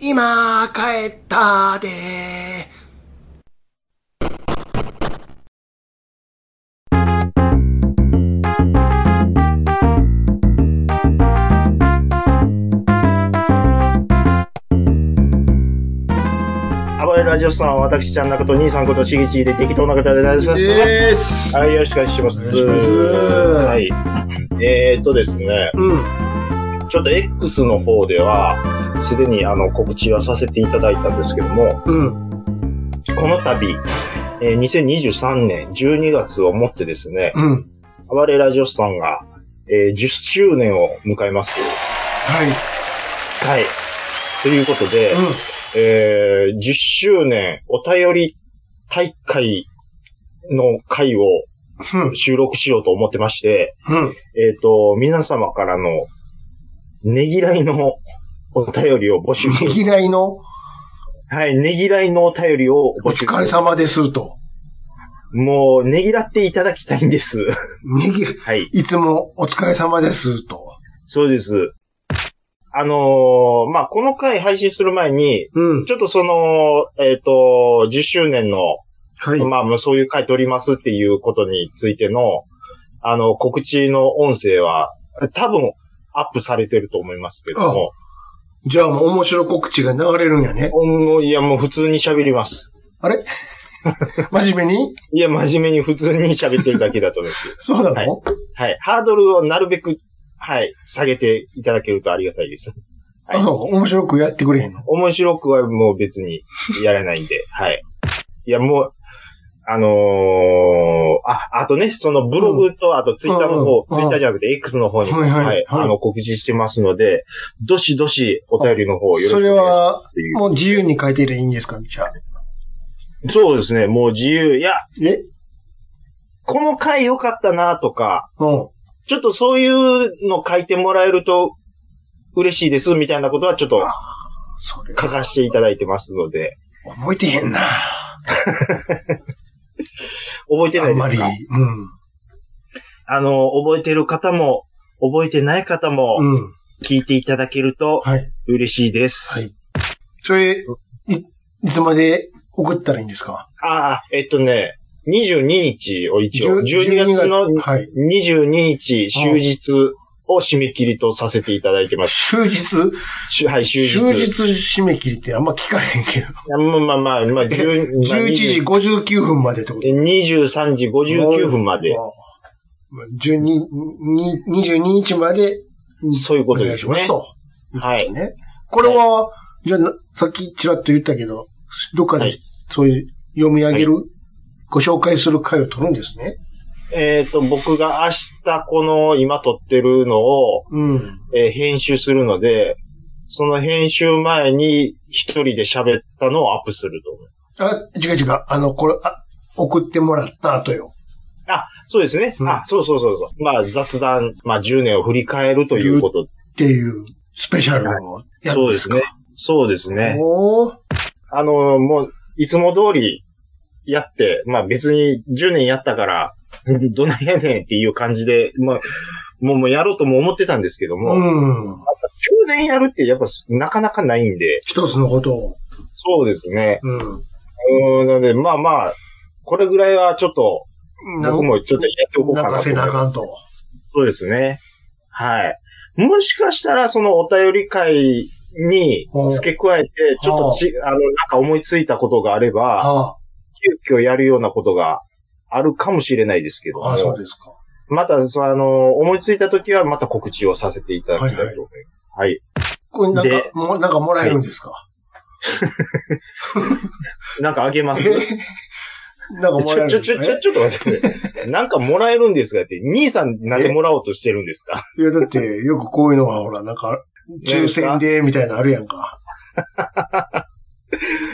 今帰ったで暴れラジオさんは私ちゃん中と兄さんことしげちで適当な方で大丈夫です。ですはい、よろしくお願いします。お願いしますはい。えーっとですね、うんちょっと X の方では、すでにあの告知はさせていただいたんですけども、うんこの度、えー2023年12月をもってですね、うん暴れラジオさんが、えー10周年を迎えます。はいはい。ということで、うんえー10周年お便り大会の会をうん収録しようと思ってまして、うんえっ、と、皆様からのねぎらいのお便りを募集ねする。ぎらいのはい、ねぎらいのお便りをお募集疲れする。様ですと。もう、ねぎらっていただきたいんです。 ねぎ、はい、いつもお疲れ様ですと。そうです。あのーまあ、この回配信する前に、うん。ちょっとその、えっ、と、10周年のはい。まあ、もうそういう回取りますっていうことについての、あの、告知の音声は、多分、アップされてると思いますけども。じゃあもう面白告知が流れるんやね。もういや、もう普通に喋ります。あれ 真面目にいや、真面目に普通に喋ってるだけだと思 います。そうなの、はいはい。ハードルをなるべく、はい、下げていただけるとありがたいです。はいあ、。そう。面白くやってくれへんの。面白くはもう別にやらないんで、 はい。いや、もう、あのー、あ、あとね、そのブログと、あとツイッターの方、うんツイッターじゃなくて X の方にも、ははいい、はいはいあの、告知してますので、どしどしお便りの方よろしくそおれ願いしますはって、いうもう自由に書いてりゃいいんですかじゃあ。そうですね、もう自由。いや、えこの回良かったなとか、うん。ちょっとそういうの書いてもらえると嬉しいです、みたいなことはちょっとそれ、書かせていただいてますので、覚えてへんな。覚えてなあいんでますり。かうあの、覚えてる方も、覚えてない方も、ん。うん。聞いていただけるとはい。嬉しいではいす。それ、い、いつまで送ったらいいんですかああ、えっとね、22日を一応、じゅ12月の12はい。 22日終日を締め切りとさせていただいてます。終日しはい、終日。終日締め切りってあんま聞かれへんけど。まあまあまあ、まあ、10 11時59分までってこと23時59分まで。 12に22日まで、そういうことですねお願いしますと。はいね。これは、じゃあ、なさっきちらっと言ったけど、どっかはでいそういう読み上げる、ご紹介する回を取るんですね。えっ、と、僕が明日この今撮ってるのを、うん。えー編集するので、その編集前に一人で喋ったのをアップすると思う。あ、違う違う。あの、これ、あ送ってもらった後よ。あ、そうですね。うんあ、そうそうそうそう。まあ雑談、まあ10年を振り返るということ。っていうスペシャルをやるそんうでですすか。ね。そうですね。おーあの、もう、いつも通りやって、まあ別に10年やったから、 どないやねんっていう感じで、まあ、もうもうやろうとも思ってたんですけども、10うん。年やるってやっぱなかなかないんで、一つのことを。そうですね。うん。うん、なので、まあまあ、これぐらいはちょっと、僕もちょっとやっておこうかななかんと思せいまなすあかんと。そうですね。はい。もしかしたら、そのお便り会に付け加えて、ちょっとち、あの、なんか思いついたことがあれば、あ急遽やるようなことがあるかもしれないですけどもあ、ああそうですか。また、そあの、思いついた時はまた告知をさせていただきたいと思います。はい、これなんかで、もうなんかもらえるんですか、なんかあげ ますちえなんかもらょ、えちるんですょ、ちょ、かちょ、ちょっと待ってくだ さい。なんかもらえるんですがって、兄さんなんでもらおうとしてるんですかいや、だって、よくこういうのは、ほら、なんか、抽選で、みたいなのあるやんか。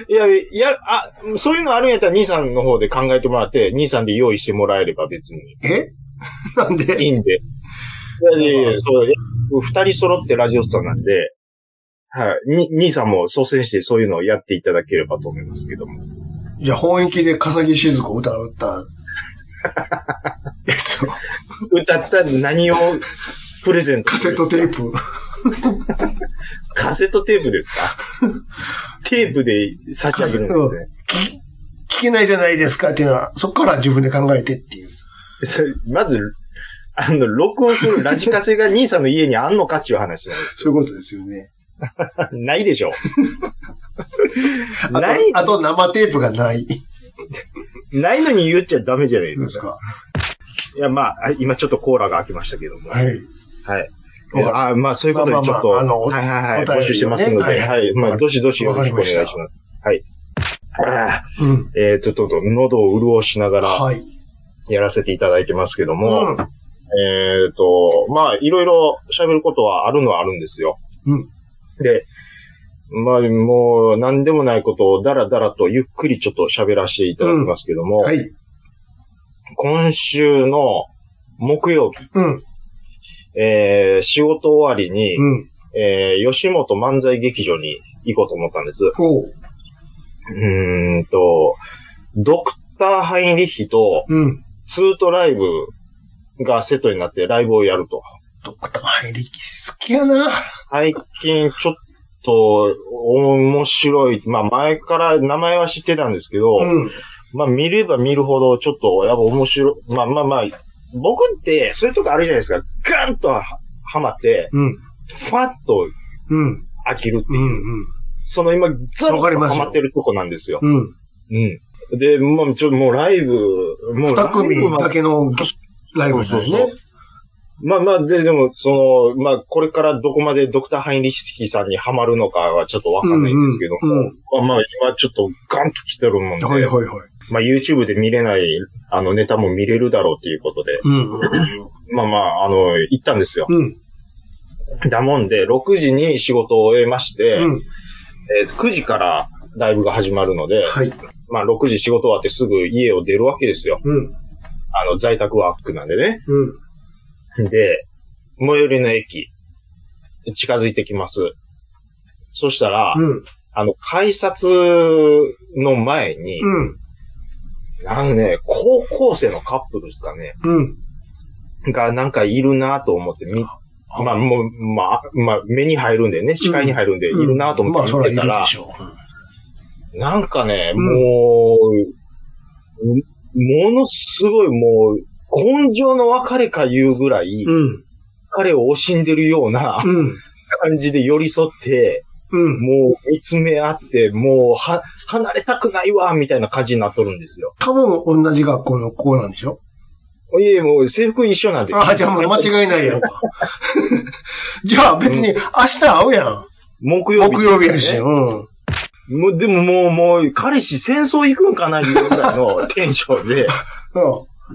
いや、いや、あ、そういうのあるんやったら兄さんの方で考えてもらって、兄さんで用意してもらえれば別に。え なんいでいんで。いやいやいや、そう、いや二人揃ってラジオスターなんで、はい。に、兄さんも率先してそういうのをやっていただければと思いますけども。じゃあ本意気で笠木静子歌う歌。えっと、歌ったら何をプレゼントカすセるットテープ。カセットテープですか テープで差し上げるんですね。聞けないじゃないですかっていうのは、そこから自分で考えてっていう。 それまず、あの、録音するラジカセが兄さんの家にあんのかっていう話なんです そうよ。いうことですよね。ないでしょ。 あとない、あと生テープがない。ないのに言っちゃダメじゃないでそうですすか。か。いや、まあ、今ちょっとコーラが開きましたけども。はい。はい。わかるあまあ、そういうことでちょっと、まあまあまああのはいはいはい、お便りをね募集してますので、はいはい、まあ、どしどしよろしくお願いします。わはい。あうん。ーえっ、と、ちょっと、喉を潤しながらはい。やらせていただいてますけども、うん。えっ、と、まあ、いろいろ喋ることはあるのはあるんですよ。うん。で、まあ、もう、何でもないことをだらだらとゆっくりちょっと喋らせていただきますけども、はい。今週の木曜日、うん。えー、仕事終わりに、うん。えー、吉本漫才劇場に行こうと思ったんです。おう。うーんと、ドクターハインリッヒとうん。ツートライブがセットになってライブをやると。ドクターハイリキ好きやな。最近ちょっと面白い。まあ前から名前は知ってたんですけど、うん。まあ見れば見るほどちょっとやっぱ面白い。まあまあまあ、僕ってそういうとこあるじゃないですか。ガンとははまって、うん。ファッとうん。飽きるってういう。ん。その今、ザッわかりとますハよマってるとこなんですよ。うん。うん。で、もう、ちょ、もうライブ、もう二ライブ組まだでけのライブそでうすそうねそ。まあまあ、で、でも、その、まあ、これからどこまでドクターハインリッヒさんにハマるのかはちょっとわかんないんですけども、うんうんうんまあまあ、今ちょっとガンと来てるもんで、はいはいはい。まあ YouTube で見れない、あの、ネタも見れるだろうっていうことで、うん。うんまあまあ、あの、行ったんですよ。うん。だもんで、6時に仕事を終えまして、うん。えー9時からライブが始まるので、はい。まあ6時仕事終わってすぐ家を出るわけですよ。うん。あの、在宅ワークなんでね。うん。で、最寄りの駅、近づいてきます。そしたら、うん。あの、改札の前に、うん。あのね、高校生のカップルですかね、うん。がなんかいるなと思って見、あまあもう、まあ、まあ目に入るんでね、視界に入るんで、いるなと思って見てたまあ、ら、それはいるでしょなんかね、うんもう、ものすごいもう、根性の別れか言うぐらい、う。うん。彼を惜しんでるような うん。感じで寄り添って、うん。もう見つめ合って、もうは、離れたくないわ、みたいな感じになっとるんですよ。多分同じ学校の子なんでしょいえいえ、もう制服一緒なんで。あ、じゃあもう間違いないやんか。 じゃあ別に明日会うやん。木曜日、木曜日やし。うん。もう、でももう、もう、彼氏戦争行くんかな、いうぐらいの テンションで、う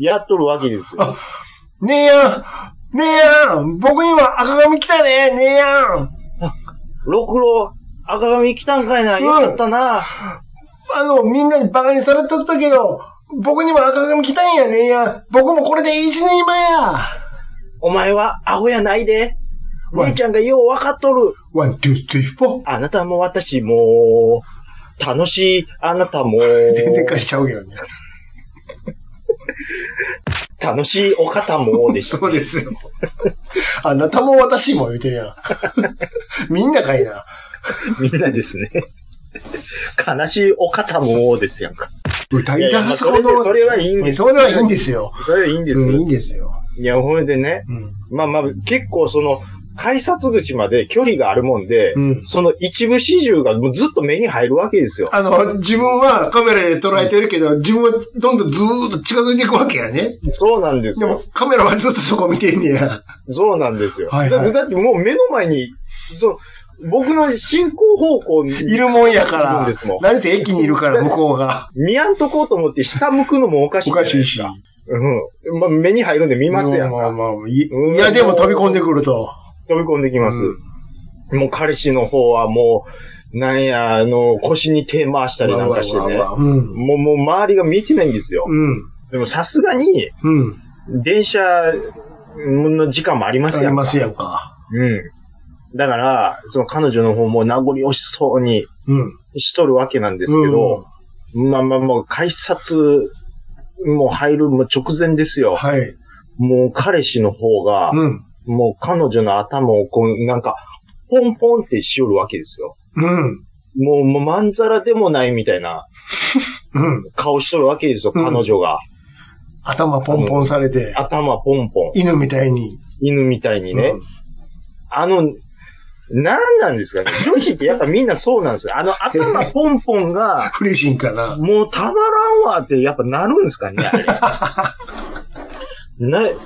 やっとるわけですよ。ん。ねえやん。ねえやん。僕には赤髪来たね。ねえやん。ろくろ、赤髪来たんかいな、よかったな。あの、みんなにバカにされとったけど、僕にも赤髪来たんやねんや。僕もこれで一人前や。お前は、アホやないで。わ姉ちゃんがよう分かっとる。ワン、ツー、スリー、フォー。あなたも私も、楽しい、あ なたも、全然貸しちゃうけどね。楽しいお方も、でしたそうですよ。あなたも私も言うてるやん。みんなかいな。みんなですね。悲しいお方もですやんか。歌い出すこいやいやまあの。それでそれはいいんですそれはいいんですよ。それいいんですうん、いいよ。んですよ。いや、ほいでね、うん。まあまあ、結構その、改札口まで距離があるもんで、うんその一部始終がもうずっと目に入るわけですよ。あの、自分はカメラで捉えてるけど、自分はどんどんずーっと近づいていくわけやね。そうなんですでもよ。、カメラはずっとそこ見てんねや。そうなんですよ。はいはいだだってもう目の前に、その、僕の進行方向に、いるもんやかいるんらですもん。何せ駅にいるから、向こうが。見やんとこうと思って下向くのもおかしい。おかしいし。いうん。まあ、目に入るんで見ますやんまあか。まあ、いいうんやでも飛び込んでくると。飛び込んできます。うんもう彼氏の方はもう、なんや、あの、腰に手回したりなんかしてねわ。わわわうん。もう、もう周りが見えてないんですよ。うん。でもさすがに、うん。電車の時間もありまあすりやんか。ますやんか。うん。だから、その彼女の方も名残惜しそうにうん。しとるわけなんですけど、まあまあもう改札、もう入るもう直前ですうん。よ。はい。もう彼氏の方が、うん。もう彼女の頭をこう、なんか、ポンポンってしよるわけですよ。うん。もう、もうまんざらでもないみたいなうん。顔しとるわけですよ、うん彼女が。頭ポンポンされて、頭ポンポン。犬みたいに。犬みたいにね。うんあの、なんなんですかね女子ってやっぱみんなそうなんですよ。あの頭ポンポンが、 フレシンかな。もうたまらんわってやっぱなるんですかね あれな、やっ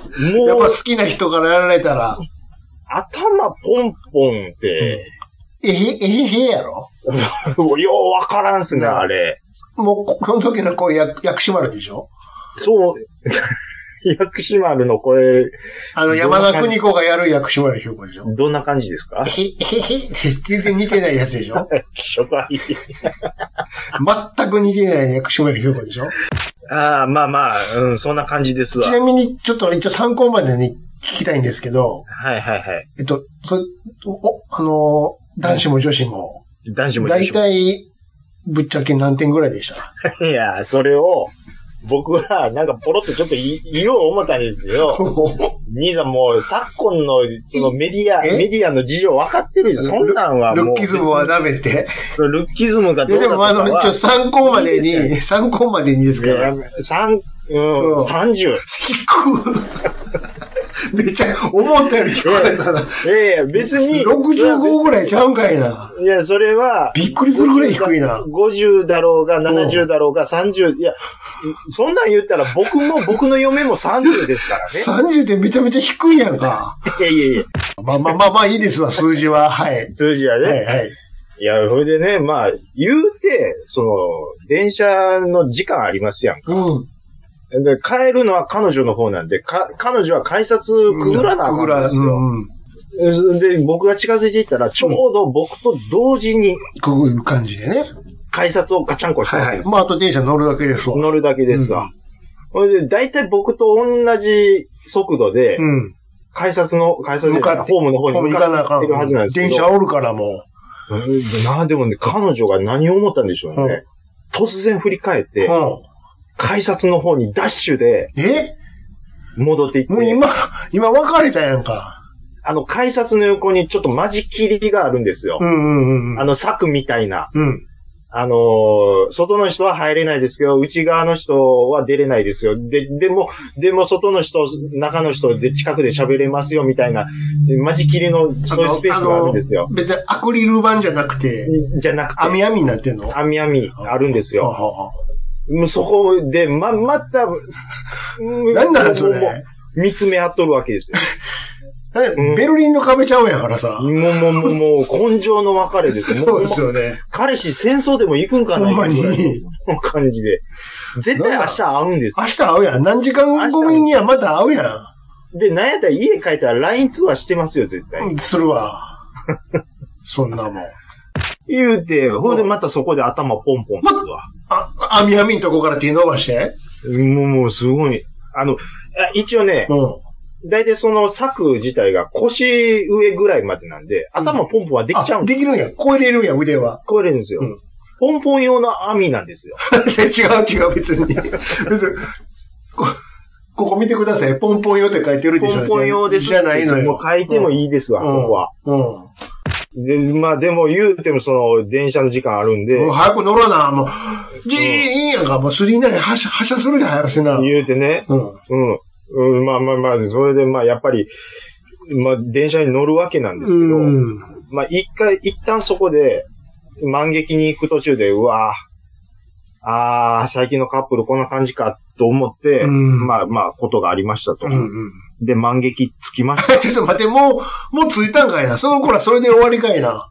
もぱう好、きな人からやられたら、頭ポンポンって、えへ、えへへやろようわからんっすね、なあれ。もう、この時の声、薬薬師丸でしょそう、 薬師丸の声、あの、山田邦子がやる薬師丸ひろ子でしょどんな感じです かえへ、えへへ全然似てないやつでしょ初代。全く似てない薬師丸ひろ子でしょああ、まあまあ、うん、そんな感じですわち。なみに、ちょっと一応参考までに聞きたいんですけど、はいはいはい。えっと、そお、あのー、男子も女子も、男子もだ女い子もたい、ぶっちゃけ何点ぐらいでした いや、それを、僕は、なんかポロッとちょっと言い言おう思ったんですよ。 兄さんもう、昨今の、そのメディア、えメディアの事情分かってるじゃん。そんなんはもう。ルッキズムはなめて。そのルッキズムがい どやうだでとかも、あの、はちょ、参考までいいに、参考までにですいからや。三、ううんん、三十。低く。 めっちゃ、思ったより低かったな。ええ、別に。 65ぐらいちゃうんかいな。いや、それは、びっくりするぐらい低いな。 50だろうが、70だろうが、30。いや、そんなん言ったら僕 も、僕の嫁も30ですからね。 30点めちゃめちゃ低いやんか。いやいやいや、まあまあまあまあいいですわ、数字は。はい。数字はね。はいはい。いや、それでね、まあ、言うて、その、電車の時間ありますやん。うん。で、帰るのは彼女の方なんで、か、彼女は改札くぐらなあかくぐったら、んですよ。うん。で、僕が近づいていったら、ちょうど僕と同時にくぐる感じでね。改札をガチャンコしてはいたんはでい。すよ。まああと電車乗るだけですわ。乗るだけですわ。それで、大体僕と同じ速度で、うん。改札の、改札じゃない向かってホームの方にもう向行かなかあかってるはずなんんで。すけ電ど。車おるからもなあ、でもね、彼女が何を思ったんでしょうね。うん突然振り返っう。うて、ん。改札の方にダッシュでえ戻っていって、もう今、今別れたやんか。あの、改札の横にちょっと間仕切りがあるんですよ。うんうんうん。あの、柵みたいな。うん。あのー外の人は入れないですけど、内側の人は出れないですよ。で、でも、でも外の人、中の人で近くで喋れますよみたいな、間仕切りの、そういうスペースがあるんですよ。別にアクリル板じゃなくて、じゃなくて、網網になってんの網網あるんですよ。はははもうそこで、ま、また、うんなんなんそもうもれ。う見つめ合っとるわけですよ。 えうんベルリンの壁ちゃうんやからさ。もう、もう、もう、もう、根性の別れですよ。もそううですよね。彼氏戦争でも行くんかなほんまにぐらいの感じで。絶対明日会うんです明。日会うやん。何時間後にはまた会うやで、なんやったら家帰ったら LINE 通話してますよ、絶対。ん。する わ。そんなもん。言うて、ほいでまたそこで頭ポンポンですわ。あ、網網んとこから手伸ばして。もう、もう、すごい。あの、あ一応ね、うん。だいたいその柵自体が腰上ぐらいまでなんで、頭ポンポンはできちゃうんあです。できるんや。超えれるんや、腕は。 聞こえるんですよ。うんポンポン用の網なんですよ。違う違う、別に。 別に。こここ見てください。ポンポン用って書いてるでしょ。ポンポン用です。 じゃないのよ。もう書いてもいいですわ、うんここは。うん。で、まあでも言うてもその、電車の時間あるんで、もう早く乗ろうな。もう、じーいいやんか。もうスリーナイン発車発車するやん、早くせな。言うてね、うん。うん。うん、まあまあまあ、それでまあやっぱり、まあ電車に乗るわけなんですけど、うん。まあ一回、一旦そこで、満劇に行く途中で、うわぁ、ああ、最近のカップルこんな感じかと思って、うんまあまあ、ことがありましたと。うんうん。 で、満劇つきました。ちょっと待って、もう、もう着いたんかいな。その頃はそれで終わりかいな。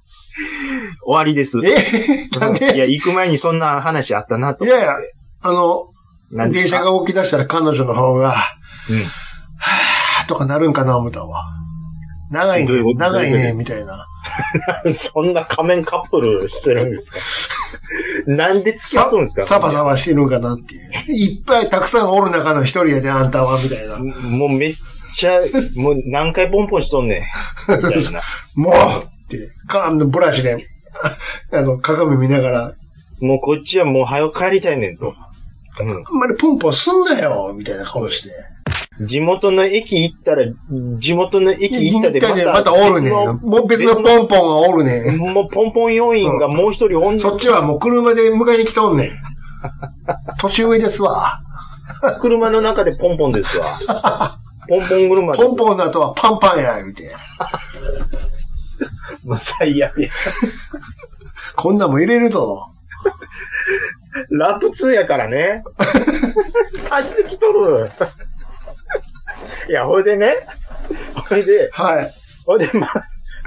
終わりです。え なんいでや、行く前にそんな話あったなと。いやいや、あの、なんで電すか車が起き出したら彼女の方が、うんはぁとかなるんかな思ったわ。長いどういうこね、と長いどういうね、こみたいな。そんな 仮面カップルしてるんですか なんで付き合っとるんですかサバサバしてるんかなっていう。いっぱいたくさんおる中の一人やで、あんたは、みたいな。もうめっちゃ、もう何回ポンポンしとんねん。みたい な。もうって、か、あのブラシで、 あの、鏡見ながら、もうこっちはもう早く帰りたいねんと。あんまりポンポンすんなよみたいな顔して。うん、地元の駅行ったら、地元の駅行ったで一回ねままたた、おるねん。もう別のポンポンがおるねん。もうポンポン要員がもう一人女、そっちはもう車で迎えに来とんねん。年上ですわ。車の中でポンポンですわ。 ポンポン車です。ポンポンの後はパンパンや、言うて。もう最悪や。こんなんも入れるぞ。ラップ2やから ね。足してきとる。いや、ほいでね。ほいで、はい。ほいで、ま、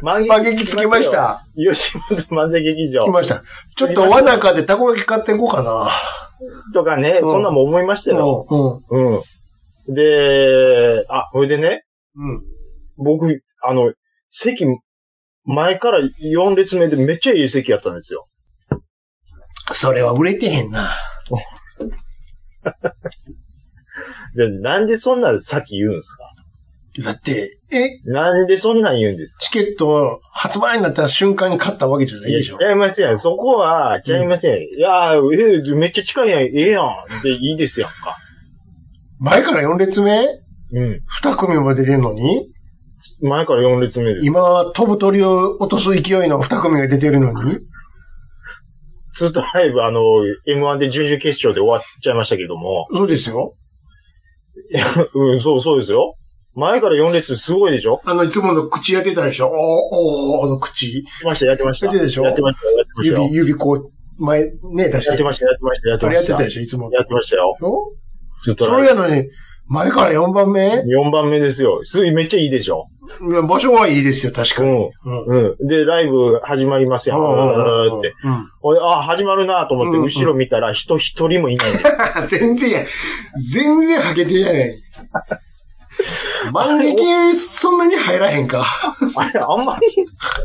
満満劇つきました。吉本満席劇場来ました。ちょっとわなかでたこ焼き買っていこうかな。とかね、うんそんなんも思いましたよ。ううん。で、あ、ほいでね、ん。うん。僕、あの、席、前から4列目でめっちゃいい席やったんですよ。それは売れてへんな。で、なんでそんなん先言うんですかだって、え、なんでそんなん言うんですかチケット発売になった瞬間に買ったわけじゃないいや、でしょ。ちゃいません。そこは、ちゃいません。いやー、えーめっちゃ近いやん。ええやん。で、いいですやんか。前から4列目うん。二組まで出んのに前から4列目です。今は飛ぶ鳥を落とす勢いの二組が出てるのにツートライブ、あの、M1 で準々決勝で終わっちゃいましたけども。そうですよ。いやうん、そう、そうですよ。前から4列すごいでしょあの、いつもの口やってたでしょおー、おー、の口。やってました、やってました。やってたでしょやってました、やってましたよ指、。指こう、前、ね、出やしってて。ました、やってました、やってあまれやっしてた。たでしょいつも。やってましたよ。よツートそラれイやのに、前から4番目いブ。4番目ですよ。すめっちゃいいでしょや場所はいいですよ、確かうに。ん。うん。うん。で、ライブ始まりますやん。うーんって。うん 俺、あ、始まるなと思って、うんうん後ろ見たら人一人もいないんです。全然や、全然はけてや ねん。万劇、そんなに入らへんか。あれ、あんまり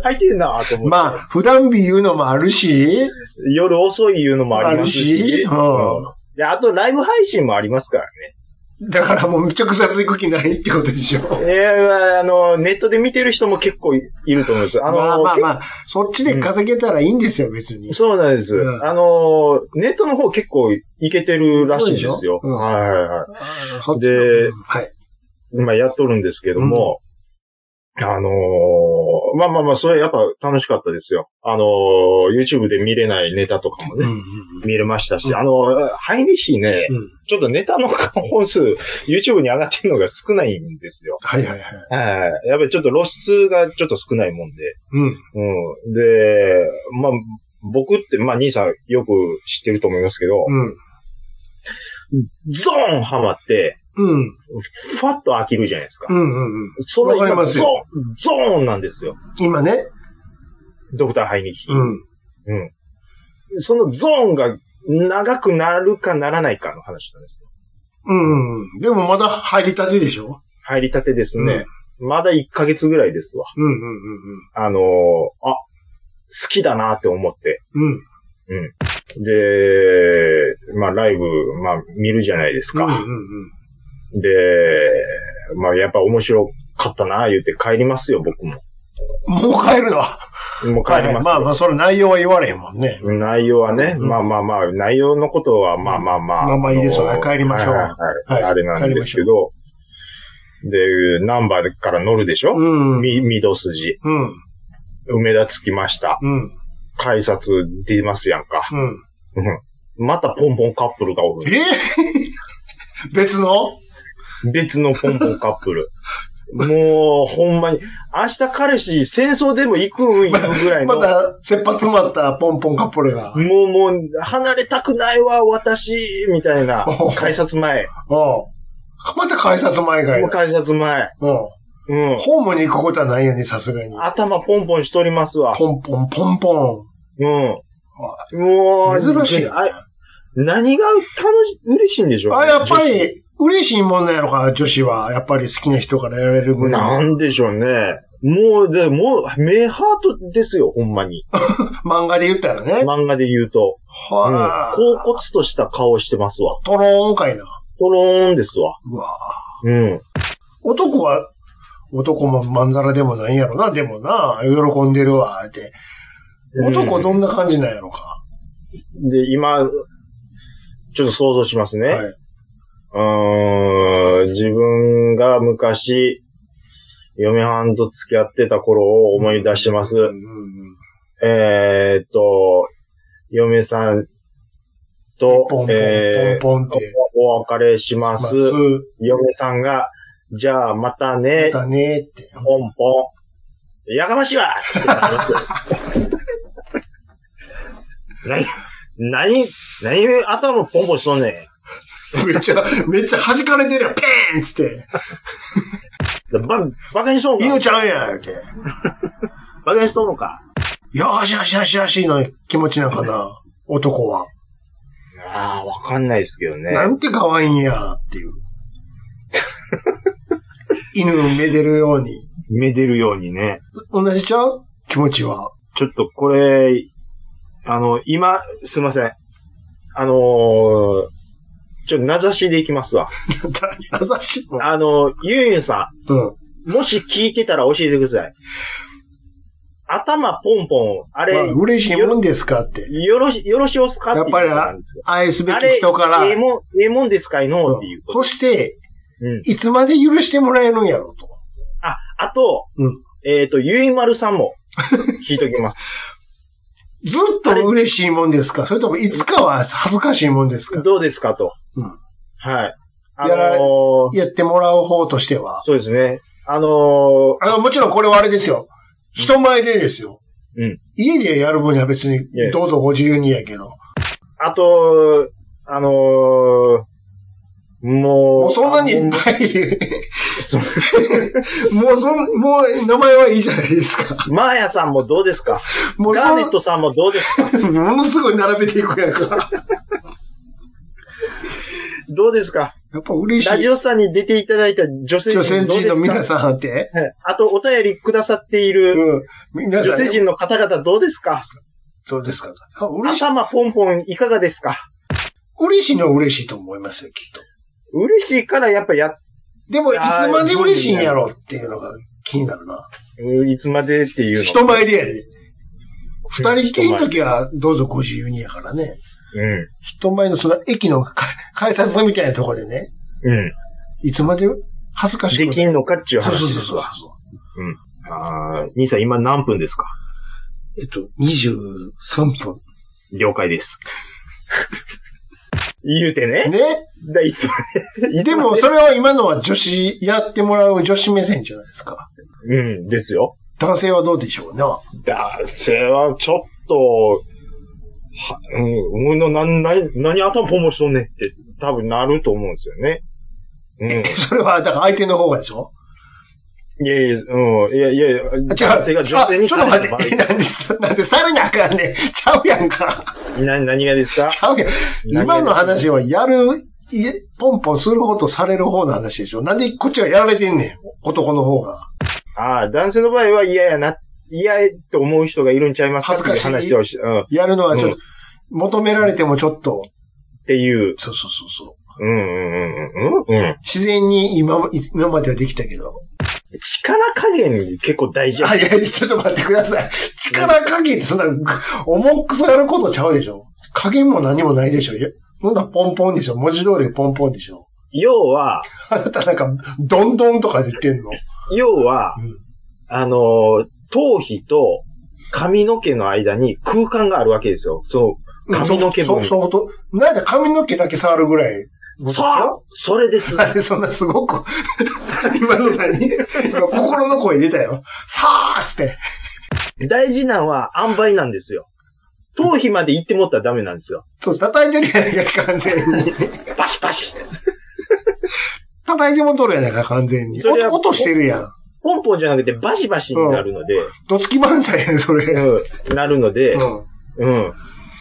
入ってんなと思って。まあ、普段日言うのもあるし、夜遅いいうのもありますし。あるしうんで、あと、ライブ配信もありますからね。だからもうめちゃくちゃ行く気ないってことでしょ。ええあの、ネットで見てる人も結構いると思うんです。あの、まあまあま結あ、そっちで稼げたらいいんですよ、別に構。そうなんです、うんあの、ネットの方結構いけてるらしいんですよ。そうでしょうんはいはいはそっちでうんはい。い。今やっとるんですけども、あのーまあまあまあ、それやっぱ楽しかったですよ。あのー YouTube で見れないネタとかもうんね、うん見れましたし、うんあのー、ハイリヒね、うん。ちょっとネタの本数、YouTube に上がってるのが少ないんですよ。はいはいはい。はい。やっぱりちょっと露出がちょっと少ないもんで。うん。うん。で、まあ、僕って、まあ、兄さんよく知ってると思いますけど、うん。ゾーンハマって、うん。ファッと飽きるじゃないですか。うんうんうん。そのわかり今ますゾよーン、ゾーンなんですよ。今ね。ドクターハイニッヒ。うん。うん。そのゾーンが長くなるかならないかの話なんですよ。うんうん。でもまだ入りたてでしょ入りたてですね。まだ1ヶ月ぐらいですわ。うんうんあのーあ、好きだなって思って。うんうん。うん。で、まあライブ、まあ見るじゃないですか。うんうんうん。で、まあやっぱ面白かったな、言って帰りますよ、僕も。もう帰るのもう帰りますよ。まあまあ、それ内容は言われへんもんね。内容はね、うんまあまあまあ、内容のことはまあまあまあ。まあまあいいですよの帰りましょうはいはいはいはいあれなんですけど。で、ナンバーから乗るでしょ、うん。うん。み、ミド筋。うん。梅田着きました。うん。改札出ますやんか。うんまたポンポンカップルがおる。え 別の別のポンポンカップル。もう、ほんまに、明日彼氏戦争でも行くん行くぐらいまの。た、切羽詰まったポンポンカップルが。もうもう、離れたくないわ、私、みたいなおう。改札前。うん。また改札前がいもるう。改札前。うん。うん。ホームに行くことはないよね、さすがに。頭ポンポンしとりますわ。ポンポン、ポンポうん。もう、珍しいあ何が楽し、嬉しいんでしょうン。ねあ、やっぱ。り、嬉しいもんなんやろか、女子は。やっぱり好きな人からやられる女子分。なんでしょうね。もう、でもう、名ハートですよ、ほんまに。漫画で言ったらね。漫画で言うと。うん。はあ。高骨とした顔してますわ。トローンかいな。トローンですわ。うわうん。男は、男もまんざらでもないんやろな、でもな、喜んでるわ、って。男どんな感じなんやろか。で、今、ちょっと想像しますね。はい。うーん、自分が昔、嫁はんと付き合ってた頃を思い出してます。うんうんうんえーっと、嫁さんと、ポンポン、えーポンポンって。お別れしま。ますす。嫁さんが、じゃあまたまね、たねーって。ポンポン。やかましいわってなりますよ 何、何、何頭ポンポンしとんねん。めっちゃ、めっちゃ弾かれてるやん。ペーンっつって。ば、バカにしとんの犬かちゃんやって。バカにしとんのかよしよしよしよしの気持ちなんかな。男は。ああ、わかんないですけどね。なんて可愛いんやっていう。犬をめでるように。めでるようにね。同じちゃう気持ちは。 ちょっとこれ、あの、今、すいません。あのーちょっと名指しでいきますわ。優しいもん。あのゆうゆうさうん。ん、もし聞いてたら教えてください。頭ポンポン、あまれ、あ、嬉しいもんですかって。よろし、よろしおすかってやいうっぱりことなんですよ。愛すべあきれ、人から。ええもん、ええもんですかいのっていうこと。そして、うん。いつまで許してもらえるんやろと。あ、あと、うんえっ、と、ゆいまるさんも、聞いと きます。ずっと嬉しいもんですかそれともいつかは恥ずかしいもんですかどうですかと。うんはい。あやられのーやってもらう方としては。そうですね。あのーあの、もちろんこれはあれですよ。人前でですよ。うん家でやる分には別にやいや、どうぞご自由にやけど。あと、あのーもう、もうそんなにいっあぱい、そ うもうそん、もう名前はいいじゃないですか。 マーヤさんもどうですかもうガーネそットさんもどうですかん、ものすごい並べていくやん か。どうですかやっぱ嬉しラジい。オさんに出ていただいた女性女性陣どう人でのす皆かさんって。はいあと、お便りくださっているうん。皆 女さん性、陣の方々どうですかどうですかあ嬉しい。頭ポンポンいかがですか嬉しいのは嬉しいと思いますよ、きっと。嬉しいからやっぱやっ、でも、いいつやーまで嬉しいんやろっていうのが気になるな。いつまでっていうの。人前でやで。二人きりの時は、どうぞご自由にやからね。うん。人前のその駅のか改札みたいなところでね、うん。いつまで恥ずかしくできんののかっちゅうそうそうそ話でうすそうわ。。あー兄さん今何分ですかえっと、23分。了解です。 言うてね。ね。だいつまで。でも、それは今のは女子、やってもらう女子目線じゃないですか。うん、ですよ。男性はどうでしょうな。 男性はちょっと、は、うん、うん、な、な、何頭ポンポンしとんねんって、多分なると思うんですよね。うそれは、だから相手の方がでしょん。いやいや、うん、いやいやいや、あ違う男性が女性にあちょっと待されってて。る場なんで、なんで、されなあかんねん。ちゃうやんか。合な何がですかちゃうやん。今の話は、やる、いポンポンする方とされる方の話でしょ。なんでこっちがやられてんねん。男の方が。ああ、男性の場合は嫌やな、嫌やって思う人がいるんちゃいますか恥ずかしいってう話をし、うん、っやるのはちょっと、求められてもちょっと、ていう。そうそうそうそう。うん、うん、うん、うん、うん。自然に今も、い今まではできたけど。力加減結構大事やあ、いや、ちょっと待ってください。力加減ってそんな、重くそやることちゃうでしょ。加減も何もないでしょ。いやそんなポンポンでしょ。文字通りポンポンでしょ。要は、あなたなんか、どんどんとか言ってんの。要は、うんあのー、頭皮と髪の毛の間に空間があるわけですよ。そう、髪の毛そ分。そソフト。なんで髪の毛だけ触るぐらい。そうそれです。なんで そんなすごく、今の何今心の声出たよ。さあっつって。大事なのは塩梅なんですよ。頭皮まで行ってもったらダメなんですよ。そう、叩いてるやないか、完全に。パシパシ叩いてもとるやないか、完全に。それは音音してるやん。ポンポンじゃなくてバシバシになるので、どつき漫才やん、それ。うん、なるので、うん。うん。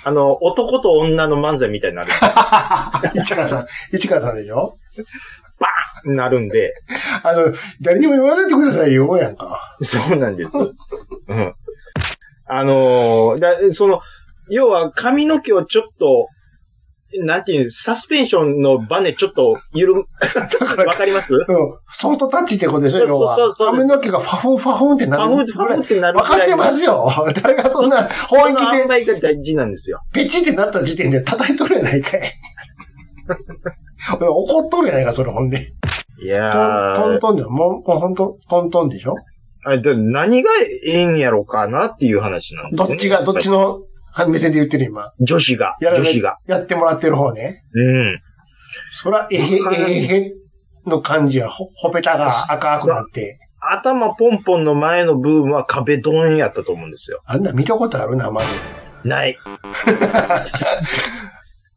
あの、男と女の漫才みたいになる。市川さん、市川さんでしょバーンなるんで、あの、誰にも言わないでくださいよ、やんか。そうなんです。うん。あのーだ、その、要は髪の毛をちょっと、なんていう、サスペンションのバネちょっと緩 む、だかわら、かりますうん、ソフトタッチってことでしょ、要は。そうそうそうで髪すの毛がファフンファフンってなパフるン、ぐパらフンい。ってなるわかってますよ。誰がそんなこ本の気塩で梅が大事なんですよ。ペチってなった時点で叩いとるやない かい。怒っとるやないか、それほんで。いトやントンー、トンじゃん。もう、もうほんと、トントンでしょあで何がええんやろかなっていう話なんですどよっちが、どっちの目線で言ってる今。女子が、やら女れ子が。やってもらってる方ね。うん。そら、えへ、えへ、の感じや。ほ、ほぺたが赤くなって。頭ポンポンの前のブームは壁ドンやったと思うんですよ。あんな見たことあるな、まず。ない。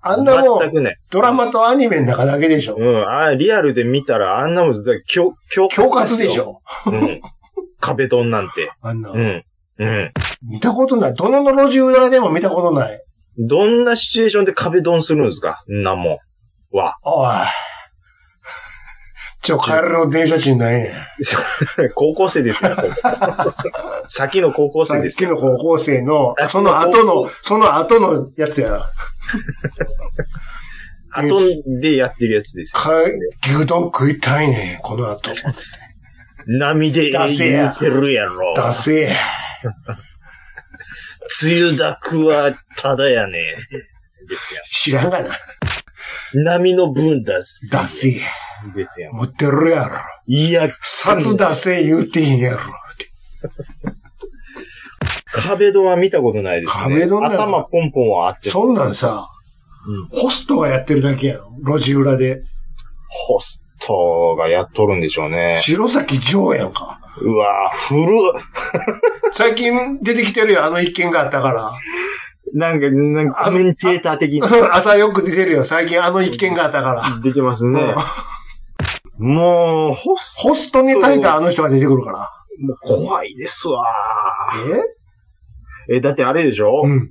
あんなも全う、くない。ドラマとアニメの中だけでしょう。ん、あリアルで見たら、あんなもん、だから強、強恐喝でし。ょ。うん。壁ドンなんて。あんなう。ん。うん。見たことない。どの路地裏でも見たことない。どんなシチュエーションで壁ドンするんですかんなもん。は。 おい。ちょ、帰るの電車賃ないねん。高校生です よ。それ先の高校さ生っですきよ。の高校生の、その後の、その後のやつやな。の後でやってるやつですよ。か、牛丼食いたいねん、この後。波でダセや言うてるやろ。ダセえ。梅雨だくはただやね。です知らんがな。よ。波の分だす。ダセえ。ですよ。持ってるやろ。いや、札出せ言うてへんやろ。って壁ドンは見たことないですね。壁ドンなんか頭ポンポンはあってそんなんさ、うんホストがやってるだけやん。路地裏で。ホストがやっとるんでしょうね。白崎城やんか。うわぁ、古っ最近出てきてるよ、あの一件があったから。なんか、なんか、コメンテーター 的に朝よく出てるよ、最近あの一件があったから。出てますね。もう、ホスホストに耐えたあの人が出てくるから。トも怖いですわええ、だってあれでしょ、うん。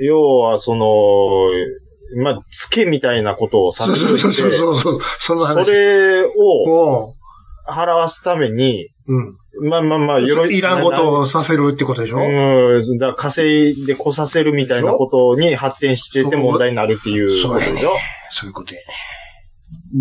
要は、その、まあ、つけみたいなことをさそうせそうそうそうて、そうそう。その話。それをを、払わすために、うん。まあまあまあ、よろいらんことをさせるってことでしょ、うん、だから稼いでこさせるみたいなことに発展してて問題になるっていうそうことでしょそういうことやね。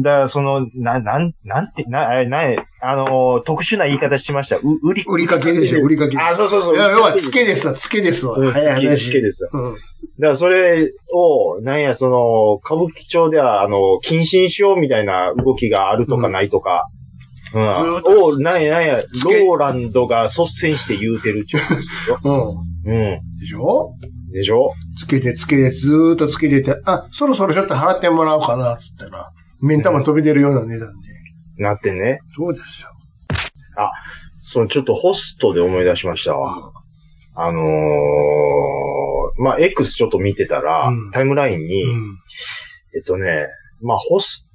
だから、その、な、なん、なんて、な、あれな、あのー、特殊な言い方しました。う、売り、売りかけでしょ売りかけ。いあ、そうそうそう。や、要は、つけで。ですわ、つけですわ。うん早いつけ話つけですわうん。だから、それを、なんや、その、歌舞伎町では、あの、謹慎しようみたいな動きがあるとかないとか、うずん。ーっとを、なんや、なんや、けローランドが率先して言うてるっちゅうことです ようん。うでしょん。でしょつけてつけて、ずーっとつけてて、あ、そろそろちょっと払ってもらおうかな、つったら、目ん玉飛び出るような値段で。なってね。そうですよ。その、ちょっとホストで思い出しましたわ。あのー、まあ、X ちょっと見てたら、うんタイムラインに、うん。えっとね、まあ、ホス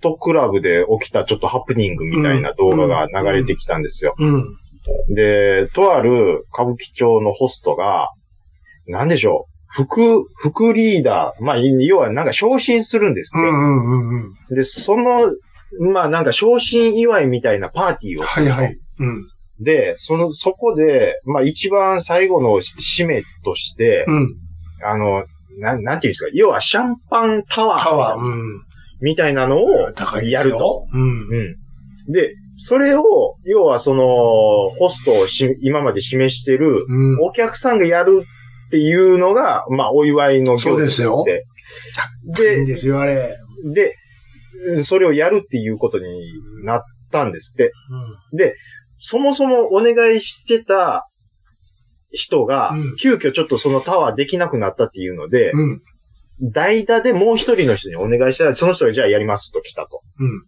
トクラブで起きたちょっとハプニングみたいな動画が流れてきたんですよ。うん。で、とある歌舞伎町のホストが、なんでしょう、副、副リーダー、まあ、要はなんか昇進するんですうっんて。うんうんうん。で、その、まあなんか昇進祝いみたいなパーティーをすはいはい。うん。る。で、その、そこで、まあ一番最後の締めとして、うん。あの、なん、なんていうんですか、要はシャンパンタワー。タワー。うみたいなのん。を、高いですよ。やると。うん。うん。で、それを、要はその、ホストをし、今まで示してる、うん。お客さんがやるっていうのが、まあ、お祝いの行そう事ですよ。でいいんで、ですよ、あれ。で、うんそれをやるっていうことになったんですって。そもそもお願いしてた人がうん、急遽ちょっとそのタワーできなくなったっていうのでう、ん。うん。代打でもう一人の人にお願いしたら、その人がじゃあやりますと来たと。うん。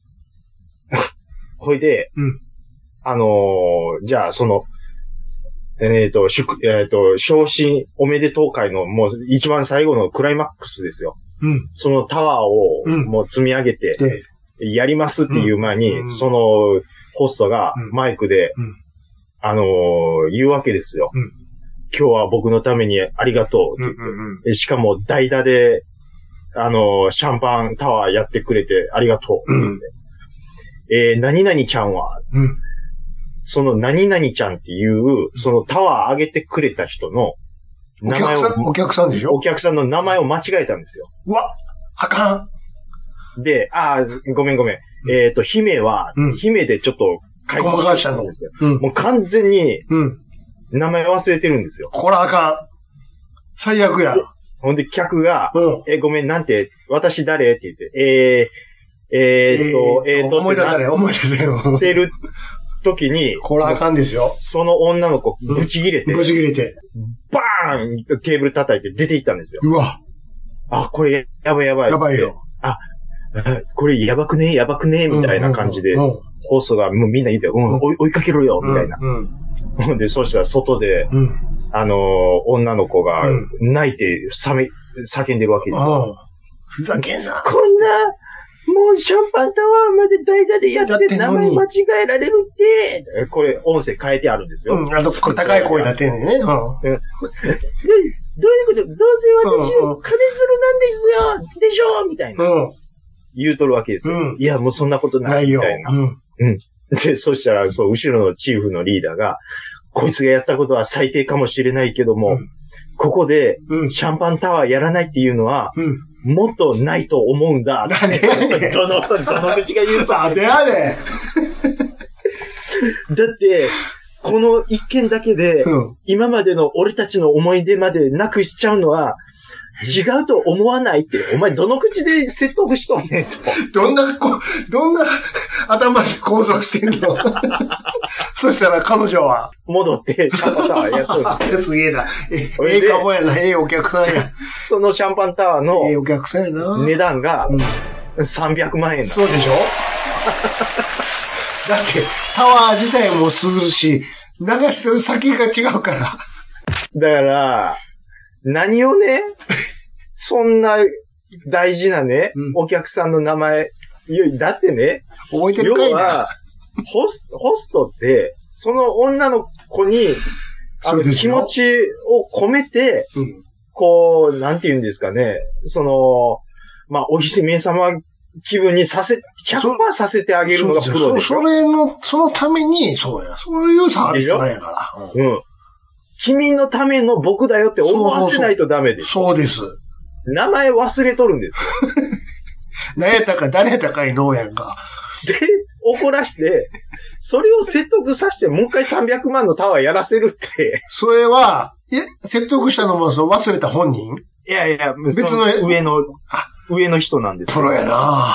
ほいで、うんあのーじゃあ、その、えっ、と、祝、えっ、と、昇進おめでとう会のもう一番最後のクライマックスですよ。うん。そのタワーをうんもう積み上げてで、やりますっていう前に、うんうんそのホストがうんマイクで、うんあのー言うわけですよ、うん今日は僕のためめにありがとうって言って、んうん。えしかも代打で、あの、シャンパンタワーやってくれてありがとう。うんえー何々ちゃんは、うんその何々ちゃんっていう、そのタワー上げてくれた人のお名客前さん、おを、客さんでしょお客さんの名前を間違えたんですよ。うわ、あかん。で、ああ、ごめんごめん。えっ、と、姫は、うん姫でちょっと書いてごまかしたのですようん。もう完全にうん。名前忘れてるんですよ。こらあかん。最悪や。ほんで客が、うん。え、ごめん、なんて、私誰って言って、えー、えーっと、えーっと、思い出さっれ、思い出され。 てる時に、こらあかんですよ。その女の子、ぶち切れて、ぶち切れて。バーンテーブル叩いて出て行ったんですよ。うわ、あ、これやばいやばい。やばい。よ。これやばくねやばくねみたいな感じでう、ん。放送がもうみんな言って、うん、追い追いかけろよみたいな。うん。ほんで、そうしたら外で、うん。あのー女の子がうん泣いて、さめ、叫んでるわけですよ。ふざけんな。こんな、もうシャンパンタワーまで代打でややっっててんの名に前間違えられるって。えこれ、音声変えてあるんですよ。うん。あと、これ高い声だってんね。うん。でどういうことどうせ私、金うんうんづるなんですよでしょみたいな。うん。言うとるわけですよ。うんいや、もうそんなことな。ないいみよ。たいな。うん。で、そしたら、そう、後ろのチーフのリーダーが、こいつがやったことは最低かもしれないけどうも、んここで、うん。シャンパンタワーやらないっていうのは、うん。もっとないと思うん だ。なんで やねん。どの、どの口が言うと。なんでやねん。だって、この一件だけで、うん。今までの俺たちの思い出までなくしちゃうのは、違うと思わないって、お前どの口で説得しとんねんと。どんな、こどんな 頭で行動してんの そしたら彼女は、戻って、シャンパンタワーやっとるんあですすげえな。そえ、れえでえかもやな。ええお客さんや。す。そのシャンパンタワーのええお客さんやな。値段がうん300万円だ。そうで しょだって、タワー自体もするし、流してる先が違うから。だから、何をね、そんな大事なね、うんお客さんの名前、いやだってね、覚えて要るかいな。は、ホスト、ホストって、その女の子に、あその、うです気よ持ちを込めて、うん。こう、なんて言うんですかね、その、まあ、お姫様気分にさせ、100%させてあげるのがプロでしそょう。ですよそそれの、そのために、そうや。そういうサービスなんやから。うんうん。君のための僕だよって思わせないとダメでしょそうです。名前忘れとるんですよ。何やったか、誰やったかいのやんか。で、怒らして、それを説得させて、もう一回300万のタワーやらせるって。それは、え、説得したのも、その忘れた本人いやいや、別の上のあ、上の人なんですプロやな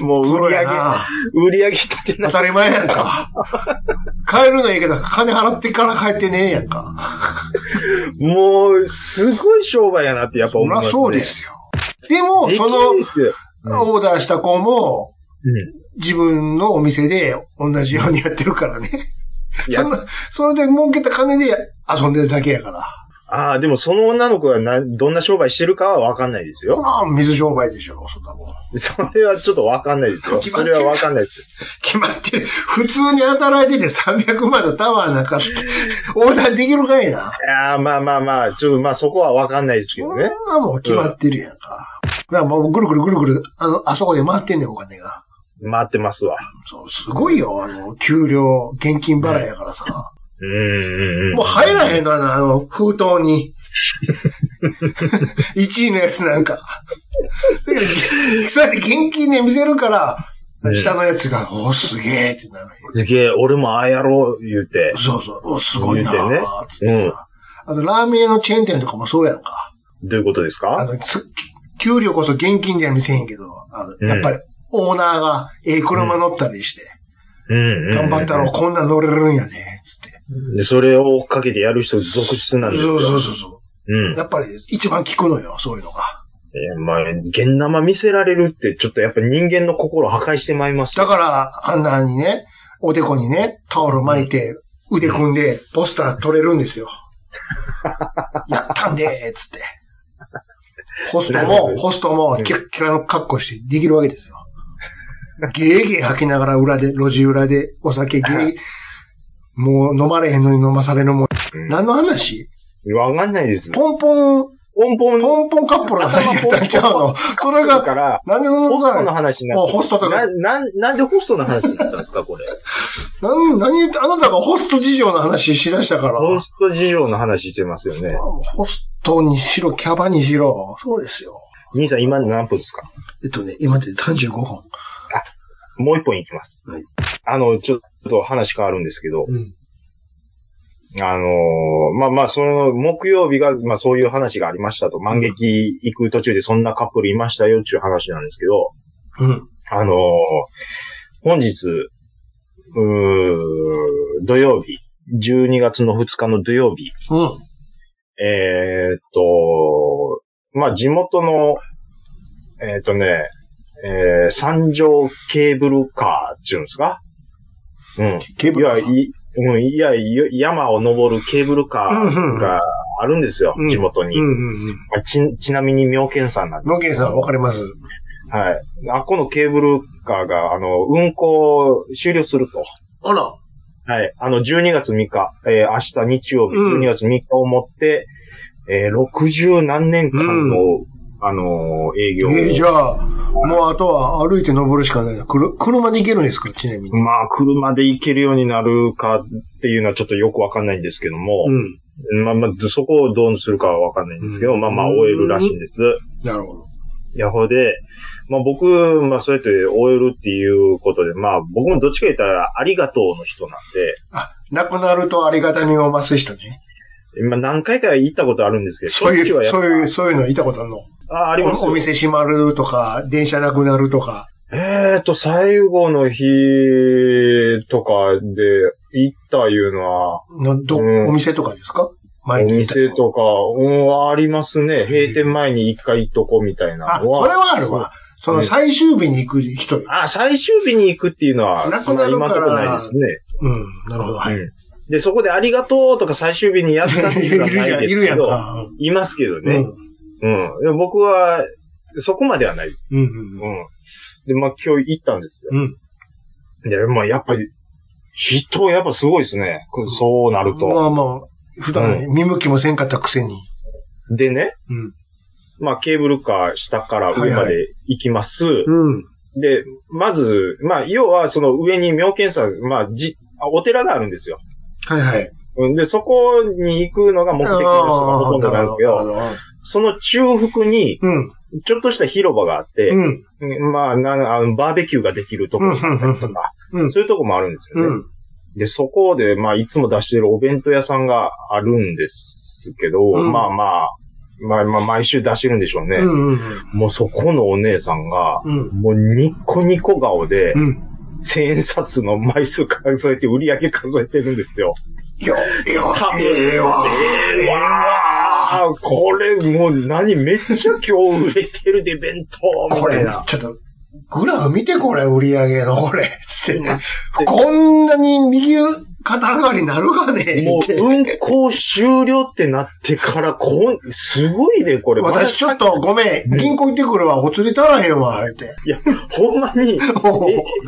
もプう売ロりや上げ、な売り上げ立てな当い。たり前やん か。帰るのいいけど、金払ってから帰ってねえやんか。もう、すごい商売やなってやっぱそ思いりゃますね。そうで。すよ。でも、そその、の、うんオーダーした子も、うん。自分のお店で同じようにやってるからね。いやそんな、それで儲けた金で遊んでるだけやから。ああ、でもその女の子がな、どんな商売してるかはわかんないですそよ。 ら、水商売でしょ、そんなもん。それはちょっとわかんないですよ。決まってそるれはわかんないですよ。決まってる。普通に働いてて300万のタワーなんかって、 オーダーできるかいな。いやーまあまあまあ、ちょっとまあそこはわかんないですけそどんね。なもん決まってるやんか。だからもうぐるぐるぐるぐる、あの、あそこで回ってんねん、お金が。待ってますわ。そう、すごいよ、あの、給料、現金払いやからさ。うんうんうん。もう入らへんのあの、あの、封筒 に。1位のやつなんか。だからそれで現金で見せるから、うん下のやつが、おすげえってなるよ。すげえ、俺もああやろう、言うて。そうそう、おすごいな言うてねーつってさ。あの、ラーメン屋のチェーン店とかもそうやんか。どういうことですあかの、つ給料こそ現金じゃ見せへんけど、あのうんやっぱり、オーナーが、ええ車乗ったりして、うん。頑張ったろ、ろこんなん乗れるんやで、つって。で、それを追っかけてやる人続出なんですそよ。。うそうそうそうう。ん。やっぱり一番効くのよ、そういうのが。えーまあ、現生見せられるって、ちょっとやっぱ人間の心を破壊してまいりますだよ。から、あんなにね、おでこにね、タオル巻いて、腕組んで、ポスター取れるんですよ。 やったんでーつって。ホストなるほも、どホストも、キラッキラの格好してできるわけですよ。ゲーゲー吐きながら裏で、路地裏で、お 酒ゲー、もう飲まれへんのに飲まされるもん。うん何の話わかんないです。ポンポンポンポンポンポンカップルの話やったんちゃうの。それだが、から、なんでホのストのな話になってもうホストとかな、な、なんでホストの話になったんですか、こ れ。何、何言って、あなたがホスト事情の話しだしたから。ホスト事情の話してますよね。ホストにしろ、キャバにしろ。そうですよ。兄さん、今何分ですかえっとね、今で35本。もう一本いきます。はいあの、ちょっと話変わるんですけど、うん。あのーまあまあ、その、木曜日が、まあそういう話がありましたと、万劇行く途中でそんなカップルいましたよっていう話なんですけど、うん。あのー本日、うー土曜日、12月の2日の土曜日、うん。えーっと、まあ、地元の、えーっとね、えー、三条ケーブルカーっていうんですかうん。ケーブいルや、カー。い、うん、いや、い山を登るケーブルカうんうんーがあるんですよ、うん地元うに、んうんうん。まあち。ちなみに妙見山なんです。野健さん、わかりますはい。あ、このケーブルカーが、あの、運行終了すると。あら。はい。あの、12月3日、えー明日日曜日、うん12月3日をもって、えー60何年間の、あのー営業をえー、じゃあ、もうあとは歩いて登るしかないな。くる車で行けるんですかちなみに。まあ、車で行けるようになるかっていうのはちょっとよくわかんないんですけども、うん。まあまあ、そこをどうするかはわかんないんですけど、うんまあまあ、終えるらしいんです。なるほど。ヤホーで、まあ僕、まあそうやって終えるっていうことで、まあ僕もどっちか言ったらありがとうの人なんで、あ、亡くなるとありがたみを増す人ね。まあ何回か行ったことあるんですけど、そういしょっう、ちゅそうはやいっう、そういうのはいたことあるのぱあ、ありますおよお店閉まるとか、電車なくなるとか。えーと、最後の日とかで行ったいうのは、のど、うんお店とかですかお前に行った店とか、うん、ありますね。閉店前に一回行っとこうみたいあ、なそのは。れはあるわ。その最終日に行く人。あ、最終日に行くっていうのは、なくなるから今のとこないですね。うん、なるほど。はい。うんで、そこでありがとうとか最終日にやったっ ていいうのるはじゃ、なんいいでするけやんど、か。いますけどうん。うん。ねうん。でも僕は、そこまではないです。うんううん。ん。で、まあ今日行ったんですよ。うん。で、まあやっぱり、人やっぱすごいですね。こうそうなると。まあまあ、普段ね見向きもせんかったくせに。でね、うん。まあケーブルカー下から上まはいで行きます。うん。で、まず、まあ要はその上に妙見山、まあじ、あお寺があるんですよ。はいはい。うんで、そこに行くのが目的の人がほとんどなんですけあーど、なるほどなるほその中腹に、どうん。ちょっとした広場があって、うん。まあ、なんあのバーベキューができるところだったりとか、うんうんうんうんそういうとこもあるんですよね。うん。で、そこで、まあ、いつも出してるお弁当屋さんがあるんですけど、うんまあまあ、まあまあ、毎週出してるんでしょうね。うんうんもうそこのお姉さんが、うん。もうニッコニコ顔でう、ん。千円札の枚数数えて、売り上げ数えてるんですよ。よ、よた、ええわ。ええわーこれもう何めっちゃ今日売れてるで弁当みこたいれな。、ちょっと、グラフ見てこれ、売り上げの、これ。つってこんなに右肩上がりになるかねもっうて。運行終了ってなってから、こん、すごいね、これ。私ちょっとごめん、銀行行ってくるわ、お釣り足らへんわ、って。いや、ほんまに、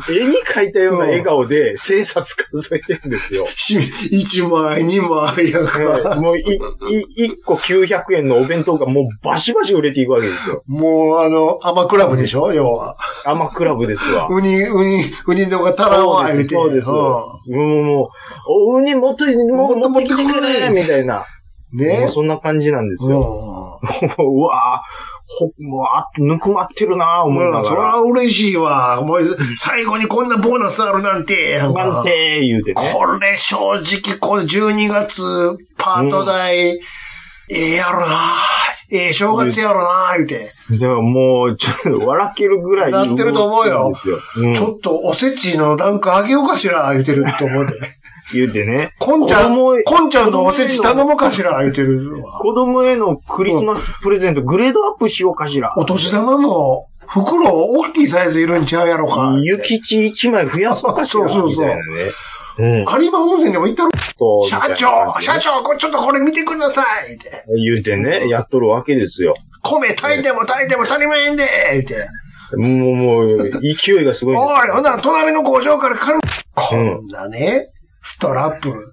え絵に描いたような笑顔で、千冊数えてるんですよ。し一枚、二枚やから。もう、い、い、一個900円のお弁当がもうバシバシ売れていくわけですよ。もう、あの、甘クラブでしょ要は。アマクラブですわ。ウニ、ウニ、ウニのが足らんわ、そう言です、て。そうです。もう、もう、おうにもっと、ももっと持ってきて持ってきてくくれれみたいな。うんねもうそんな感じなんですよ。ううわぁ、ほ、もう、あ、ぬくまってるなぁ、ん。思いなうんそがりらゃ。嬉しいわ。もう、最後にこんなボーナスあるなんて、やんかなんてー言うてね。これ正直、この12月、パート代、ええやろなええ正月やろな言うて。でももう、ちょっと笑けるぐらい。なってると思うようん、ちょっとおせちのランク上げようかしら、言うてると思うで。言うてね。こんちゃん、 子供へこんちゃんのおせち頼もうかしら、言うてるわ。子供へのクリスマスプレゼント、グレードアップしようかしら。お年玉も、袋大きいサイズいるんちゃうやろか。諭吉一枚増やそうかしら。そうそうそうみたいなね。うん。有馬温泉でも行ったろと社みたいな長、感じ社でね長、これちょっとこれ見てくださいって。言うてね、やっとるわけですよ。米炊いても炊いても足りまへんでって。もう、もう、勢いがすごいんですよ。おい、ほんなら隣の工場からかる。うこんんなね、ストラップ。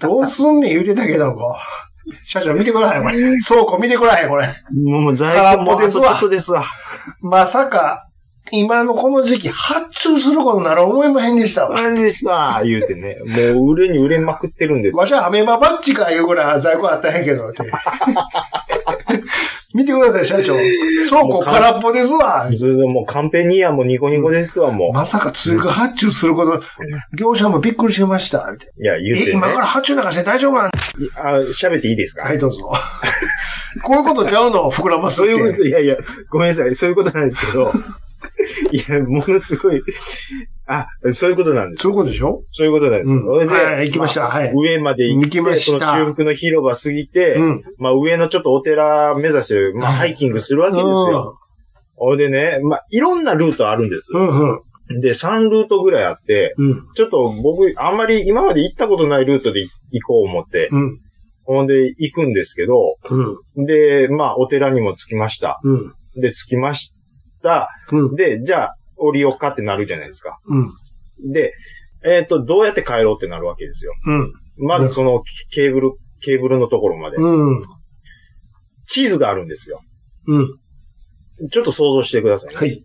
どうすんねん言うてたけども。社長見てください、これ。倉庫見てください、これ。もうもう空在っ庫ぽもであすとわちょっとですわ。まさか、今のこの時期、発注することなら思いまへんでしたわ。何ですわ、言うてね。もう売れに売れまくってるんです。わしはアメーババッチかいうぐらい在庫あったんやけど、って。 見てください、社長。倉庫空っぽですわ。それでもうカンペニアもニコニコですわ、も。まさか追加発注すること、業者もびっくりしました。みたいういや、言うなえ、てね今。から発注なんかして大丈夫なんあ喋っていいですかはい、どうぞ。 こういうことちゃうの膨らますそうっいうこと、て。いやいや、ごめんなさい、そういうことなんで すけど、いや、ものすごい、あ、そういうことなんです。そういうことでしょそういうことなんです。うん。それではい、行きましあた。はい。上まで行って、行きましたその中腹の広場過ぎて、うん。まあ上のちょっとお寺目指して、まあハイキングするわけですよ。ほ、いでね、まあいろんなルートあるんですう。ん、うん、で、3ルートぐらいあって、うん、ちょっと僕、あんまり今まで行ったことないルートで行こう思って、うん、ほんで行くんですけど、うん、で、まあお寺にも着きました。うん、で、着きました。うん、で、じゃあ、降りよっかってなるじゃないですか。うん、で、えっ、と、どうやって帰ろうってなるわけですよ。うん、まずそのケーブル、ケーブルのところまで。うん、地図があるんですよ。うん、ちょっと想像してくださいね。はい。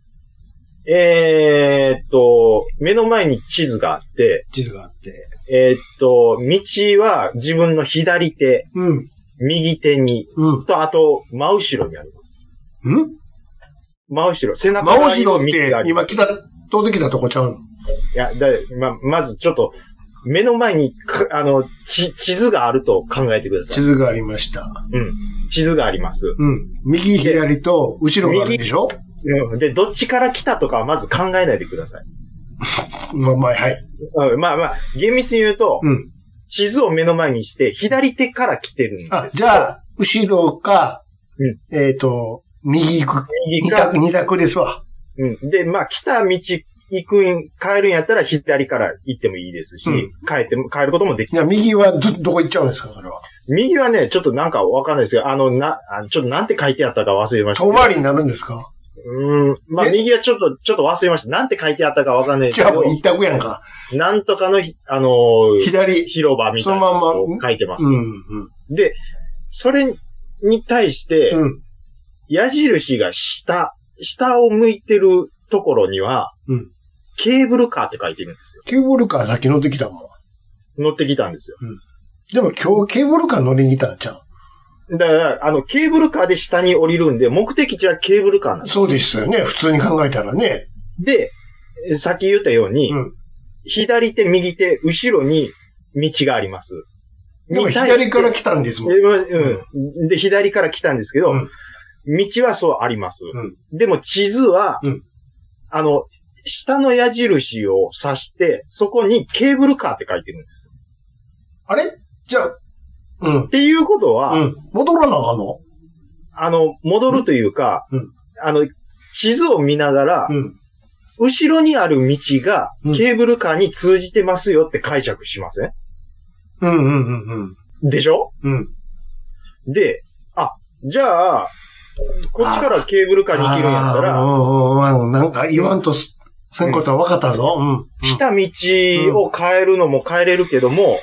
えーっと、目の前に地図があって、地図があって。えーっと、道は自分の左手、うん、右手に、うん、と、あと、真後ろにあります。うん真後ろ、背中真側に後もろっ道があて、りま今す来た、通ってきたとこちゃうのいや、だま、まずちょっと、目の前にか、あの、ち地図があると考えてください地。図がありました。地図があります。うん。右、左と、後ろがあるでしょで、どっちから来たとかはまず考えないでください。まあまあ、はい。うんまあまあ、厳密に言うと、うん。地図を目の前にして、左手から来てるんですよあ、じゃ、あ、後ろかうん、えっと、右行く。右二か択、、二択ですわ。うん。で、まあ、来た道行くん、帰るんやったら左から行ってもいいですし、うん帰っても、帰ることもできじゃあ、右はど、どこ行っちゃうんですか、それは。右はね、ちょっとなんかわかんないですけど、あの、な、あちょっとなんて書いてあったか忘れましたけ遠ど。回りになるんですかうん。まあ、え右はちょっと、ちょっと忘れました。なんて書いてあったかわかんないですじけゃあもどう、一択やんか。なんとかのひ、あのー左。広場みたいなのそのまをんま書いてますう。ん、うん。で、それに対して、うん。矢印が下、下を向いてるところには、うんケーブルカーって書いてるんですよ。ケーブルカーさっき乗ってきたもん。乗ってきたんですよ。でも今日ケーブルカー乗りに行ったんちゃだから、あの、ケーブルカーで下に降りるんで、目的地はケーブルカーなんうです。そうですよね。普通に考えたらね。で、さっき言ったように、うん左手、右手、後ろに道があります。でもに対して左から来たんですもん。えまうん。で、左から来たんですけど、うん道はそうあります。うんでも地図は、うんあの、下の矢印を指して、そこにケーブルカーって書いてるんですよ。あれじゃあ、うんっ。ていうことは、うん。戻らなあかんのあの、戻るというか、うんあの、地図を見ながら、うん。後ろにある道がうんケーブルカーに通じてますよって解釈しません、うんうんうんうん。でしょうん。で、あ、じゃあ、こっちからケーブルカーに行けるんやったらあ、ーうんうんうん。なんか言わんとす、せんことは分かったぞ。うん。うん来た道を変えるのも変えれるけども、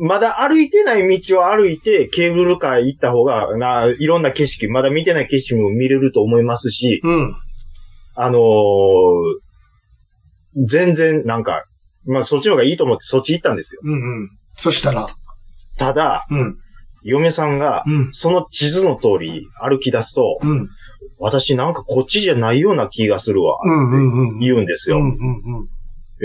まだ歩いてない道を歩いてケーブルカー行った方が、な、いろんな景色、まだ見てない景色も見れると思いますし、うん。あのー全然なんか、まあそっちの方がいいと思ってそっち行ったんですよ。うんうん。そしたら、ただ、うん。嫁さんが、うん。その地図の通り歩き出すと、うん。私なんかこっちじゃないような気がするわ、うんうんうん。言うんですよ。うんうんうん。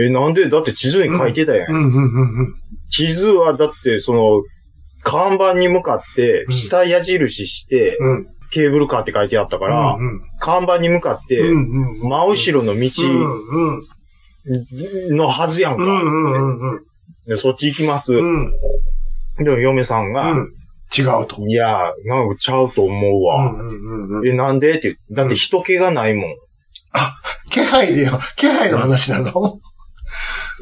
え、なんでだって地図に書いてたやんうんうんうんうん。地図はだって、その、看板に向かってう、ん下矢印して、うん。ケーブルカーって書いてあったから、うん看板に向かって、うんうん。真後ろの道うんうん。のはずやんか。うんうんうんうん。でそっち行きます。うん。でも嫁さんが、うん。違うと。いやー、なんかちゃうと思ううわ。んうんうんうん。え、なんでって言ってだって人気がないもん。気配でよ。気配の話なの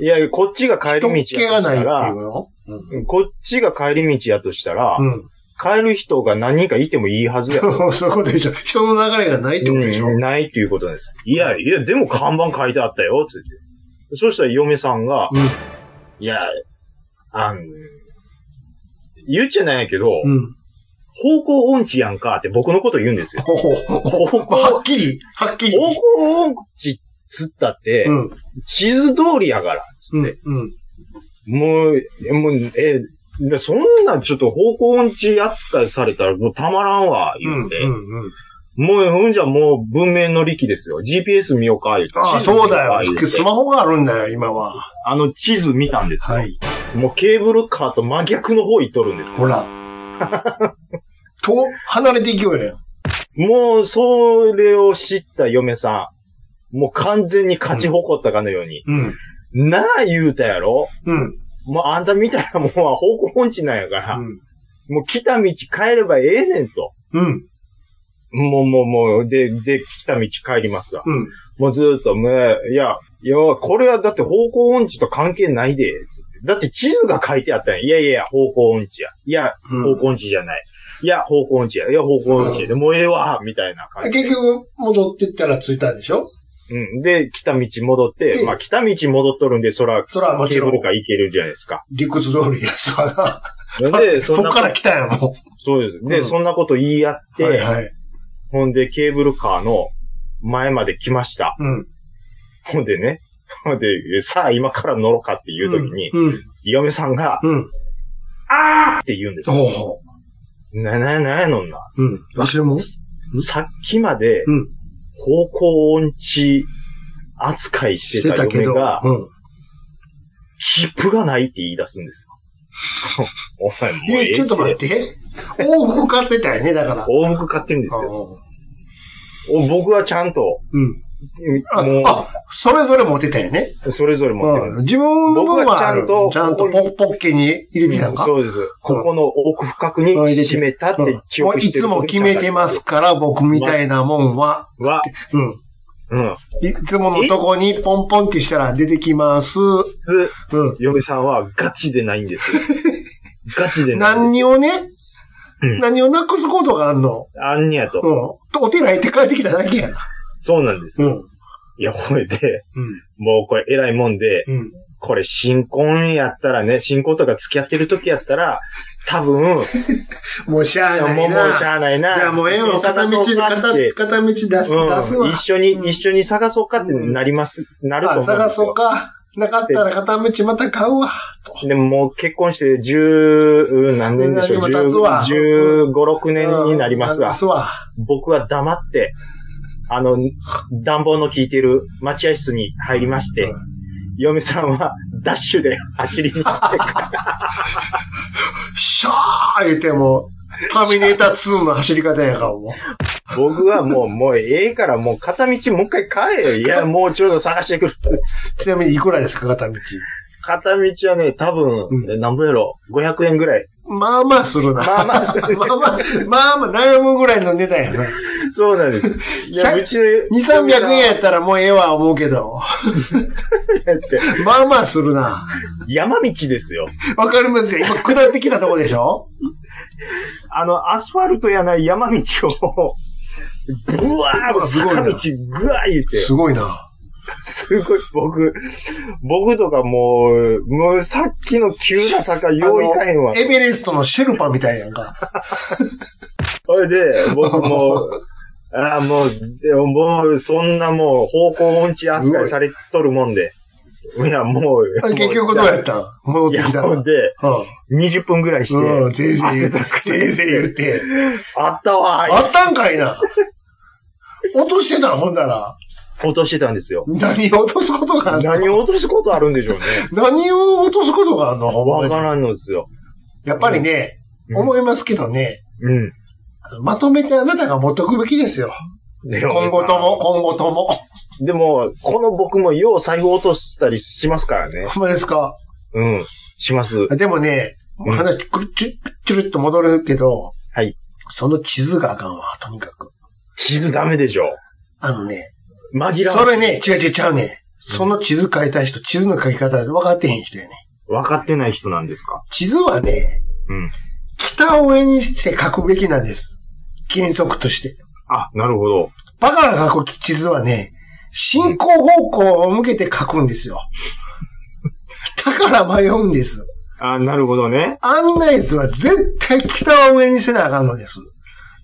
いや、こっちが帰り道人っ気がやとしないってたいうら、のうんこっちが帰り道やとしたら、うん。 帰る人が何人かいてもいいはずや。そういうことでしょ。人の流れがないってことでしょ。うんないっていうことです。いや、いや、でも看板書いてあったよ、つって。そしたら嫁さんが、うんいや、あの、言っちゃないんやけど、うん。 方向音痴やんかって僕のこと言うんですよ。ほほほほこはっきり、はっきり。方向音痴っつったって、うん。地図通りやから、つうっんて。。うん。もう、えもう、え、でそんなんちょっと方向音痴扱いされたらもうたまらんわ、う言んうて。うん。うん。もう、うんじゃもう文明の力ですよ。GPS 見ようか、言うてああ、地図見そうかだよ言。てスマホがあるんだよ、今は。あの地図見たんですよ。はい。もうケーブルカーと真逆の方行っとるんですよ。ほら。 と、離れていきようね。もう、それを知った嫁さん。もう完全に勝ち誇ったかのように。うん。なあ言うたやろうん。もうあんたみたいなもんは方向音痴なんやから、もう来た道帰ればええねんと。うん。もうもうもう、で、で、来た道帰りますわ。うん。もうずーっと、もう、いや、いや、これはだって方向音痴と関係ないで、つってだって地図が書いてあったんや。いやいや、方向音痴や。いや、うん方向音痴じゃない。いや、方向音痴や。いや、方向音痴や。でもうええわ、みたいな感じ。結局、戻ってったら着いたでしょうん。で、来た道戻って、でまあ、来た道戻っとるんで、そら、それはもちケーろブんル、カー行けるじゃないですか。理屈通りですわ で、な。そそんっな、から来たんやもそうです。で、うんそんなこと言い合って、ん。はいはい。ほんで、ケーブルカーの前まで来ました。うん。ほんでね、ほんで、さあ今から乗ろうかっていう時に、うん。うん嫁さんが、うん。あーって言うんですよ。ほうほな、な、なやのんな。う。うん。忘れ物さっきまでうん。方向音痴扱いししててたたけ嫁ど。が、うん。切符がないって言い出すんですよ。 お前もうえええ、てちょっと待って。往復買ってたよね、だから。往復買ってるんですよ。うお僕はちゃんと、ん。あも、あそれぞれ持ってたよね。う、それぞれ持ってるうんんです。自分の分はある。僕はちちゃゃんんととこポポッケに入れてたのか。そうです。ここの奥深くにうん閉めたっうんて記もう憶いしてつる。も決めてます。から、僕みたいなもんは。は、うん。うん。いつものとこにポンポンってしたら出てきます。うすん。嫁さんはガチでないんですよ。 ガチでないんです何よ。をねうん、何をなくすことがあんのあんにやとう。ん。お寺行って帰ってきただけやな。そうなんですうん。よ。うん。いや、ほいで、もうこれ偉いもんで、うん。これ新婚やったらね、新婚とか付き合ってる時やったら、多分、もうしもうしゃあゃないな。じあないな。ゃあもうええわ。片道、一緒に探そうか片って片道出す、出すうんわ。一緒に、一緒に探そうかってなります、なると思うんあ、ですよ。探そうか。なかったら片道また買うわ。でももう結婚して十、うん何年でしょう、何年も経つわ十五、六年になりますうんなりまわ。すわ。僕は黙って、あの、暖房の効いてる待合室に入りまして、うん嫁さんはダッシュで 走りまして、シャー言っても、ターミネーター2の走り方やからも僕はもう、もうええからもう片道もう一回帰れよ。いや、もうちょうど探してくる。う。ちなみにいくらですか、片道。片道はね、多分、うなんぼやろ、500円 ぐらい。まあまあするな。まあまあするまあまあ、まあまあ悩むぐらいの値段やな。そうなんです。いや、 100うちで。 2、300円やったらもうええわ思うけど。だってまあまあするな。山道ですよ。わかりますよ。今下ってきたとこでしょあの、アスファルトやない山道を、ぶわー、すごい坂な道、ぐわー言って、すごいな。すごい、僕、僕とかもう、もうさっきの急な坂、よういかへんわあの。エベレストのシェルパみたいやん か。それで、僕もう、 ああ、もう、でももう、そんなもう、方向音痴扱いされとるもんで。いや、もう。あ結局どうやったん戻っていや、きたほのんで、うん20分ぐらいして、うん、ぜいぜい汗言うだく、ぜいぜい言って。あったわーあったんかいな。落としてたのほんなら。落としてたんですよ。何を落とすことがあんの何を落とすことあるんでしょうね。何を落とすことがあんのほわんかまに。らんのですよ。やっぱりね、思いますけどね、うん。まとめてあなたが持っとくべきですよ。で今後とも、。今後とも。でも、この僕もよう財布落としたりしますからね。ほんまですかうん。します。でもね、ん話、くるっちゅっちゅるっと戻るけど、はい。その地図があかんわ、とにかく。地図ダメでしょ。あのね、紛らわしいそれね、違う違う違うね。その地図書いた人、地図の書き方分かってへん人やね。分かってない人なんですか地図はね、うん。北を上にして書くべきなんです。原則として。あ、なるほど。バカが書く地図はね、進 行方向を向けて書くんですよ。だから迷うんです。あ、なるほどね。案内図は絶対北を上にせなあかんのです。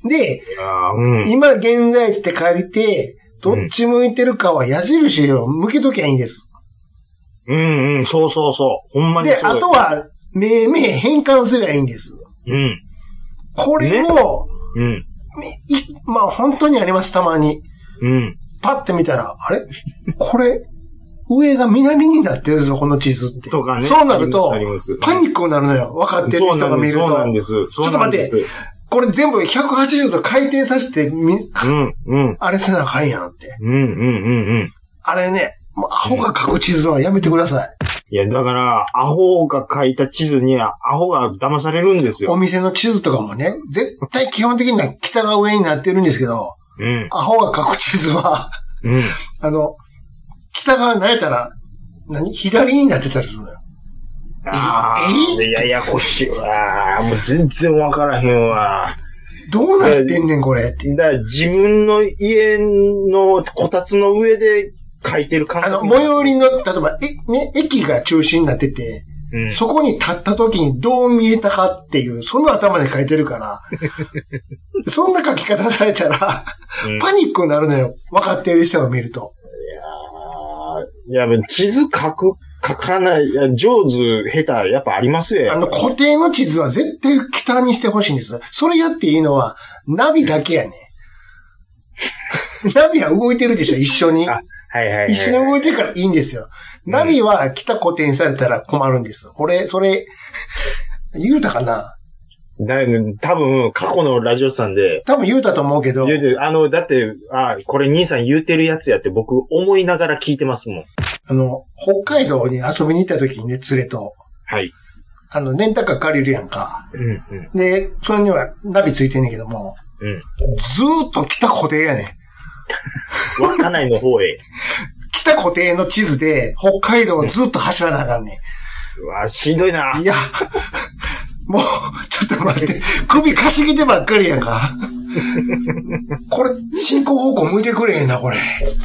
で、あーうん。今現在地って借りて、どっち向いてるかは矢印を向けときゃいいんです。うんうん、そうそうそう。ほんまにで、そうあとは、命名変換すりゃいいんです。うん。これを、うん。いまあ本当にあります、たまに。うん。パッて見たら、あれこれ、上が南になってるぞ、この地図って。とかねそうなるとありますありま、すパニックになるのよ。分かってるそう人ながんで見す。るそうとなん。でょっと待ってす。そうなんです。これ全部180度回転させてみ、うん、うん。あれせなあかんやんって。うん、うん、うん、うん。あれね、もうアホが書く地図はやめてください。いや、だから、アホが書いた地図に、アホが騙されるんですおよ。店の地図とかもね、絶対基本的には北が上になってるんですけど、うん。アホが書く地図は、 うん。あの、北側になれたら、何左になってたりするのよ。ああ、えいや、ややこしいわ。もう全然わからへんわ。どうなってんねん、これって。だから、自分の家のこたつの上で書いてる感あ覚。の、最寄りの、例えば、え、ね、駅が中心になってて、うん。そこに立った時にどう見えたかっていう、その頭で書いてるから、 そんな書き方されたら、うんパニックになるのよ。分かっている人が見ると。あーいや、地図書く、書かない、いや上手、下手、やっぱありますよ。あの、固定の地図は絶対北にしてほしいんです。それやっていいのは、ナビだけやね。ナビは動いてるでしょ、一緒に。あはいはいはい。一緒に動いてるからいいんですよ。ナビは北固定にされたら困るんです。俺、それ、言うたかなだいぶ多分、過去のラジオさんで、多分言うたと思うけど、言うてるあの、だって、あ、これ兄さん言うてるやつやって僕思いながら聞いてますもん。あの、北海道に遊びに行った時にね、連れと、はい。あの、レンタカー借りるやんか。うん、うん、で、それにはナビついてんねんけども、うん。ずーっと北固定やねん。稚内の方へ。北固定の地図で、北海道をずっと走らなあかんね うわ、しんどいな。ん。いや、 もう、ちょっと待 って、首かしげてばっかりやんか。これ、進行方向向いてくれへんな、これ。つっ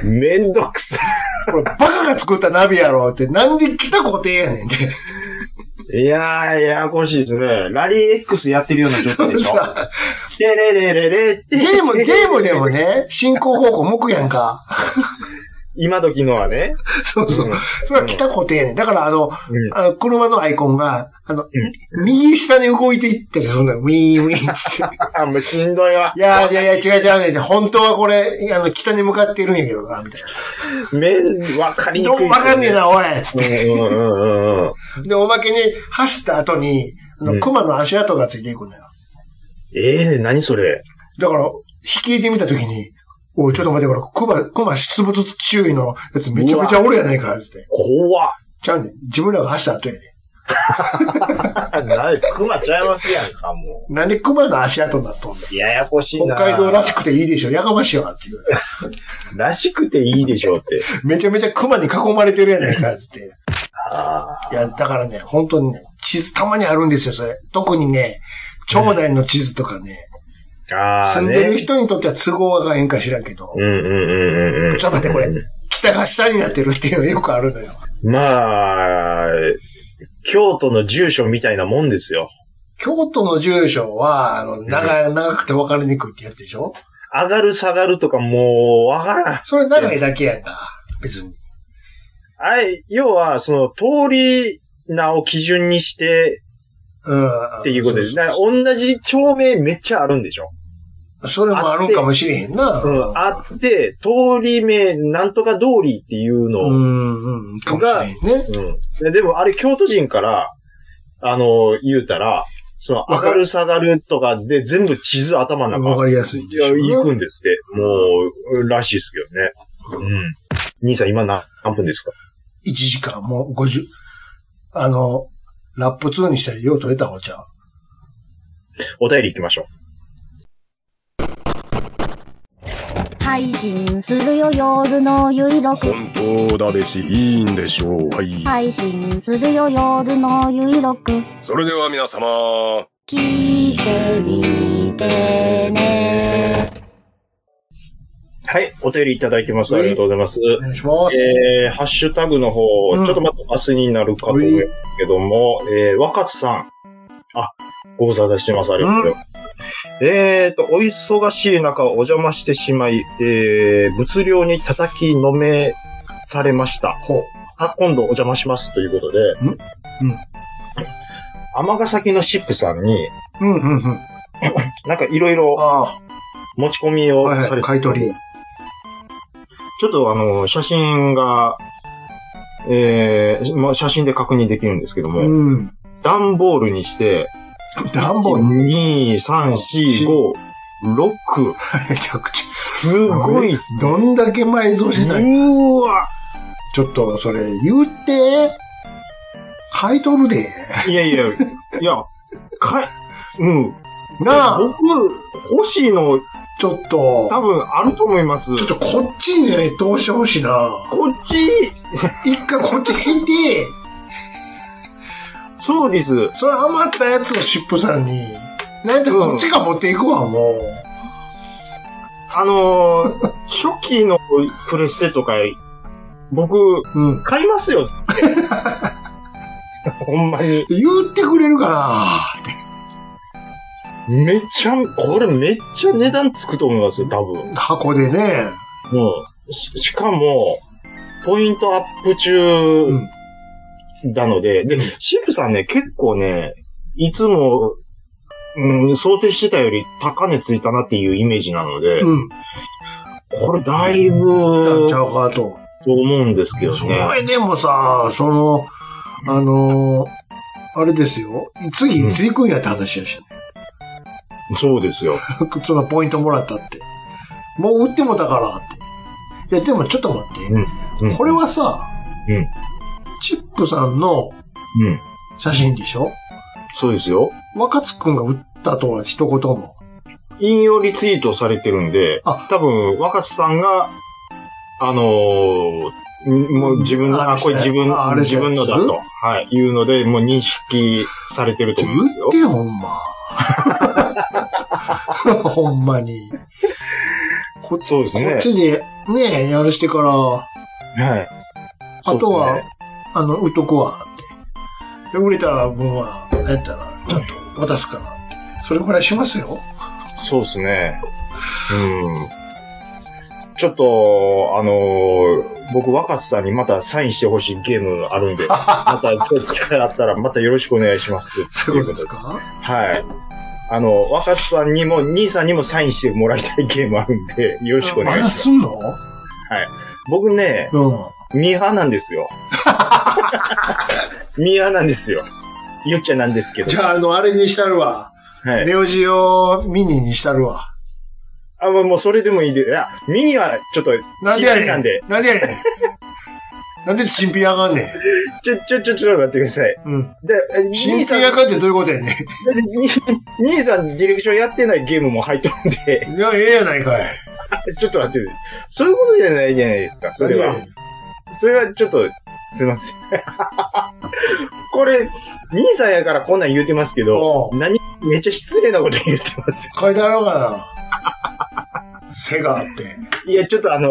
て。めんどくさこれ、バカが作ったナビやろって、なんで北固定やねんって。い。いやー、ややこしいですね。ラリー X やってるような状態で しょ。さてれれれれって。ゲー ム、ゲームでもね、進行方向向くやんか。今時のはね。。そうそううんそれは北固定やねん。だから、あの、うんあの車のアイコンが、あの、右下に動いていったりするのよ。ウィーンウィーンっつ って。あ、もうしんどいわい。やいやいや、違う違うねんって。本当はこれ、あの、北に向かってるんやけどな、みたいな。めん、わかりにどくい、うわかんねえ。な、おいつっうて。んうんうんうんうん。で、おまけに、走った後に、あうんの、熊の足跡がついていくのよ。ええー、何それ。だから、引いてみたときに、おい、ちょっと待って、これ、熊、熊出没注意のやつめちゃめちゃおるやないか、つって。怖っ。ちゃうねん。自分らが走った後やで。な熊ちゃいますやんか、もなんで熊の足跡になっとんねんう。ややこしいな。北海道らしくていいでしょ。やかましいわっていう。らしくていいでしょうって。めちゃめちゃ熊に囲まれてるやないか、つって。あいや、だからね、本当にね、地図たまにあるんですよ、それ。特にね、町内の地図とかね、ーあー、住んね。でる人にとっては都合が変か知らんけど、うんうんうんうんうん。ちょっと待って、これ、北が下になってるっていうのよくあるのよ。まあ、京都の住所みたいなもんですよ。京都の住所は、あの、長長くて分かりにくいってやつでしょ上がる下がるとかもう、わからん。それ長いだけやんか、別に。あれ、要は、その、通り名を基準にしてうん。っていうことです。そだうからそう同じ町名めっちゃあるんでしょそうそれもあるんかもしれへんな。うん。あって、通り名、なんとか通りっていうのを、うん、うん、かもしれへんね。うん。でも、あれ、京都人から、あの、言うたら、その、上わかがるる下がるとかで、全部地図頭のわ中、かりやすいんいでしや、ょうね行くんですって。もう、らしいですけどね。うん。兄さん、今何何分ですか1時間、もう50、あの、ラップ2にしたらよう取れた方ちゃう。お便り行きましょ配信するよ夜のゆいろく本当だべし、いいんでしょう。はい。配信するよ夜のゆいろくそれでは皆様。聞いてみてねう。はい、お便りいただいてます。ありがとうございます。お願いします。えー、ハッシュタグの方、うんちょっとまた明日になるかと思いますけども、えー、若津さん。あ、ご無沙汰してます。ありがとうございます。えーと、お忙しい中、お邪魔してしまい、えー、物量に叩きのめされました。ほう。あ、今度お邪魔しますということで、んうん。尼崎のシップさんに、うん、うん、うん。なんかいろいろあ持ち込みあ、をはいさはれい、て、買い取り。ちょっとあの、写真が、えー、まあ、写真で確認できるんですけども、うん。段ボールにして、ダンボに、 2、3、4、5、6。めちゃくちゃ。すごいっす。どんだけ埋蔵してないーわちょっと、それ、言って、買い取るで。いやいや、いや、かい、うん。なあ、僕、欲しいの、ちょっと、多分あると思います。ちょっとこっちにね、通してほしいな。こっち、一回こっち引いて、そうです。それ余ったやつをシップさんに、なんてこっちが持っていくわ、もう。あの ー、初期のプレステとか、僕、うん。買います よ。ほんまに。言ってくれるかなって。めちゃ、これめっちゃ値段つくと思いますよ、多分。箱でね。うん。ししかも、ポイントアップう中ん。なので、で、シップさんね、結構ね、いつも、うん、想定してたより高値ついたなっていうイメージなので、うん。これだいぶ、なんちゃとうかと。思うんですけどそね。れでもさ、その、あのーあれですよ。次いつ行くんやって話やしね。そうですよ。 そのポイントもらったって。もう売ってもだからって。いや、でもちょっと待って。うんこれ、はさ、うんチップさんのうん。写真でしょそうですよ。若津くんが売ったとは一言も。引用リツイートされてるんで、あ多分、若津さんが、あのーんもう自分あの、ああ、れこれ自分、ああれ自分のだと、はい、いうので、もう認識されてると言思うんですよっ。てよ、ほ んま。ほんまに。こそうですねこっちでね、やるしてから、はい。あとはそうですねあの、売っとくわって。で売れた分は、なんやったら、ちゃんと渡すからって。それぐらいしますよ。そうですね。うん。ちょっと、あのー僕、若津さんにまたサインしてほしいゲームあ るんで、また、そういう機会あったら、またよろしくお願いします。そういうことですかはい。あの、若津さんにも、兄さんにもサインしてもらいたいゲームあるん で、よろしくお願まいしまだす。すんの僕ね、うん。ミーハーなんで すよ。ミーハーなんですよ。言っちゃなんですけどじ。ゃあ、あの、あれにしたるわ。はい。ネオジオミニにしたるわ。あ、もうもうそれでもいいで。いや、ミニはちょっと、なんでやねなんんで。。なんでやねん。なんでチンピンあがんねん。ちょ、ちょ、ちょ、ちょっと待ってください。うん。で、え新兄さん、品だやってかってどういうことやねに 兄さんディレクションやってないゲームも入ってるんで、 ん。いや、ええやないかい。ちょっと待って。そういうことじゃないじゃないですか、それは。それはちょっと、すいません。 これ、兄さんやからこんなん言うてますけど、う何、めっちゃ失礼なこと言ってます。書いてあろうかな。 背があって。いや、ちょっとあの、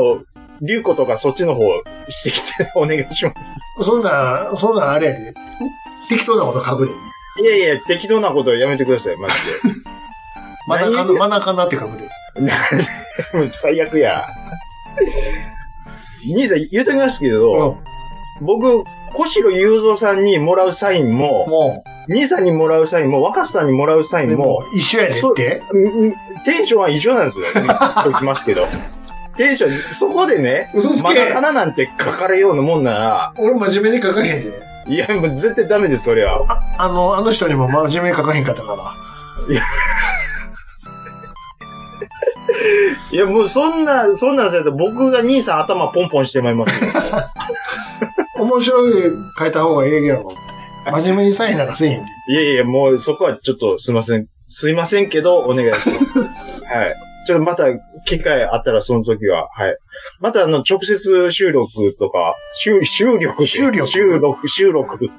リュウコとかそっちの方してきてお願いします。そんなん、そんなんあれやで。適当なこと書くで。いやいや、適当なことはやめてください、マジ真ん中何言うの、てん真ん中なって書くで。で。もう 最悪や。兄さん言うときますけど、うん。僕、小城雄三さんにもらうサインも、も兄さんにもらうサインも、若狭さんにもらうサイう、ンでもも、一緒やでって。うんうんテンションは異常なんですよ。言きますけど。テンション、そこでね、嘘つけまだかななんて書かれようなもんなら、俺真面目に書かへんで。いや、もう絶対ダメです、それは。あ、あの、あの人にも真面目に書かへんかったから。いや、もうそんな、そんなんせやと僕が兄さん頭ポンポンしてまい りますよ。面白い書いた方がええやろって。真面目にサインなんかせえ へんで。いやいや、もうそこはちょっとすいません。すいませんけど、お願いします。はい。ちょっとまた機会あったらその時は、はい。またあの、直接収録とか、収、収録って収録収録、収録。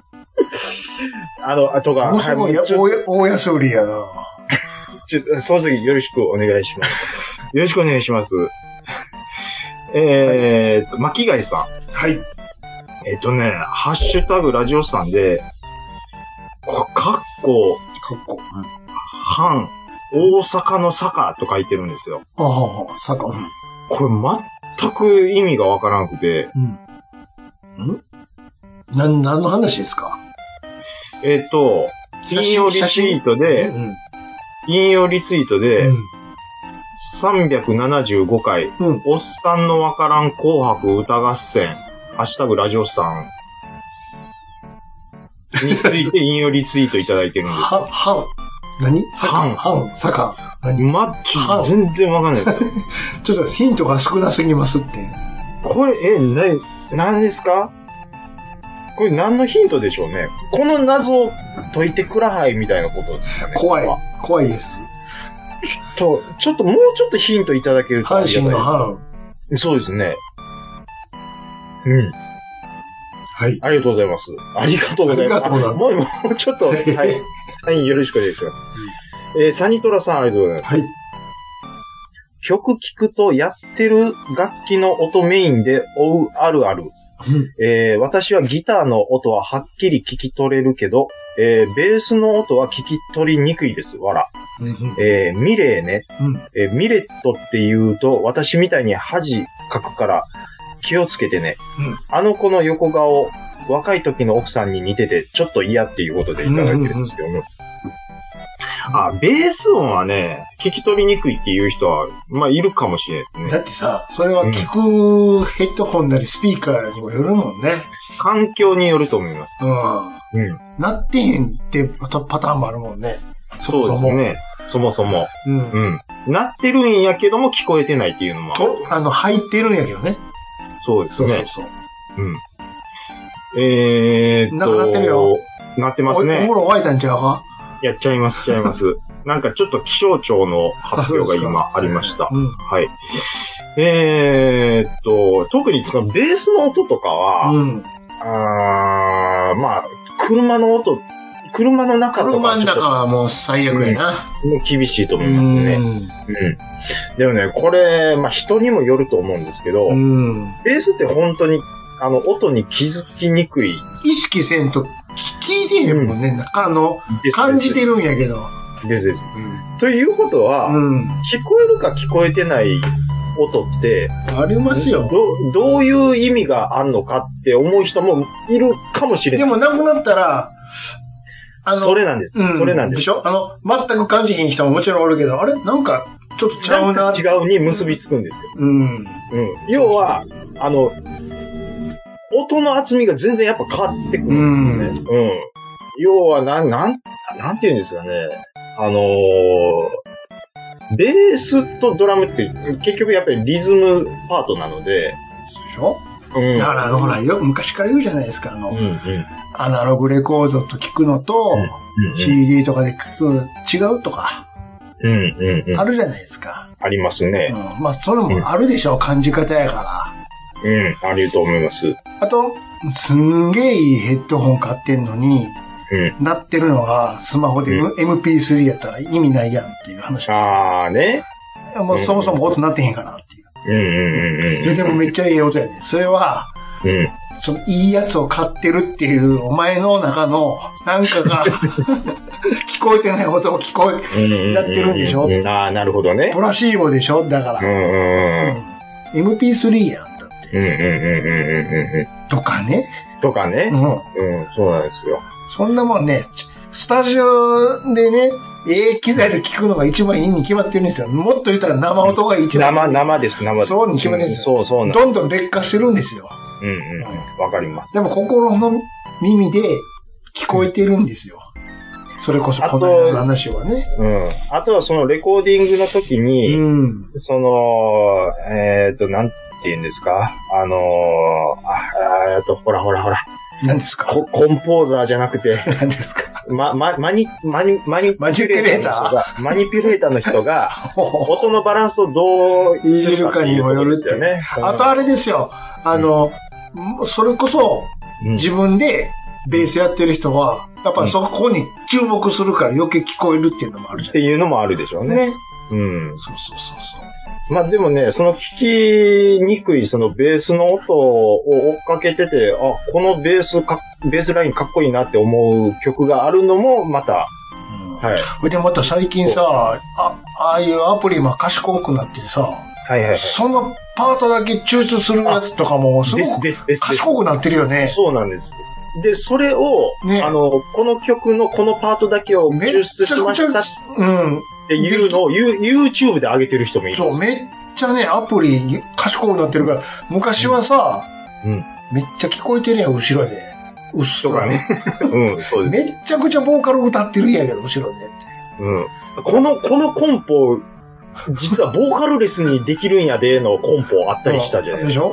あの、あとか、ものすごいや、はもうちょっと大や大安売りやな。 ちょその時よろしくお願いします。よろしくお願いします。えーっと、巻貝さん。はい。えっとね、ハッシュタグラジオさんで、こかっこ、かっこ。半、大阪の坂と書いてるんですよ。ああ、はあ、坂。うん。これ全く意味がわからなくて、うん。んなん、何の話ですかえっと、写真引用リツイートうで、ん。引用リツイートで、うん375回、うんおっさんのわからん紅白歌合戦、ハッシュタグラジオさんについて引用リツイートいただいてるんです。は、はん。何半坂。はん。坂。何まっちょ、全然わかんないです。ちょっとヒントが少なすぎますって。これ、え、な、何ですかこれ何のヒントでしょうねこの謎を解いてくらはいみたいなことですかね怖い。怖いです。ちょっと、ちょっともうちょっとヒントいただけるとあり阪神がたいの阪。です。そうですね。うん。はい。ありがとうございます。ありがとうございます。ありがとうございますもう、もう ちょっと、はい。サインよろしくお願いします。えーサニトラさんありがとうございます。はい。曲聴くとやってる楽器の音メインで追うあるある。うんえー私はギターの音ははっきり聞き取れるけど、えーベースの音は聞き取りにくいです。わら。うんえーミレーね。うんえーミレットって言うと、私みたいに恥かくから気をつけてね。うんあの子の横顔、若い時の奥さんに似てて、ちょっと嫌っていうことでいただいてるんですけども。あ、ベース音はね、聞き取りにくいっていう人は、まあ、いるかもしれないですね。だってさ、それは聞くヘッドホンなりスピーカーにもよるもんね。環境によると思います。うん。うん。なってへんってパタパターンもあるもんね。そうですもね。そもそも。そも。う。うんん。なってるんやけども聞こえてないっていうのもある。と、あの、入ってるんやけどね。そうですそうそうね。そう。うん。えーっと。なんか鳴ってるよ。なってますおおね風。呂沸いたんちゃうかやっちゃいます、しちゃい ます。なんかちょっと気象庁の発表が今ありました。うん。はい。えーっと、特にそのベースの音とかは、うん。あーまあ、車の音、車の中とか車はのちょっ中とはもう最悪やな。もう厳しいとう思いますね。ん。うん。でもね、これ、まあ人にもよると思うんですけど、うん。ベースって本当に、あの、音に気づきにくい意識せんと聞聞いてへんもんね。なんかあの、です。感じてるんやけど。ですです。ということは、うん。聞こえるか聞こえてない音って、ありますよ。どどういう意味があんのかって思う人もいるかもしれでない。もなくなったら、それなんです。うんそれなんでで。すしょあの、全く感じへん人ももちろんおるけど、あれなんか、ちょっと違うな。なんか違うに結びつくんですよ。うん。うん。要は、あの、音の厚みが全然やっぱ変わってくるんですよね。うん。要は、なん、なん、なんて言うんですかね。あのーベースとドラムって結局やっぱりリズムパートなので、そうでしょうん。だからあの、ほら、よ、昔から言うじゃないですか、あの、うん、うん、うん、アナログレコードと聞くのと、うん。 CD とかで聞くのと違うとか、うん、うん、うん。あるじゃないですか。ありますね。うん。まあ、それもあるでしょう、感じ方やかうん、ありると思います。うん。ら。あと、すんげえいいヘッドホン買ってんのに、なってるのがスマホでう MP3 やったら意味ないやんっていう話。あーね。もうそもそも音なってへんからっていう。うん、うん、うん、うん。いや、でもめっちゃええ音やで。それは、うん。そのいいやつを買ってるっていう、お前の中の、なんか が、聞こえてない音を聞こえ、うんうんやってるんでしょううああ、なるほどねプ。ラシーボでしょだかうん、ら、うん、うん。 MP3 やんだっうて。んうんうんうんうんうとかね。ん。とかうね。ん。うん、そうなんですよ。そんなもんね、ちスタジオでね、ええ機材で聞くのが一番いいに決まってるんですよ。もっと言ったら生音が一番。生、生です、生です。そうに決まってるんんですそう、そうなんどんどん劣化してるんですよ。うんうんうん。わかります。でも心の耳で聞こえてるんですよ。それこそこの間の話はね。うん。あとはそのレコーディングの時うに、ん。その、えっと、なんて言うんですかあのー、あえっと、ほらほらほら、何ですかココンポーザーじゃなくて、何ですかま、ま、マニ、マニ、マニマニピュレーターーマニピュレーターの人 が、音のバランスをどういじるかにもよるってすよね。あとあれですよ。あの、それこそうん、自分でベースやってる人は、やっぱりそこに注目するから余計聞こえるっていうのもあるじっゃていうのもあるでしょうないね。ね。うん。そうそうそうそう。まあでもね、その聞きにくいそのベースの音を追っかけてて、あ、このベースか、ベースラインかっこいいなって思う曲があるのもまた、うんはい。それでまた最近さ、あ、ああいうアプリも賢くなってさ、はいはいはい。そのパートだけ抽出するやつとかもすごでくすですですです。賢くなってるよね。そうなんです。で、それを、ねあの、この曲のこのパートだけをめっちゃ抽く出ちしましたゃっ、うん。ていうのを、You- YouTube で上げてる人もいるんそですう、よ。めっちゃね、アプリ賢くなってるから、昔はさ、うんうんめっちゃ聞こえてるやん、後ろで。うっそとかね。。うん、そうです。めっちゃくちゃボーカル歌ってるんやけど、後ろで。うん。この、このコンポ、実はボーカルレスにできるんやでのコンポあったりしたじゃないでですしか。ょ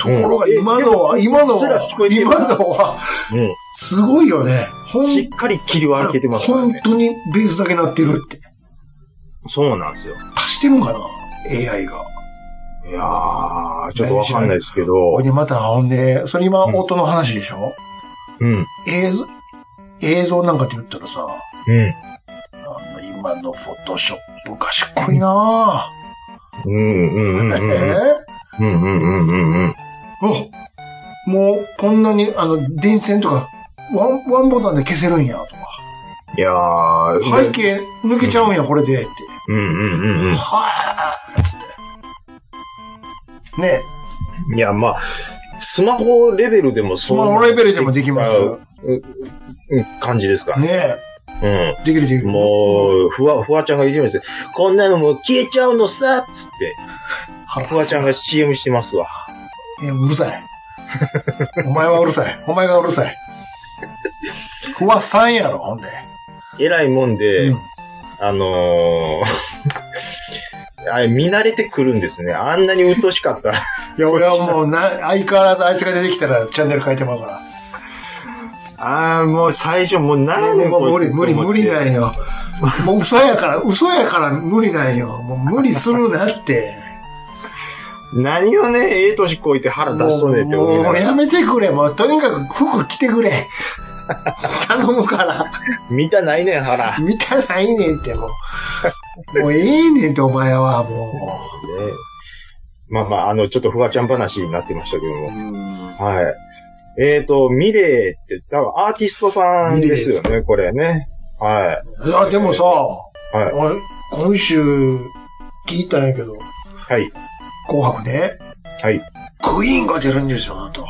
とうんころが今のは、えでも今のそれはら聞こえ、てる今のは、うすごいよね。ほん。んしっかり切り分けてますから本ね。当にベースだけなってるって。そうなんですよ。足してるんかな ?AI が。いやー、ちょっとわかんないですけどほい。でまた、ほんで、それ今、うん音の話でしょ、うん。映像、映像なんかで言ったらさ、うん。あの今のフォトショップ賢いなぁ。うんうんうんうん。えーうんうんうんうんうん。あもう、こんなに、あの、電線とか、ワン、ワンボタンで消せるんや、とか。いやー。背景抜けちゃうんや、これで、って。うんうんうんうん。はぁーっつって。ねいや、まあ、スマホレベルでもスそマホレベルでもできます。うん感じですか。ねうん。できるできる。もう、ふわ、ふわちゃんがいじめて、こんなのもう消えちゃうのさっつって、腹ふわちゃんが CM してますわ。えうるさい。お前はうるさい。お前がうるさい。ふわさんやろ、ほんで。えらいもんで、うんあのー、 あれ、見慣れてくるんですね。あんなに鬱陶しかった。いや、俺はもうな、相変わらずあいつが出てきたらチャンネル変えてもらうから。ああ、もう最初、もう何年もうこ無い理、つ無理、無理なんよ。もう嘘やから、嘘やから無理なんよ。もう無理するなって。何をね、ええ年こいて腹出しそうねって思いもなうがやら、めてくれ。もうとにかく服着てくれ。 頼むから。見たないねん腹。ね見たないねんって、もう。もうええねんって、お前は、もまあまあ、あの、ちょっとフワちゃん話になってましたけどう。も。うんはい。えっ、と、ミレーって、多分アーティストさんですよミね、これね。はいや、でもさ、い。はい。俺今週聞いたんやけど、はい。紅白ね、はい。クイーンが出るんですよ、あなた。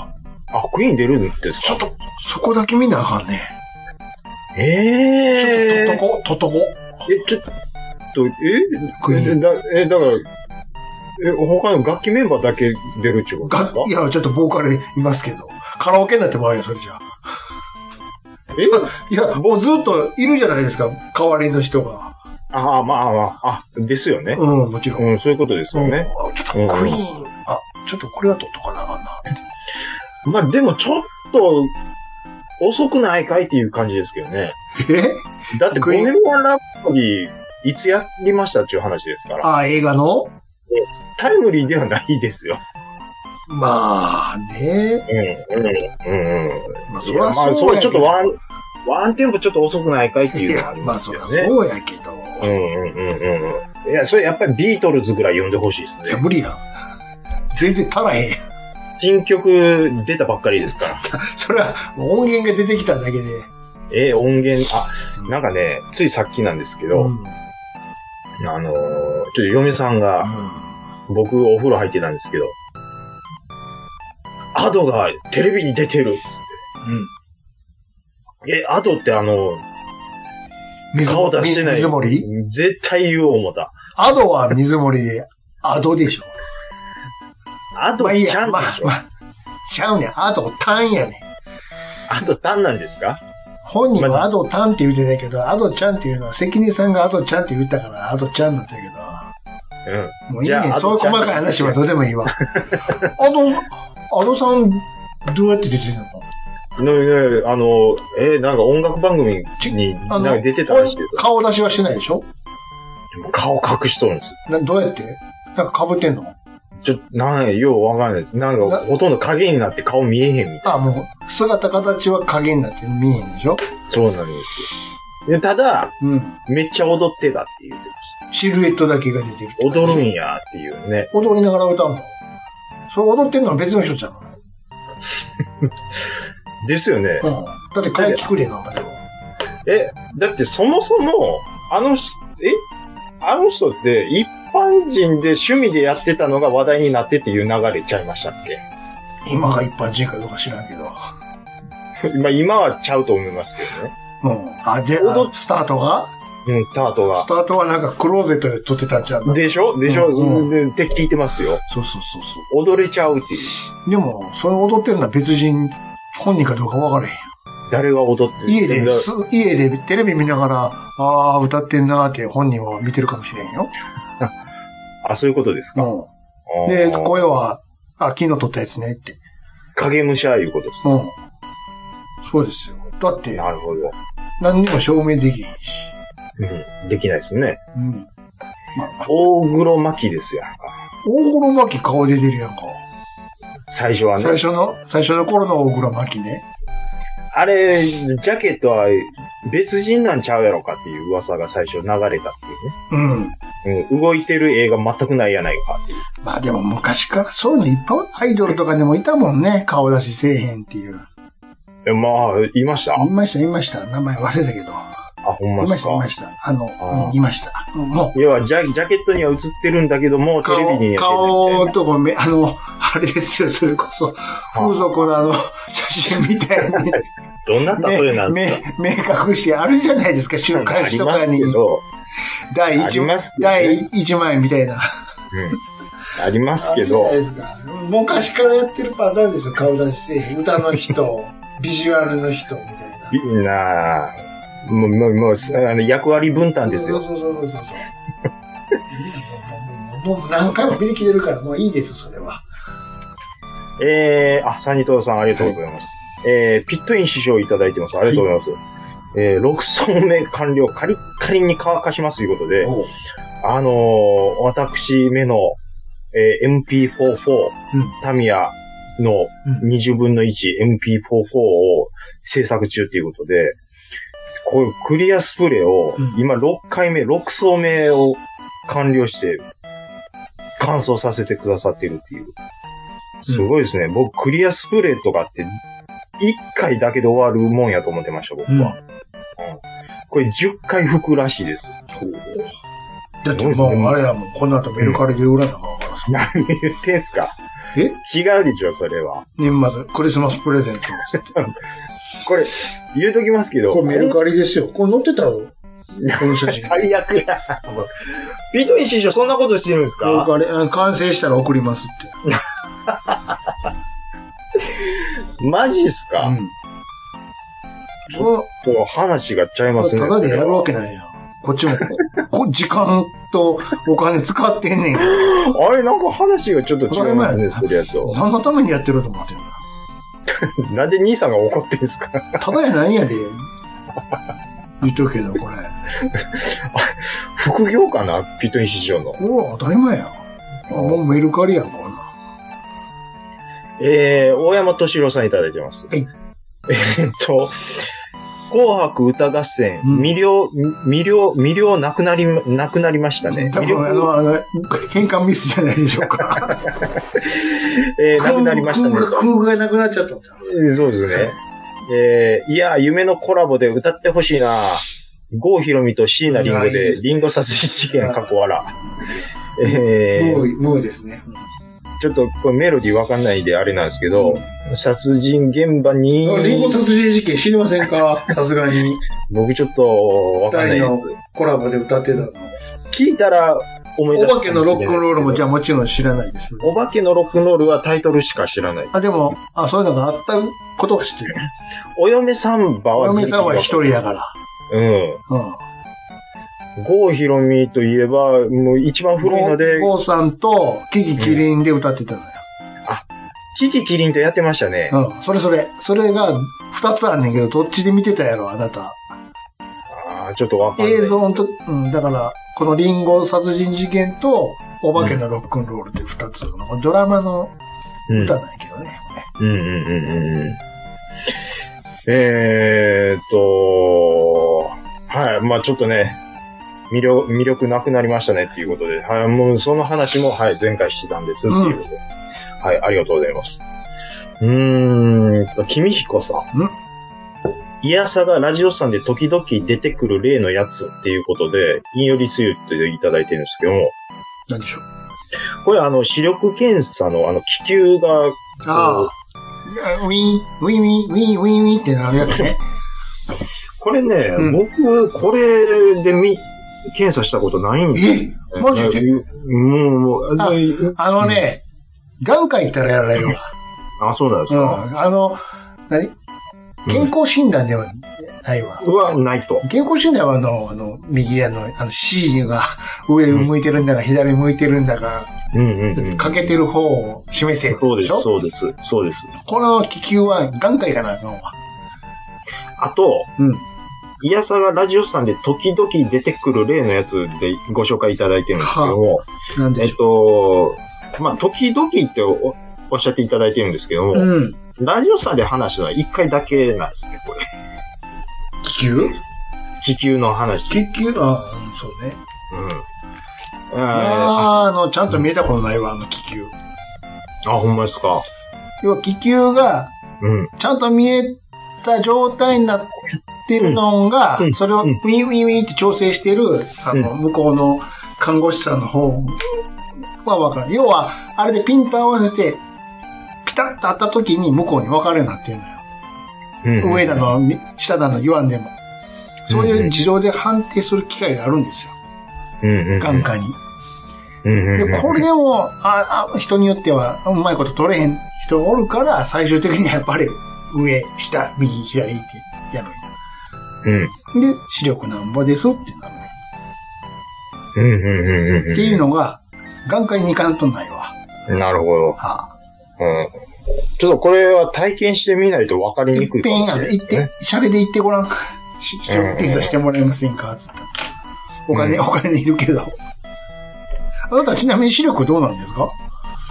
あ、クイーン出るんですちょかっと、そこだけ見なあかんね。ちええょーっ。と、とっとこ、とっとこ。え、ちょっと、えクイーンえだ、え、だから、え、他の楽器メンバーだけ出るっちゅうことでがすか いや、ちょっとボーカルいますけど。カラオケになってもらうよ、それじゃあ。え いや、もうずっといるじゃないですか、代わりの人が。ああ、まあまあ、あ、ですよね。うん、もちろん。うん、そういうことですよね。うんあちょっとクイーン、あ、ちょっとこれはとっとかなあかんな。まあでもちょっと、遅くないかいっていう感じですけどね。えだって、ボクイーンヘミアン・ラプソディ、いつやりましたっていう話ですから。あ、映画のタイムリーではないですよ。まあね。うん、うん、うん。まあ、そいりやゃまあ、そそうれやけちょっとど。ワン、ワンテンポちょっと遅くないかいっていいうのはやありままあすそけりゃどね。そうやけど。うんうんうんうんうん。いや、それやっぱりビートルズぐらい呼んでほしいですいや、ね。無理やん。全然足らへん やん。新曲出たばっかりですから。それは、音源が出てきただけで。ええ音源、あ、なんかね、ついさっきなんですけうん。うど、ん。あのー、ちょっと嫁さんが、僕お風呂入ってたんですけど、アドがテレビに出てるっつって。え、アドってあの、水顔出してない水森絶対言おう思った。アドは水森で、アドでしょ。アドまあいいちゃや、んまであし、ょま。あ、ちゃうねん。アドタンやねん。アド単なんですか本人まはアドタンって言ってたけど、アドちゃんっていうのは関根さんがアドちゃんって言ったから、アドちゃんなんだけど。うん。もういいじゃねあん。そういうアドちゃ細んかい話はどうでもいい わ。アド、アドさん、どうやって出てるのねえねえ、あの、えーなんか音楽番組にあなんのか出てたらしいけど、顔出しはしてないでしょ顔隠しとるんです。などうやってなんか被ってんのちょっと、なんやようわかんないです。なんか、なほとんど影になって顔見えへんみたいあ、もう、姿形は影になって見えへんでしょな。そうなんですでただ、うん。めっちゃ踊ってたって言ってましシルエットだけが出てるってた。感じ。踊るんやっていうね。踊りながら歌うのそれ踊ってんのは別の人じゃん。うん。ですよね。だって怪奇クレイなんだけど。え、だってそもそも、あの人、えあの人って一般人で趣味でやってたのが話題になってっていう流れちゃいましたっけ今が一般人かどうか知らんけど。まあ今はちゃうと思いますけどね。うん。あ、で、踊あスタートがうん、スタートスが。タートはなんかクローゼットで撮ってたんちゃうんでしょでしょ、うんでって聞いてますよ。そうそうそうそ踊れちゃうっていう。う。でも、それ踊ってるのは別人、本人かどうかわからへん。誰が踊ってる家で、だす家でテレビ見ながら、ああ、歌ってんなーって本人は見てるかもしれんよ。あ、そういうことですか。うん。で、あー声は、あ、昨日撮ったやつねって。影武者いうことですね。うん。そうですよ。だって、なるほど。何にも証明できんし。うん、できないですね。うん。まあ、大黒摩季ですやんか。大黒摩季顔で出るやんか。最初はね。最初の、最初の頃の大黒摩季ね。あれ、ジャケットは別人なんちゃうやろかっていう噂が最初流れたってうん。いうね。うん、動いてる映画全くないやないかっていう。まあでも昔からそういうのいっぱいアイドルとかでもいたもんね。顔出しせえへんっていう。えまあ、言いました言いました、言いました。名前忘れたけど。あ、ほん言まいまっすした、言いかま。した。あの、あーうん言いました。うんも要はジャ、ジャケットには映ってるんだけども、う、テレビには出てない顔、顔とこめ、あの、あれですよ、それこそ、風俗のあの、写真みたいに、どんな例えなん目ですか、目隠してあるじゃないですか、週刊誌とあかりますにけ。ど、第あり1、ますけどね第一枚みたいな。ありますけあどる、じゃないですか昔からやってるパターンですよ、顔出しせえへん。歌の 人、ビジュアルの人、みたいな。いいなぁ。もう、もう、もう、あの役割分担ですよ。そうそうそうそうそう。いいよもうもうもうもう何回も見てきてるから、もういいです、それは。えー、あ、サニトーさんありがとうございます。えー、ピットイン師匠いただいてます。ありがとうございます。えー、6層目完了、カリッカリに乾かしますということで、おうあのー、私めの、えー、MP44、うんタミヤのうん20分の 1MP44 を制作中ということで、こういうクリアスプレーを、うん今6回目、6層目を完了して、乾燥させてくださっているっていう。すごいですね。僕、クリアスプレーとかって、1回だけで終わるもんやと思ってました、僕は。うんこれ10回拭くらしいです。 だってもう、あれやもん、この後メルカリで売らなあかんからさ。何言ってんすかえ違うでしょ、それは。年末、クリスマスプレゼントっつって。これ、言うときますけど。これメルカリですよ。これ載ってたよ。この写真。メ最悪や。もうビトイン師匠、そんなことしてるんですルかカリうん、完成したら送りますって。マジっすうか、ん。そと話がちゃいますれね。は、ただでやるわそけないやん。こっちも、こ 時間とお金使ってんねんから。れはあれ、なんか話がちょっと違いますね、それやと。何のためにやってると思ってんのなんで兄さんが怒ってん すかただやないやで。言っとくけど、これ。副業かなビトイン師匠の。これは当たり前やん。あもうメルカリやん、こんなん。えー、大山敏郎さんいただいてます。はいえーっと、紅白歌合戦、うん魅了、魅了、魅了なくなり、なくなりましたね。多魅了分あの、あの、変換ミスじゃないでしょう か。えー、なくなりましたね。空空が空がなくなっちゃったんだ。えーそうですね。えーいや、夢のコラボで歌ってほしいな郷ひろみと椎名林い檎やいいでですリンゴ殺人事件過去あら。えムーー、ムーですね。ちょっとこれメロディーわかんないであれなんですけど、殺人現場に、うんリンゴ殺人事件知りません かさすがに。僕ちょっとわかんな二い人のコラボで歌ってたの。聞いたら思いお出す。化けのロックンロールもじゃゃあもちろん知らないですよね。お化けのロックンロールはタイトルしか知らない。あ、でも、あ、そういうのがあったことは知ってる。お嫁さんばおは。嫁さんは一人やから。うん。うん。郷ひろみといえば、もう一番古いので、ゴーさんと、キキキリンで歌ってたのよ。キキキリンとやってましたね。うん、それそれ。それが、二つあんねんけど、どっちで見てたやろ、あなた。ああ、ちょっとわかんない。映像のと、うん、だから、このリンゴ殺人事件と、お化けのロックンロールって二つ、のドラマのうん歌なんやけどね。うんうんうんうんうん。えーっと、はい。まあちょっとね、魅力、魅力なくなりましたねっていうことで、はい。もうその話も、はい、前回してたんですっていうことで。はい、ありがとうございます。うーんと、君彦さん。んいやさがラジオさんで時々出てくる例のやつっていうことで、引用リツイートいただいてるんですけども、なんでしょう。これあの、視力検査のあの、気球が、ああ。ウィーン、ウィーンウィーン、ウィーン、ウィーンウィーンってなるやつ ね。これね、うん僕、これでみ、検査したことないんですよえマジでもう、もう、あであのね、眼科行ったらやられるわ。あ、そうなんですうか。ん。あの、何健康診断ではないわ。うわ、ないと。健康診断はあの、あの、右あの、あの C が上向いてるんだか、左向いてるんだか、うんうん、うん。欠けてる方を示せ。そうです、ょそうです、そうです。この気球は眼科行かなあかんわ。あと、うん。イヤサがラジオさんで時々出てくる例のやつでご紹介いただいてるんですけども、なんえでっしょと、まあ、時々っておおっしゃっていただいてるんですけども、う。うん。ラジオさんで話したのは一回だけなんですね、これ。気球気球の話。気球あ、うんそうね。うあん。ああ、あの、ちゃんと見えたことないわ、あの気球。ーあ、ほんまですか。要は気球が、うん。ちゃんと見えた状態になってるのがうんう、んそれをウうんィンウィンウィンって調整してる、あの、向こうの看護師さんの方はわかる。要は、あれでピンと合わせて、ピタッと当った時に向こうに分かるようになってるのよ。うん、上だの、み下だの言わんでも。そういう自動で判定する機会があるんですよ。うんうん、眼科に。うんうんうん。で、これでも、ああ人によっては、うまいこと取れへん人がおるから、最終的にはやっぱり、上、下、右、左ってやるんやうん。で、視力なんぼですってなる。うんうんうんうんうん。っていうのが、眼科に行かんとないわ。なるほど。はうん。ちょっとこれは体験してみないと分かりいにくっいかぺんもしあれの、ないで行っすね、て、シャレで行ってごらん。視力検査してもらえませんかつったらお金、うんお金いるけど。あなたちなみに視力どうなんですか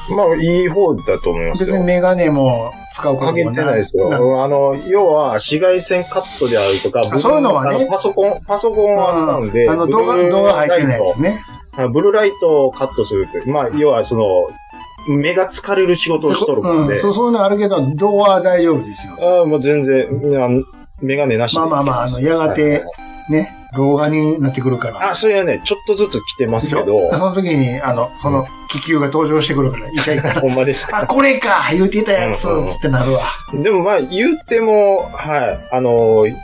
まあ、いい方だと思います別によ。メガネも使うことかけもてないですなよ。あの、要は、紫外線カットであるとか、僕そういうのはねあパソコン、パソコンを扱うんで、あの、動画、ブルー動画入ってないラでイすね。トあブルーライトをカットするという。まあ、要は、その、目が疲れる仕事をしとるもんうでん、、そう、そういうのあるけど、動画は大丈夫ですよ。ああもう全然、あのメガネなしでまあまあまあ、あの、やがて、ね、老眼になってくるから。あ、それはね、ちょっとずつ来てまですしけょど、その時に、あの、その気球が登場してくるから、医者行 ったら、ほんまですかあ、これか言うてたやつうんうんうんつってなるわ。でもまあ、言っても、はい、あのー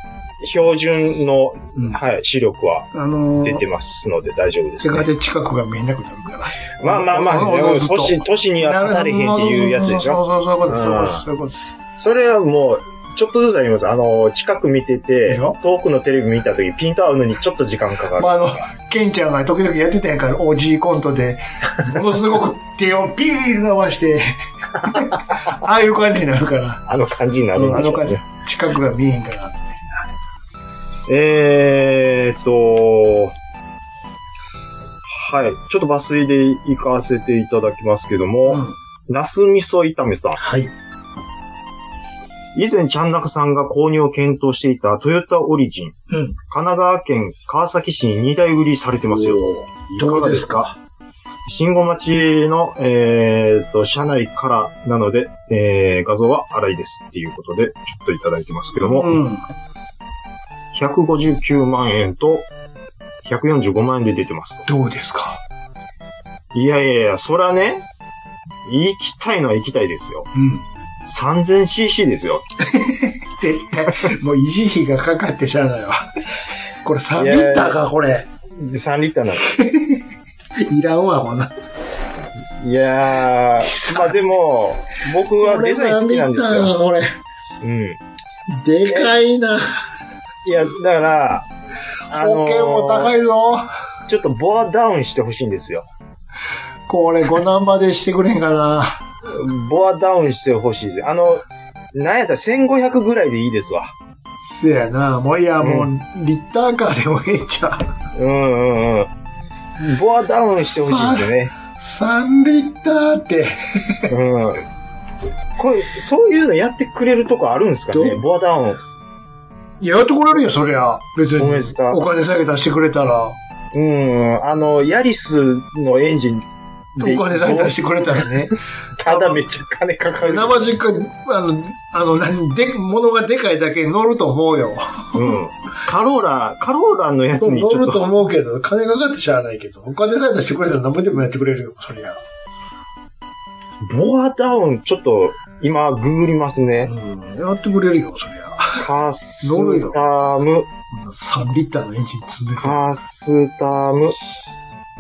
標準の、うん。あはい、視力はの出ーて、ますので大丈夫です、やがね。て近くが見えなくなるから。まあまあまあ、おでおおもずっと都市、都市には語れへんっていうやつでしょ。そうそうそう、そういうことです。そういうことですそういうんうことです。それはもう、ちょっとずつあります。あのー、近く見てでてしょ、遠くのテレビ見たとき、ピント合うのにちょっと時間かかる。まあ、あの、ケンちゃんが時々やってたんやから、OG コントで、ものすごく手をピーッ伸ば して、ああいう感じになるから、あの感じになるうんんであしょのうね感じ、近くが見えへんから、つって。えーっと、はい。ちょっと抜粋で行かせていただきますけども、うん。ナス味噌炒めさん。はい。以前、ちゃんなかさんが購入を検討していたトヨタオリジン、うん。神奈川県川崎市に2台売りされてますよ。どうですすか信号待ちの、えー、と、車内からなので、えー、画像は荒いですっていうことで、ちょっといただいてますけども、うん。 159万円と、145万円で出てます。どうですかいやいやいや、そらね、行きたいのは行きたいですよ。うん。 3000cc ですよ。絶対、 もう維持費がかかってしゃあないわ。これ3リッターか、これ。 3リッターなんです。いらんわ、こんな。いやー、まあでも、僕こはれデザイン好3きリなんッでタすーよ。か、これ。うん。でかいな。いや、だから、あの保険も高いぞ。ちょっとボアダウンしてほしいんですよ。これ5ナンバでしてくれへんかな。ボアダウンしてほしいです。あの、なんやったら1500ぐらいでいいですわ。せやな。もういや、うんもう、リッターカーでもええんちゃう。うんうんうん。ボアダウンしてほしいですよね。 3リッターって、うん。これ、そういうのやってくれるとこあるんですかねどボアダウン。いや、やってこれるよ、そりゃ。別に。ほんまですかお金下げたらしてくれたら。うん、あの、ヤリスのエンジンおで金下げたらしてくれたらね。ただめっちゃ金かかる。生実家、あの、あの、何、で、物がでかいだけ乗ると思うよ。うん。カローラ、カローラのやつにち乗ょっるとと、思うけど、金かかってしゃあないけど、お金さえ出してくれたら何ぼでもやってくれるよ、そりゃ。ボアダウン、ちょっと、今、ググりますね。うん、やってくれるよ、そりゃ。カスタム、 3リッターのエンジン積んでて。カスタム、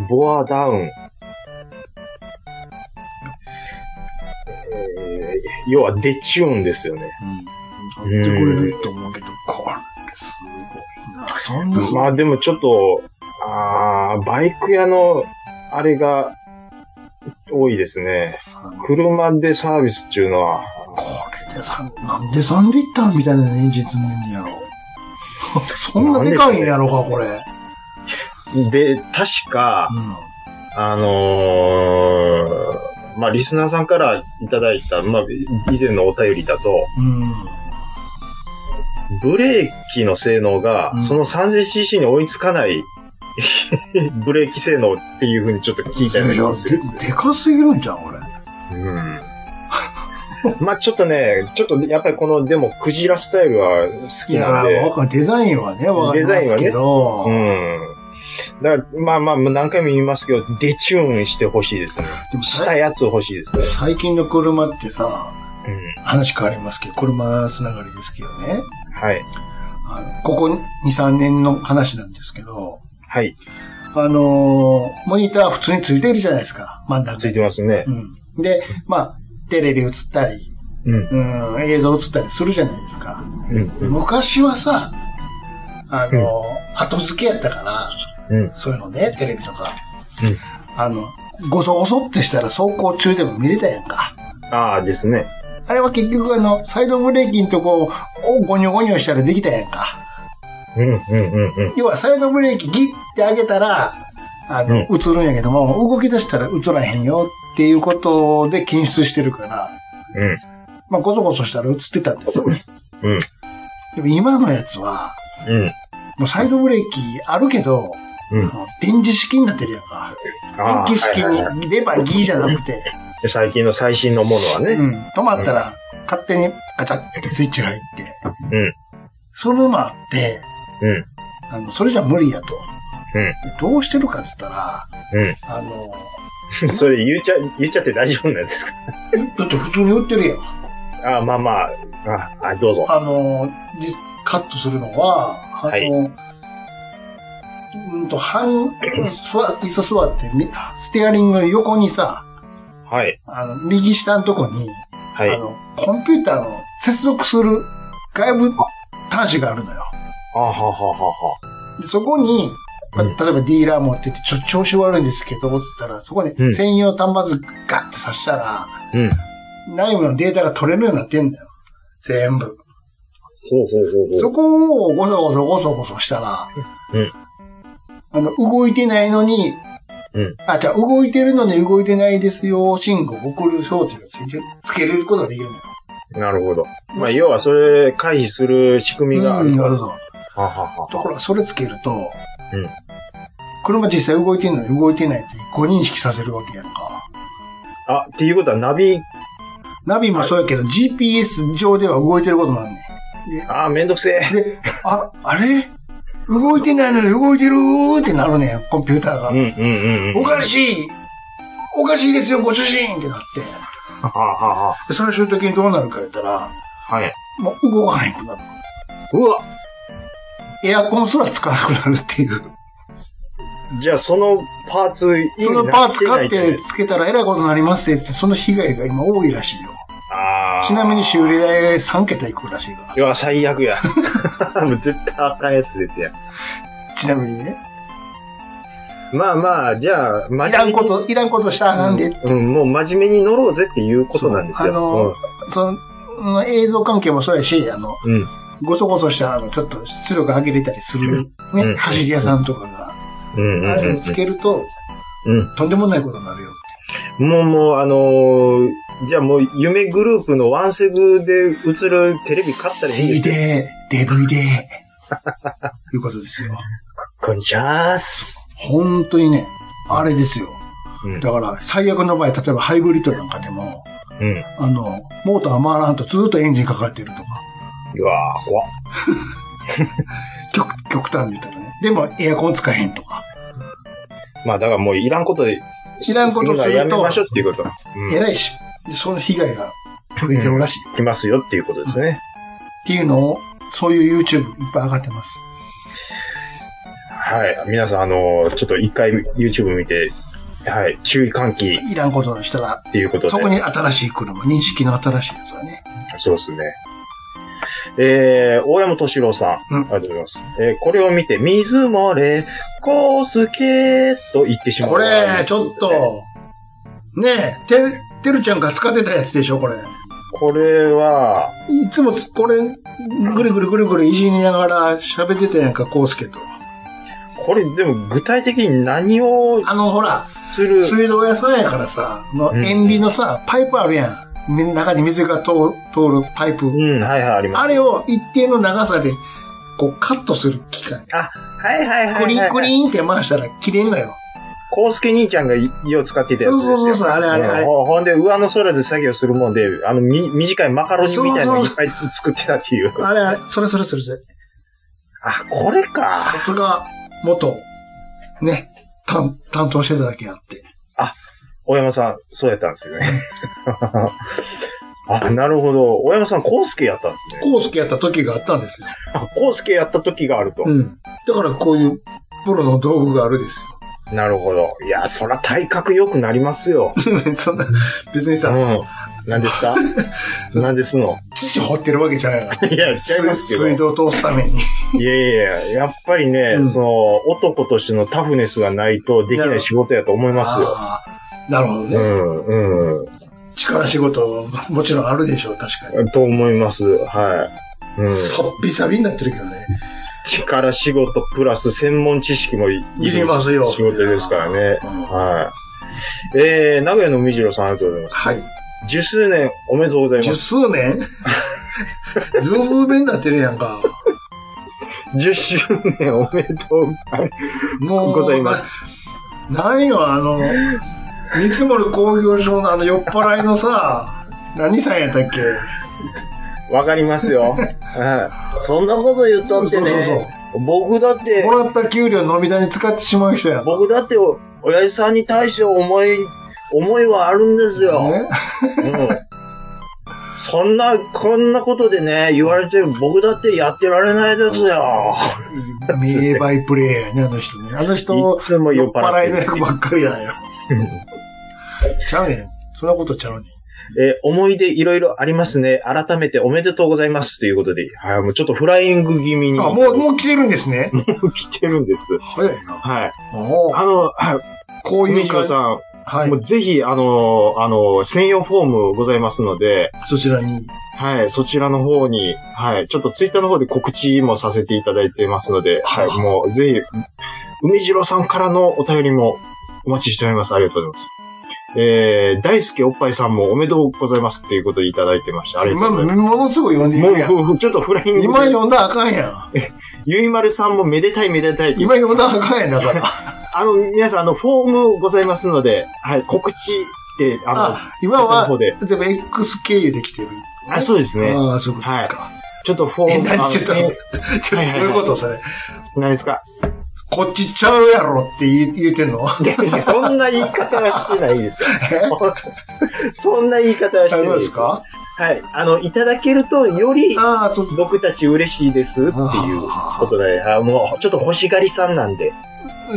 ボアダウン。えー要は、デチューンですよね。うん。やってくれると思うけど、これすごいな。そんなすまごい。あでもちょっと、あーバイク屋の、あれが、多いですね。車でサービスっていうのは、これで3、なんで3リッターみたいなエンジン積んでんねやろ。 そんなでかいんやろか、これ。うん。で、確か、あのーまあ、リスナーさんからいただいた、まあ、以前のお便りだと、うん。ブレーキの性能がう、んその 3000cc に追いつかない、 ブレーキ性能っていうふうにちょっと聞いたような気がするんですよででかすぎるんじゃん、これ。うん。 まあちょっとね、ちょっとやっぱりこの、でも、クジラスタイルは好いきや、なんで、わかデザインはね、わかりますけど、うん。だから、まあまあ、何回も言いますけど、デチューンしてほしいですね。でもしたやつ欲しいですね。最近の車ってさ、うん。話変わりますけど、車つながりですけどね、はい。あのここ2、3年の話なんですけど、はい。あのーモニター普通についてるじゃないですか、真ん中についてますね。うん。で、まあ、テレビ映ったり、うん。うん、映像映ったりするじゃないですか。うん。で昔はさ、あのー後付けやったから、うん。そういうのね、テレビとか。うんあの、ごそごそってしたら走行中でも見れたやんか。ああですね。あれは結局あの、サイドブレーキのとこをゴニョゴニョしたらできたやんか。うん。うん。うん。うん。要はサイドブレーキギッて上げたら、あの、映るんやけども、動き出したら映らへんよっていうことで検出してるから、うん。まあ、ごそごそしたら映ってたんですよね。うん。でも今のやつは、うん。もうサイドブレーキあるけど、うんあの電磁式になってるやんか。電あー気式はいはいはにレバーギーじゃなくて、い最近の最新のものはね。うん、止まったら、勝手にガチャってスイッチが入って。うん。それもあって、うん。あの、それじゃ無理やと。うんでどうしてるかっつったら、うん。あの、 それ言っちゃ、言っちゃって大丈夫なんですかだって普通に売ってるやん。ああ、まあまあ、ああ、どうぞ。あの、実カットするのは、あの、はいううんと、半、座椅子座ってみ、ステアリングの横にさ、はい。あの、右下のとこに、はあい。の、コンピューターの接続する外部端子があるのよ。あはははは。でそこに、まあ、うん例えばディーラー持ってて、ちょ、調子悪いんですけど、つったら、そこうにん専用端末ガッて刺したら、うん。内部のデータが取れるようになってんだよ。全部。ほうほうほうほそこをごそごそごそごそしたら、うんあの、動いてないのに、うんあ、じゃあ動いてるのに動いてないですよ、信号を送る装置がついてる、つけれることができるのよ。う。なるほど。まあ、要はそれ回避する仕組みがあうる。ん、はそうそう。ははところがそれつけると、うん車実際動いてんのに動いてないって誤認識させるわけやんか。あ、っていうことはナビ、ナビもそうやけど、GPS 上では動いてることなんねあーめんどくせえ。ん。で、あ、あれ動いてないのに動いてるーってなるねん、コンピューターが。うんうんうんうん。おかしいおかしいですよ、ご主人ってなって。はははで最終的にどうなるか言ったら、は。はい。もう動かないくなる。うわエアコンすら使わなくなるっていう。じゃあそのパーツ、そのパーツ買買ってつけたらえらいことになりますって、その被害が今多いらしいよ。ああ。ちなみに修理代3桁いくらしいかいや、最悪や。 もう絶対あかんやつですや。ら。ちなみにね。まあまあ、じゃあ、真いら面目んにこ。と、いらんことしたらあかんで。うん、もう真面目に乗ろうぜっていうことなんですよ。そうその、うん映像関係もそうやし、あの、うん、うん。ごそごそした、あの、ちょっと出力上げれたりする、うね、ん走り屋さんとかが、うんうんああいうのつけると、うんとんでもないことになるよ。もうもう、あのーじゃあもう夢グループのワンセグで映るテレビ買ったらいいんですよ CD、DVD。いうことですよ。こんにちはーす。本当にね、あれですよ。うんだから、最悪の場合、例えばハイブリッドなんかでも、うん。あの、モーター回らんとずっとエンジンかかってるとか、うわー、怖っ極極端に言ったらね。でも、エアコン使えへんとか、まあだからもういらんことで、いらんことするとのはやめましょうっていうこと。うん。えらいし、でその被害が増えてるらしい。っ来ますよっていうことですね。ていうのを、そういう YouTube いっぱい上がってます。はい。皆さん、あのーちょっと一回 YouTube 見て、はい、注意喚起いらんことをしたら、っていうことで。特に新しい車、認識の新しいやつはね。そうですね。えー、大山敏郎さん,、うんありがとうございます。えー、これを見て、水漏れ、こうすけと言ってしまう。これ、ちょっと、ねえ、て、てるちゃんが使ってたやつでしょ、これ。これは、いつもつこれ、ぐるぐるぐるぐるいじりながら喋ってたやんか、コウスケと。これ、でも具体的に何をあの、ほら、する、水道屋さんやからさ、のうん塩ビのさ、パイプあるやん。み中に水が通通るパイプ。うん、はいはい、あります。あれを一定の長さで、こう、カットする機械。はいはいはいはい、はい。クリンクリンって回したら切れんのよ。コウスケ兄ちゃんが家を使ってたやつですよ。そうそうそうそうあれあれあれうんほほんで、上の空で作業するもんで、あの、み、短いマカロニみたいなのいっぱい作ってたっていう。あれあれ、それそれそれそれ。あ、これか。さすが、元、ね、担、担当してただけあって。大山さん、そうやったんですね。 あ、なるほど。大山さん、コウスケやったんですね。 コウスケやった時があったんですよ。あコウスケやった時があると。うん。だからこういう、プロの道具があるですよ。 なるほど。いや、そら体格良くなりま すよ。そんな、別にうさ、ん。何で すか何ですの土掘ってるわけじゃないから。いや、違いますけど。水道通すために。いやいやいや、やっぱりね、うんその、男としてのタフネスがないとできない仕事やと思いますよ。あーなるほどうね。ん、う力仕事、もちろんあるでしょう、確かに。ん。と思います。はい。うん。さっびさびになってるけどね。力仕事プラス専門知識もいいりますよ。仕事ですからね。うんはい。えー、名古屋のみじろさんありがとうございます。はい。 10周年おめでとうございま十す。数年 ずうずうべになってるやんか。 10周年おめでとうもう、ございます。ないよ、あの、三つ森工業所のあの酔っ払いのさ、何さんやったっけわかりますよ。はい。そんなこと言ったってね。僕だって、もらった給料飲み代に使ってしまう人やん。僕だってお、親父さんに対して思い、思いはあるんですよ。ね。うん。そんな、こんなことでね、言われて、僕だってやってられないですよ。名バイプレイヤーやね、あの人ね。あの人、いつも酔っ払っ払いてるの役ばっかりやんよ。ちゃうねん。そんなことちゃうねん。えー思い出いろいろありますね。改めておめでとうございます。ということで、はい、もうちょっとフライング気味に。あ、もう、もう来てるんですね。う来てるんです。早いな。はい。おーあの、はい、こうい海う城感じさ。ん、はいもう。ぜひ、あの、あの、専用フォームございますので、そちらに。はい、そちらの方に、はい、ちょっとツイッターの方で告知もさせていただいてますので、はい、はいもうぜひ、海城さんからのお便りもお待ちしております。ありがとうございます。えー、大輔おっぱいさんもおめでとうございますっていうことでいただいてました。ありが今、とうございます。ものすごい読んでいもうるやん。ふふ、ちょっとフライング。今読んだらあかんや ん。ゆいまるさんもめでたいめでたい。今読んだらあかんやんだから。あの、皆さん、あの、フォームございますので、はい、告知って、ああ、今は、そこの方で例えば X 経由で来てる。の、あ、そうですね。ああ、そういうことですか。ちょっとフォーえ、ム、あの何ちょっと、せんちょはっいと、どはいうはいいうことそれ。何ですかこっちちゃうやろって言う言うてんのあ、そんな言い方はしてないです よ。そんな言い方はしてどなういでですす。かはい。あの、いただけると、より、ああ、そうそう。僕たち嬉しいですっていうことで、あもう、ちょっと欲しがりさんなんで。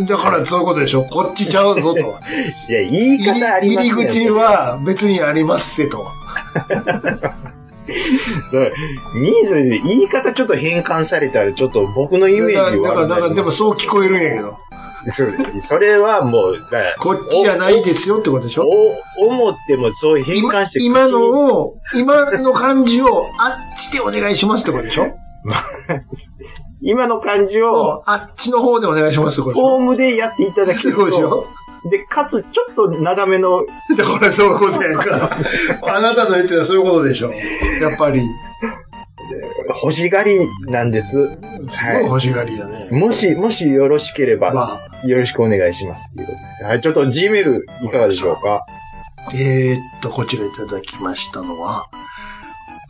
だからそういうことでしょ。こっちちゃうぞと。いや、言い入り方ありますね。入り口は別にありますせと。そう。兄さん、言い方ちょっと変換されたら、ちょっと僕のイメージだは。から、だから、だからでもそう聞こえるんやけど。そうそれはもう、だからこっちじゃないですよってことでしょ。お、思ってもそう変今換して今口にのを、今の感じを、あっちでお願いしますってことでしょ今の感じを、あっちの方でお願いしますってことでしょフォームでやっていただけるそうでしと、ょで、かつ、ちょっと長めの、だからそういうことやから。あなたの言ってたそういうことでしょ。やっぱり、す欲しがりなんです。ごい欲しがりだね。もし、もしよろしければ、まよろしくお願いします。っていうことではい、ちょっと G メールいかがでしょうかあ、えー、っと、こちらいただきましたのは、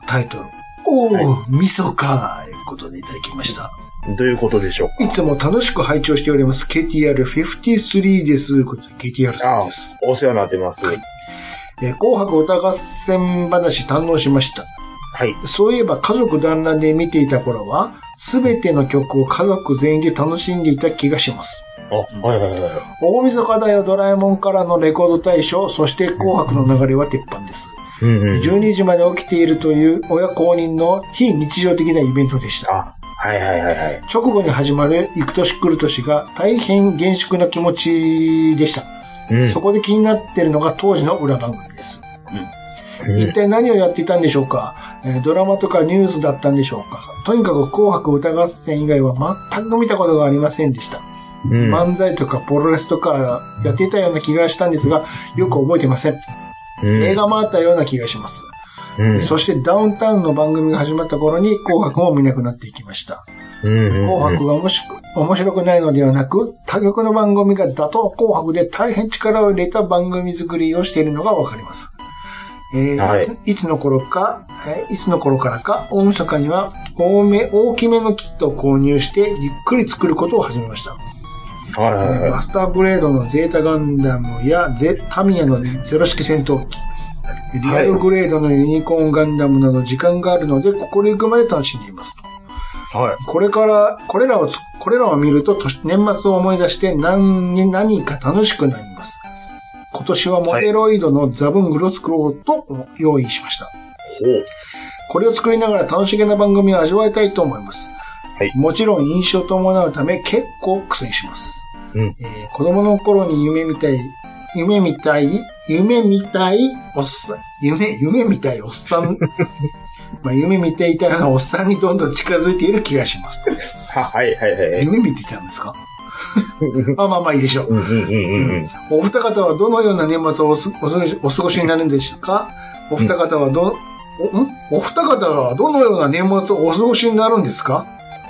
タイトル、おー、みそか、いうことでいただきました。どういうことでしょうかいつも楽しく拝聴しております。KTR53 です。ことで KTR さんです。お世話になってます。はいえー紅白歌合戦話堪能しました。はい。そういえば家族団らんで見ていた頃は、すべての曲を家族全員で楽しんでいた気がします。あ、はいはいはい。大晦日だよドラえもんからのレコード大賞、そして紅白の流れは鉄板です。うんうん。 12時まで起きているという親公認の非日常的なイベントでした。あ、はいはいはいはい。直後に始まる行く年来る年が大変厳粛な気持ちでした。うんそこで気になっているのが当時の裏番組です。うん一体何をやっていたんでしょうか、えードラマとかニュースだったんでしょうかとにかく紅白歌合戦以外は全く見たことがありませんでした。うん漫才とかプロレスとかやっていたような気がしたんですが、よく覚えてません。うん映画もあったような気がします。うんそしてダウンタウンの番組が始まった頃に紅白も見なくなっていきました。うん紅白がもしく面白くないのではなく、他局の番組が打倒紅白で大変力を入れた番組作りをしているのがわかります。えーはいいつ、いつの頃か、えーいつの頃からか、大晦日には多め、大きめのキットを購入して、ゆっくり作ることを始めました。はいはいえーはマスターブレードのゼータガンダムやゼタミヤのゼロ式戦闘機、リアルグレードのユニコーンガンダムなど時間があるので、ここに行くまで楽しんでいます。い。はい。これから、これらをつ、これらを見ると、年年末を思い出して何に、何か楽しくなります。今年はモデロイドのザブングルを作ろうと用意しました。これを作りながら楽しげな番組を味わいたいと思います。はいもちろん印象を伴うため結構苦戦します。うんえー子供の頃に夢みたい、夢みたい、夢みたい、おっさん、夢、夢みたいおっさ ん、まあ夢見ていたようなおっさんにどんどん近づいている気がします。は、はいはいはい。夢見てたんですかまあまあまあいいでしょう。うんうんうんうん。お二方はどのような年末をおすお過ごしお過ごしになるんですかお二方はど、おんお二方はどのような年末をお過ごしになるんですか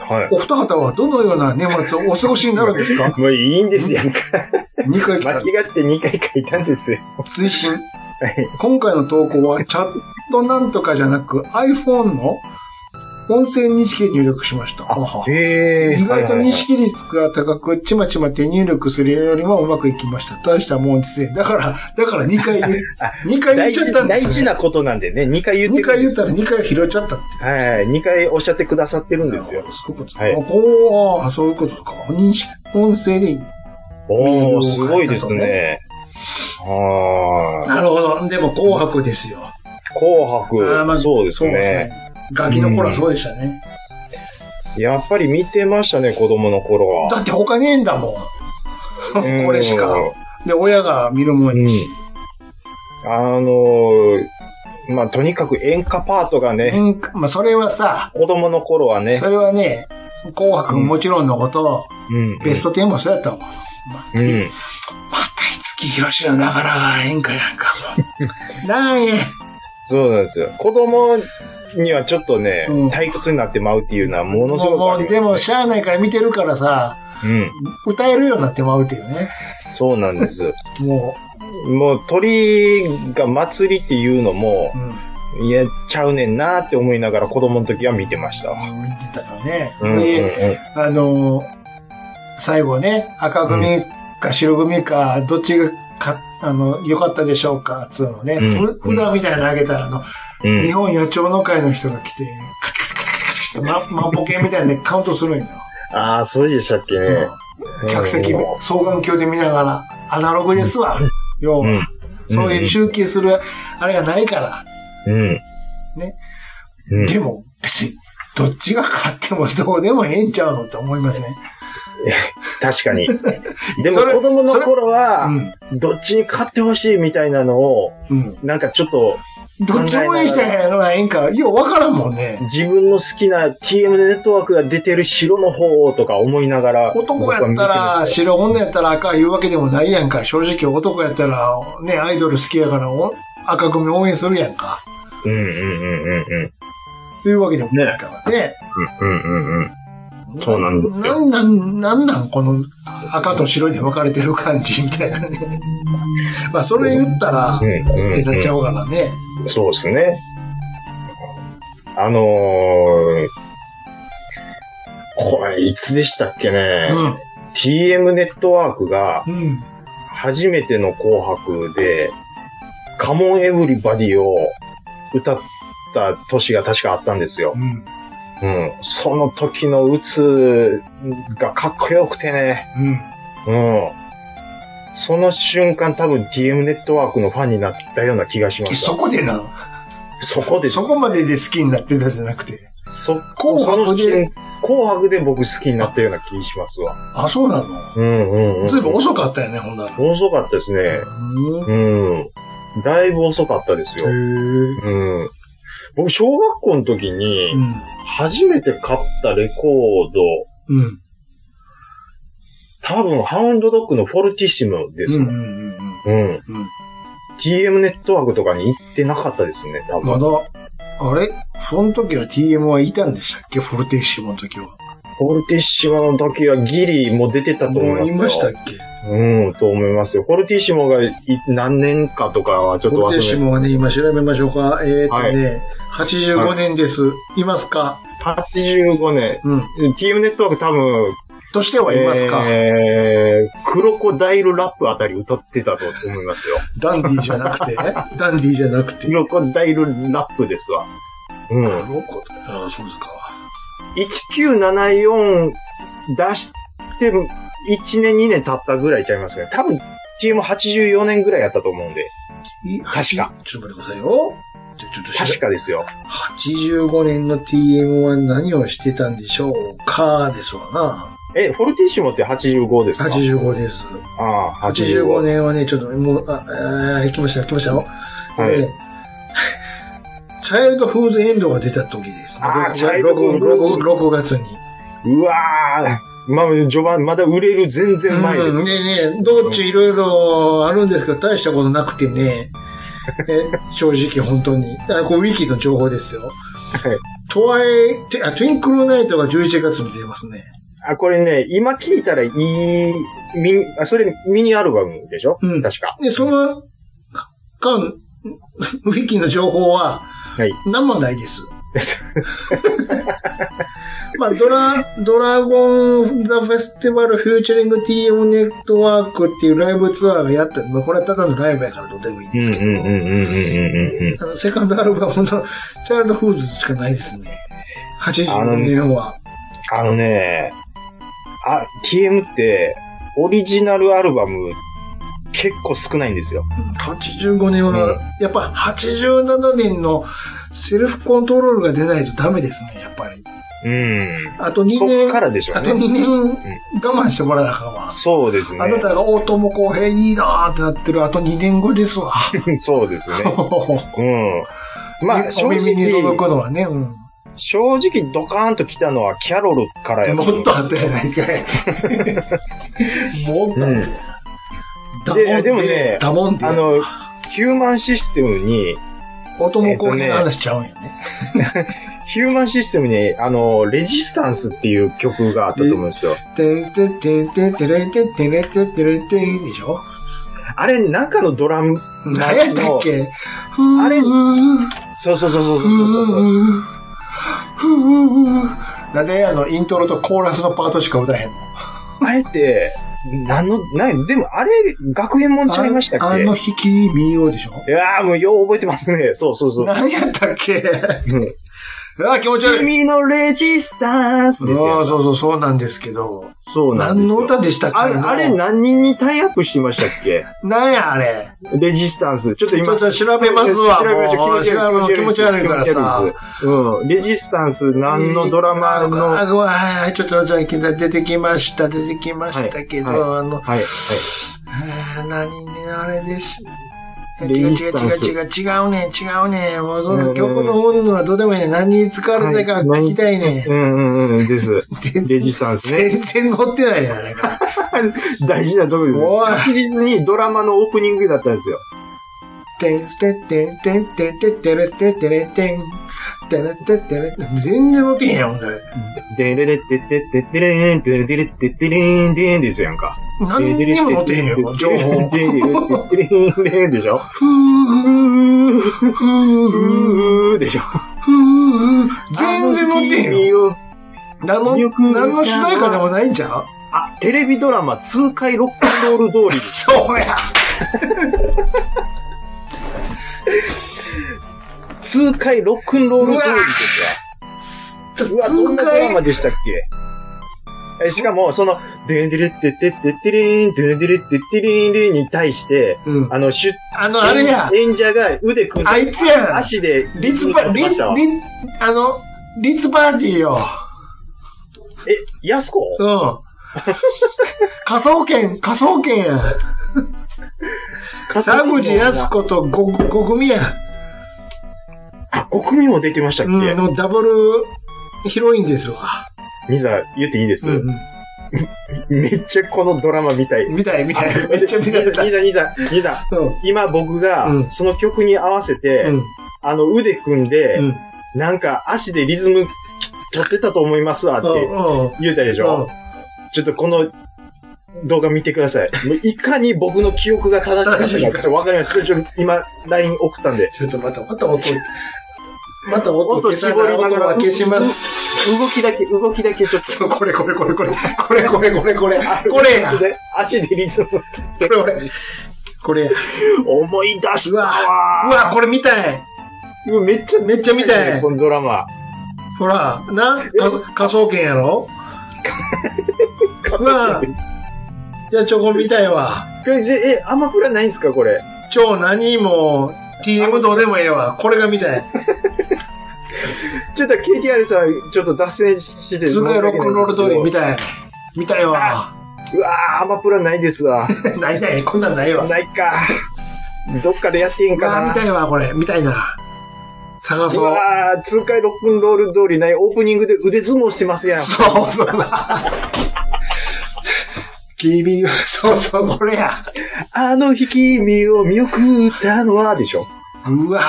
はお二方はどのような年末をお過ごしになるんです かい。もういいんですやんか。二回来間た違。って2回書いたんですよ。追伸。今回の投稿はチャットなんとかじゃなく iPhone の音声認識で入力しました。ははへ意外と認識率が高く、ちまちま手入力するよりもうまくいきました。大したもんですね。だから、だから2回 言う二回言っ大ちゃっ事たんで大す事よ。なことなんでね、2回言って2く回れる言っんですたよら2回拾っちゃったってはい、2回おっしゃってくださってる言んうでんですすよよ。。そういうこと。はいおーそういうことか。認識、音声でいい。おー、すメールをご書いいでたすとねね。あなるほど。でも紅白ですよ。ー、紅あーまあ白、そうですね。。ガキの頃はそうでしたね。やっぱり見てましたね、子供の頃は。だって他ねえんだもん。うんこれしか。で、親が見るもんに。あのー、まあ、とにかく演歌パートがね、うんまあ、それはさ、子供の頃はねそ、れはね、紅白もちろんのこと、うん。ベスト10もそうやったもん。また、まうん。た五木ひろしのながらが演歌 やんか。なんや。そうなんですよ。子供にはちょっとね、うん退屈になってまうっていうのはものすもう、ごくもありうますでねも、しゃあないから見てるからさ、うん。歌えるようになってまうっていうね。そうなんです。ももう鳥が祭りっていうのもう、う、ん、いや、ちゃうねんなって思いながら子供の時は見てましたわ。見てたよね。うんうんうん。で、あのー最後ね、赤組か白組か、どっちがか、あの、良かったでしょうか、つうのね。うんふ普段みたいなのあげたら、あの、うん日本野鳥の会の人が来て、カチカチカチカチカチカチって、ま、万歩計みたいなんでカウントするんよ。ああ、そうでしたっけね。客席うん、双眼鏡で見ながら、アナログですわ。要うんは、そういう集計する、あれがないから。うん。ねうん。でも、別に、どっちが勝ってもどうでもええんちゃうのって思いません確かに。でもそれ子供の頃うは、ん。どっちに勝ってほしいみたいなのを、うん。なんかちょっと、どっち応援したらええのがええんか、ようわからんもんね。自分の好きな TM ネットワークが出てる白の方をとか思いながら。男やったら白、女やったら赤いうわけでもないやんか。正直男やったら、ね、アイドル好きやからお赤組応援するやんか。僕は見てる。うんうんうんうんうん。というわけでもないからね。うんうんうん。そうなんですよなんなん、なんなんこの赤と白に分かれてる感じみたいなね。 まあそれ言ったら、うっんうんうんてなっちゃうからね。そうですね。あのー、これいつでしたっけね、?TM ネットワークがうん。うん。初めての紅白で、カモンエブリバディを歌った年が確かあったんですよ。うん。うん。その時のうつがかっこよくてね。うん。うん。その瞬間多分 TM ネットワークのファンになったような気がしました。そこでな、そこでそこまでで好きになってたじゃなくて。そ、紅白そので瞬紅白で僕好きになったような気しますわ。あ、そうなのうんうんうん。ずいぶん遅かったよね、ほんなら。遅かったですね。ううん。だいぶ遅かったですよ。ん。へえ。うん。僕、小学校の時にう、ん。初めて買ったレコード、うん。多分、ハウンドドッグのフォルティシムですうんうわ。んうんううん。ん。 TM ネットワークとかに行ってなかったですね、多ま分。だ、あれその時は TM はいたんでしたっけフォルテッシモの時は。フォルティッシモの時はギリもう出てたと思いもますうよ。いましたっけうん、と思いますよ。フォルティッシモがい何年かとかはちょっとフォ忘ルれテッシて。モはね、今調べましょうか。えー、っとね、85年です。い、ますか85年。うん。 TM ネットワーク多分、としてはいますか、えー、クロコダイルラップあたり歌ってたと思いますよ。ダンディじゃな くて、ダンディじゃなくて。クロコダイルラップですわ。うん。黒子ああ、そうですか。 1974出して1年2年経ったぐらいちゃいますね。多分 TM84 年ぐらいやったと思うんで。い確か。ちょっと待ってくださいよ。じゃちょっと確調べかですよ。 85年の TM は何をしてたんでしょうかですわな。え、フォルティッシモって85ですか85です。ああ、 85。年はね、ちょっともう、あ、あー来ました、来ましたよ。はいねチャイルドフーズエンドが出た時ですね。あー6チャイルドフーズ6月に。うわーまあ、序盤、まだ売れる全然前です。うん、ねえねえ、道中いろいろあるんですけど、大したことなくて ね。え正直、本当に。あこれウィキの情報ですよ。トワイ、てあトゥインクルナイトが11月に出ますね。あ、これね、今聞いたらいい、ミニ、あ、それミニアルバムでしょうん確か。で、その間、 ウィキの情報は、はい。なんもない です。まあ、ドラ、ドラゴンザフェスティバルフューチャリング TM ネットワークっていうライブツアーがやった、まあ、これはただのライブやからどうでもいいですけど、うんうんあのセカンドアルバムのチャイルドフーズしかないですね。85年は。あのね、あ、TM って、オリジナルアルバム、結構少ないんですよ。うん85年うは、やっぱ87年のセルフコントロールが出ないとダメですね、やっぱり。うん。あと2そ年、っからでしょあうと2ね。年我慢してもらわなあかんわ。そうですね。あなたが大友康平いいなーってなってるあと2年後ですわ。 そうですね。うん。まあ、正お耳に届直、くのはね、うん。正直ドカーンと来たのはキャロルからやもっと後やないかい。もっと後や。ダいやでもねダモンであ、の、ヒューマンシステムに、大友康平の話しちゃうんやね。ヒューマンシステムに、あの、レジスタンスっていう曲があったと思うんですよ。てんてんてんてんてれんてんてれんてんてれんてんでしょあれ、中のドラム、何やったっけふあれふーそうそうそうそうふそうそうそう。ーふーなんであの、イントロとコーラスのパートしか歌えへんのあれって、なんの、なん、でもあれ、学園もんちゃいましたっああけの日君をでしょいやーもうよう覚えてますね。そうそうそう。何やったっけうんあ気持ち悪い。君のレジスタンスですそうよ。そうそう、そうなんですけど。そうなんで何すのよ。歌でしたっけあれ、あれ何人にタイアップしてましたっけ何やあれ。レジスタンス。ちょっとちょ今っ、と調べますわ。調べましもょうう。調べ気持ち悪いからさ。。うん。レジスタンス、何のドラマあーの、はあごめんはいはい、ちょっと、じゃあ出てきました、出てきましたけど、はいはいあの、い、はい。あー何ね、あれです。違うレイ違うンスタンス違う違う違うねん、違うねん。もうその曲の本能はどうでもいいねん。何に使われたか聞きたいねん。うんうんうん、です。全レ然、ジスタンスね。 全然乗ってないじゃないか。大事なとこですよおい。確実にドラマのオープニングだったんですよ。てん、すてってん、てん、てん、てん、てれすて、てれてん。てれすて、てれてん。全然乗ってへんやん、ほんで。でれれってってってってれーん、でれれってってれーん、でーんですやんか。何にも乗ってへんよ、情報。でれれってってれーん、でーんでしょ。ふーうー、うふーふーーでしょ。ふー全然乗ってへんよ。よ。何の、よく何の主題歌でもないんちゃうあ、テレビドラマ、痛快ロックンロール通り。そうや痛快ロックンロール通りですよ。うわ、どん痛なドラマ快でしたっけえしかも、その、デンデレってってってってりーん、デンデレってってりーんりんに対して、うん。あの、しゅ、あの、あれや。演者が腕組んあで、いつやん。足で、リツパ、てリまン、リしたわ。え、ン、あの、リツパーティーよ。やすこうん。 仮想研、仮想研やん。沢口やす。子とご、ご組やん。あ、5組も出てましたっけ、うん、のダブルヒロインですわ。ミザ、言っていいです、うん、めっちゃこのドラマ見たい。うん。見たい、見たい。めっちゃ見たい。ミザ、ミザ、ミザ。うん。今僕がう、んその曲に合わせて、うん。あの、腕組んで、うん。なんか足でリズム取ってたと思いますわっうん。て言うたでしうょ、ん。ちょっとこの動画見てください。もういかに僕の記憶が正しかったかわかります。ちょっと今、LINE 送ったんで。ちょっとまた、また音、また音音消さな絞りなが音らは消します。動きだけ、動きだけちょっと。そう、これこれこれこれ。これこれこれこれ。あこれや。足でリズこム。れこれ。これや。思い出したわうわ、これ見たい。うわめっちゃめっちゃ見たいこのドラマ。ほら、な、か科捜研やろうわじゃあチョコ見たいわ。これじゃえ、アマプラないんすかこれ。超何も、TM どうでもええわ。これが見たい。ちょっと KTR さん、ちょっと脱線して。すごいロックンロール通り見い。たい。見たいわ。うわーアマプラないですわ。ないない、こんなんないわ。ないか。どっかでやっていいんうわかな見。たいわ、これ。見たいな。探うそう。わー、痛快ロックンロール通りない、オープニングで腕相撲してますやん。そうそうだ。君、そうそう、これや。あの日君を見送ったのは、でしょ。うわ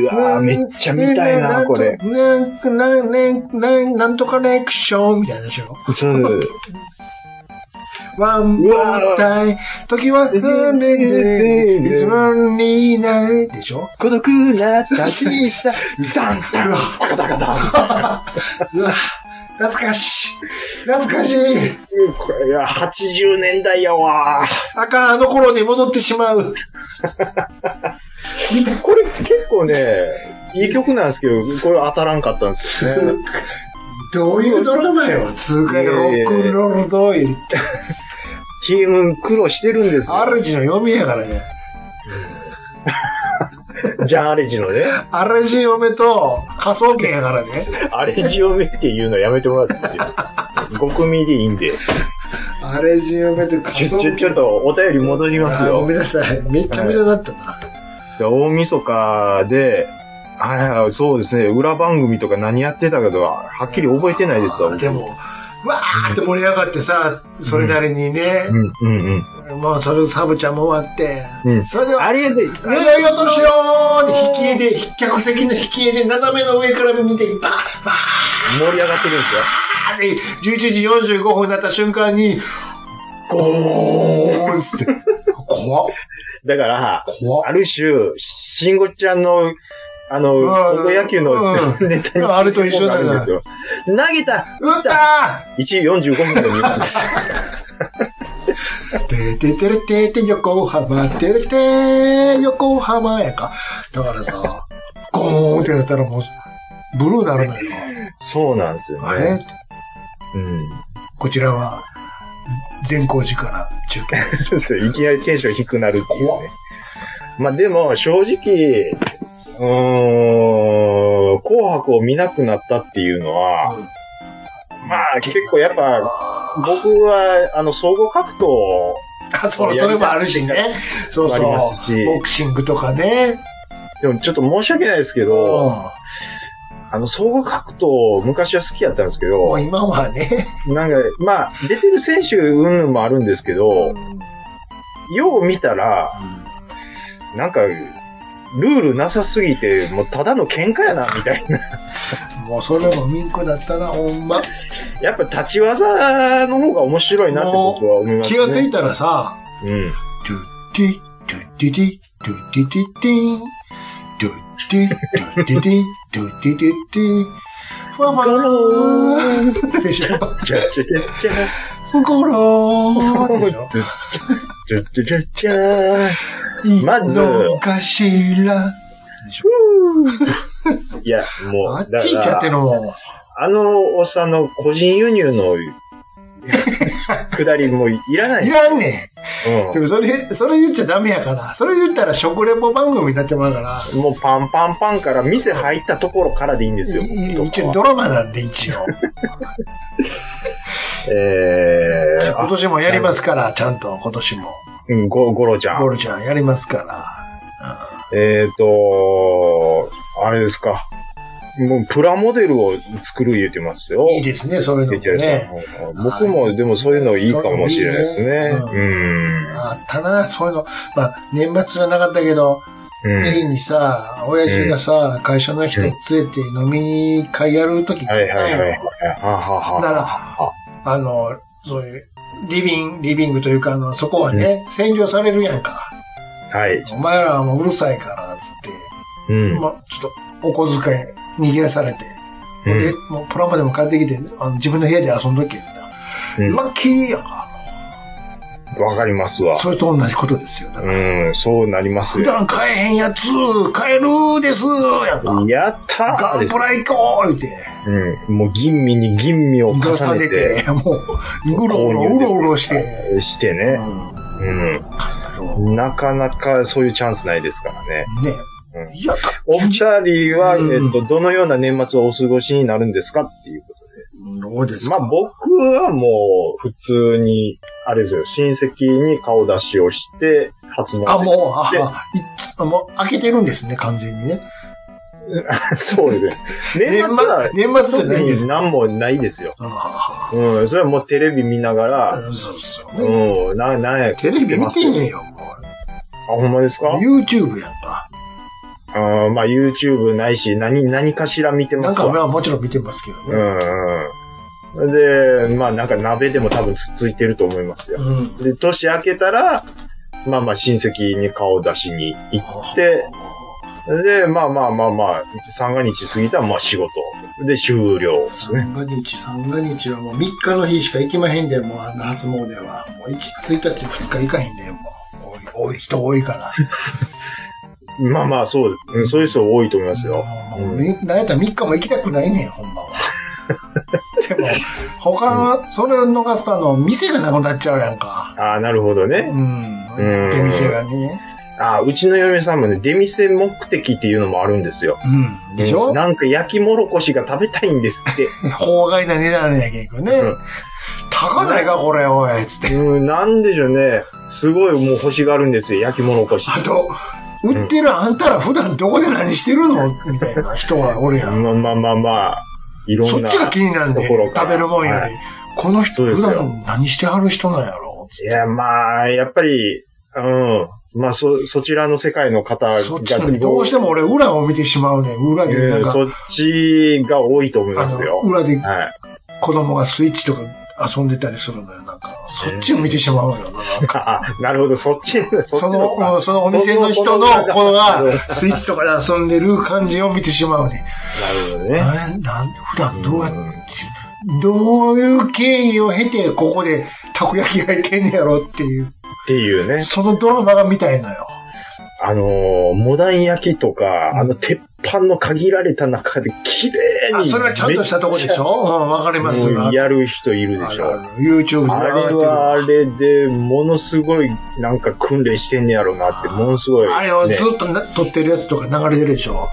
うわー、めっちゃ見たいな、これ。。なんと、なん、なん、なん、なんとかレクションみたいなでしょ。そう。ワンうワわンタイ、時は離れて、いつもにいないでしょ。孤独な立ちさ、ズタンタン、パカタカタン。うわ懐かしい。懐かしい。うんこれが80年代やわー。あかん、あの頃に戻ってしまう。これ結構ね、いい曲なんですけど、これ当たらんかったんですよね。どういうドラマよ。通過ロックンロール同意。 TM 苦労してるんですよ。主の読みやからね。ジャンアレジのね。アレジ嫁と仮想研やからね。アレジを見っていうのやめてもらっていいですか ?5 組でいいんで。アレジ嫁とち仮想ょ、ちょ、研。ちょっとお便り戻りますあごよ。めんなさい。めっちゃ無駄だったな。大晦日で、ああ、そうですね、裏番組とか何やってたかとは、はっきり覚えてないですわ。あでも、わーって盛り上がってさ、それなりにね、うん、うん、うん。もうそれサブちゃんも終わって、うんそれでは、あよれやで、いよいよ年を引き絵で、客席の引き絵で斜めの上から見て、バーバ盛り上がってるんですよ。ーって、11時45分になった瞬間に、ゴーンっつって、怖っ、だから、怖あっ。る種、慎吾ちゃんの、あの、うん高校野球のうネタにあれと一緒だなねるんですよ。投げた打った1位45分の2分です。 ーてててれてて横浜、てれて横浜やか。だからさ、ゴーンってなったらもう、ブルーなるのよ。そうなんですよね。あれうん。こちらは、善光寺から中継です。そうですよ。いきなりテンション低くなるっていうね。まあでも、正直、うーん、紅白を見なくなったっていうのは、まあ結構やっぱ、僕は、あの、総合格闘あ、そう、それもあるしね。そうあそりますう。しボクシングとかね。でもちょっと申し訳ないですけうんど、あの、総合格闘、昔は好きやったんですけもどう、今はね。なんか、まあ、出てる選手うんぬんもあるんですけど、よう見たら、なんか、ルールなさすぎて、もうただの喧嘩やな、みたいな。 もうそれもミンクだったな、ほんま。やっぱ立ち技の方が面白いなって僕は思いますね。気がついたらさ、 うん。ドゥッティ、ドゥッティティ、ドゥッティティティーン。ドゥッティ、ドゥッティティ、ドゥッティティティーン。ファファロー。でしょ。じゃじゃじゃじゃ。ゴロー。でしょ。じゃじゃじゃじゃ。まずいいのかしら。でしょ。いや、もう、あっち行っちゃってんのも。あのおっさんの個人輸 入の下りもういらないい。らんねん。うでもそれ、それ言っちゃダメやから。それ言ったら食レポ番組になってまうから。ん。もうパンパンパンから店入ったところからでいいんですよ。いい一応ドラマなんで一応。えー、今あ、年もやりますから、ちゃんと今年も。うん、ゴゴロちゃゴん。ルちゃんやりますから。えっ、ー、と、あれですか。もうプラモデルを作る言ってますよ。いいですね、そういうのも哲也ね。さんうん僕もでもそういうのいいかもしれないですね。そうあったな、そういうの。まあ、年末じゃなかったけど、うん。うん。家にさ、親父がさ、会社の人連れて飲み会やるときがはあいっはたいんはい。よは。あはあなはら、あの、そういう、リビング、リビングというか、あの、そこはね、洗浄されるやんか。あ。はい。お前らはもううるさいから、つって。うん。まあ、ちょっと、お小遣い握らされて。うんで、もうプラモでも買ってきて、あの自分の部屋で遊んどけ、って言ったらうんラッキーやんか。わかりますわ。それと同じことですよ。だから、うん、そうなります普よ。段買えへんやつ、買えるですやんか。やったーガでンすプ。ラ行こう言うて、うん。もう吟味に吟味を重重ねねて、て、もう、うろうろ、うろうろして、してうね。ん、なんうだろん。なかなかそういうチャンスないですからね。う。ねう。いや、だお二人は、うんえっと、どのような年末をお過ごしになるんですかっていうことどうでです。すまか。あ僕はもう普通に、あれですよ、親戚に顔出しをして、初詣。あ、もう、あであ、いつ、あもう、開けてるんですね、完全にね。 そうですね。年末年末は、、年末じゃないんです。何もないですよ。あうん、それはもうテレビ見ながあら、そうですよね。うん、な、なんや、テレビ見てへんよ、もあ、ほんまですかう。YouTube やんか。あーまあ YouTube ないし、何、何かしら見てなまんすか、わ。まあ、もちろん見てますけどね。うんうん。で、まあなんか鍋でも多分つっついてると思いますよ。うん。で、年明けたら、まあまあ親戚に顔出しに行って、で、まあまあまあまあ、三が日過ぎたらまあ仕事。で、終了ですね。三が日、三が日はもう3日の日しか行きまへんで、もうあんな初詣は。もう 1, 1日、2日行かへんで、もう。多い、多い人多いから。まあまあそう、うんそういう人多いと思いますよ。もうみなんやったら3日も行きたくないねん、ほんまは。 でも、他の、それを逃すとあの、店がなくなっちゃうやんか。ああ、なるほどうね。ん。うん出店がね。ああ、うちの嫁さんもね、出店目的っていうのもあるんですよ。うん。でしょなんか焼きもろこしが食べたいんですって。法外な値段やけんねうん。高ないか、これ、おい、つって。うん、なんでしょうね。すごいもう欲しがるんですよ、焼き物こし。あと、売ってるあんたら普段どこで何してるのみたいな人がおるやん。まあまあまあまあ、いろそんっな。ちが気になるんで、ところから食べるもんより。はいこのそ人、うで普すよ段何してはる人なんやろいや、まあ、やっぱり、うん。まあ、そ、そちらの世界の方が、そっちの、どうしても俺、裏を見てしまうね。裏で、なうんんか、そっちが多いと思いあますの、よ。裏ではい。子供がスイッチとか遊んでたりするのよ。なんか、そっちを見てしまうよ。なんかあ、なるほど、そっち、そっ ちそのの、うんそのお店の人の子が、スイッチとかで遊んでる感じを見てしまうね。なるほどね。なん、なん、普段どうやって、どういう経緯を経て、ここで、たこ焼き焼いてんねやろっていう、っていうね。そのドラマが見たいのよ。あのー、モダン焼きとか、あの、鉄板の限られた中で綺麗あ、に。それはちゃんとしたとこでしょうん、わかりますうが。んやる人いるでしあょ。の YouTube に上あれがはっあれで、ものすごい、なんか訓練してんねやろうなって、ものすごてい、る。ね、あれをずっとな撮ってるやつとか流れてるでしょ。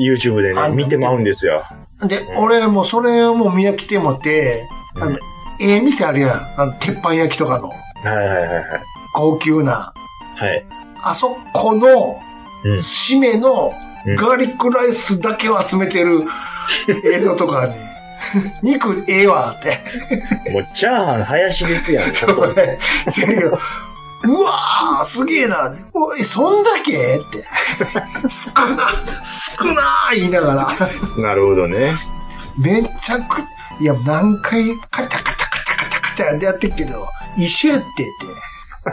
YouTube であね、の見てまうんですよ。で、俺もうそれをもう見飽きてもって、あの、ええ店あるやん。あの、鉄板焼きとかの。はいはいはいはい。高級な、はい。あそこの、うん締めのうんガーリックライスだけを集めて る映像とかに、 肉ええわって。もう、チャーハン、林ですやん。ちょっとね、せやけどうわーすげえなおい、そんだけって。少な、少なー 言いながら。なるほどね。めちゃく、いや、何回カチャカチャカチャカチャカチャやってるけど、一緒やってって。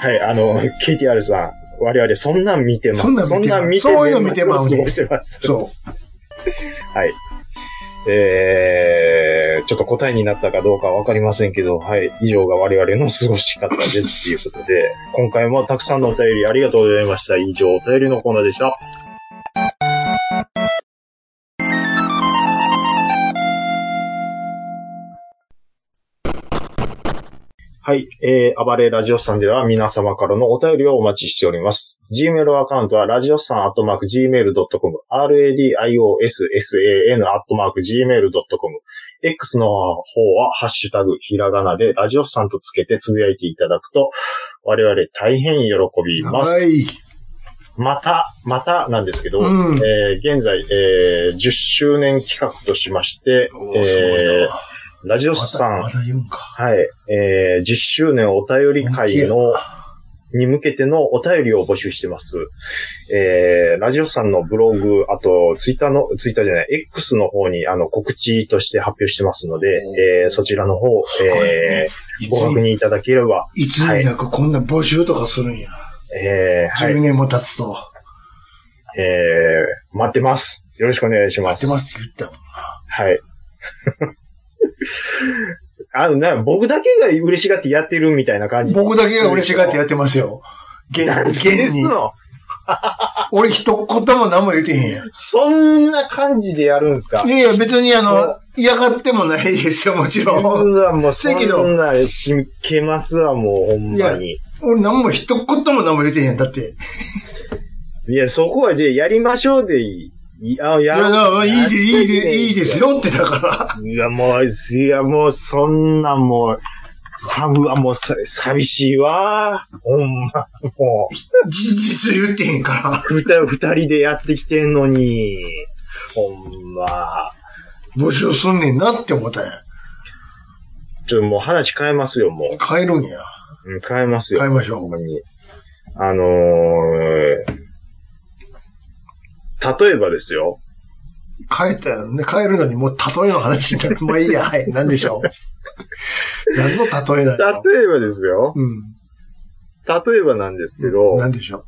はい、あの、KTR さん、我々そんなん見てます。そんなん見てますそういうの見てます過ごしてます。そはい。えー、ちょっと答えになったかどうかはわかりませんけど、はい、以上が我々の過ごし方ですということで、今回もたくさんのお便りありがとうございました。以上、お便りのコーナーでした。はい。えー、暴れラジオさんでは皆様からのお便りをお待ちしております。Gmail アカウントは、ラジオさんアットマーク Gmail.com、radiossan アットマーク Gmail.com、X の方は、ハッシュタグ、ひらがなで、ラジオさんとつけてつぶやいていただくと、我々大変喜びう。ます。はい。また、またなんですけど、うんえー現在、えー10周年企画としましてお、ーすごいえなーラジオスさん、まはだ言うんか。い、えー10周年お便り会の、に向けてのお便りを募集してます。えー、ラジオさんのブログ、あと、ツイッターの、ツイッターじゃない、X の方に、あの、告知として発表してますので、えーそちらの方、ごいえねーご確認いただければ、いつになくこんな募集とかするんや。えーはい10、年も経つと。えー待ってます。よろしくお願いしま待す。ってますって言ったもん。はい。 あのな、僕だけが嬉しがってやってるみたいな感じ。僕だけが嬉しがってやってますよ。現なんで現すに。の俺一言も何も言ってへんやん。そんな感じでやるんですかいやいや、別にあのそ、嫌がってもないですよ、もちろ。うんわ、もうそせやけどんな、しけますわ、もう、ほんまに。い俺何も一言も何も言ってへん。だって。や、そこは、じゃあやりましょうでいい。いあいやや、なやいいで、いいで、いいですよ。よってだから。いや、もう、いや、もう、そんな、もう、さぶはもうさ、寂しいわ。ほんま、もう。事実言ってへんから。二人、二人でやってきてんのに、ほんま。募集すんねんなって思ったんや。ちょっともう話変えますよ、もう。変えるんや。うん変えますよ。変えましょうほんまに。あのー、例えばですよ。変えたよね。変えるのにもう例えの話になる。まあいい や、はい。何でしょう。何の例えだ例よ。えばですよ。うん。例えばなんですけど、何でしょう。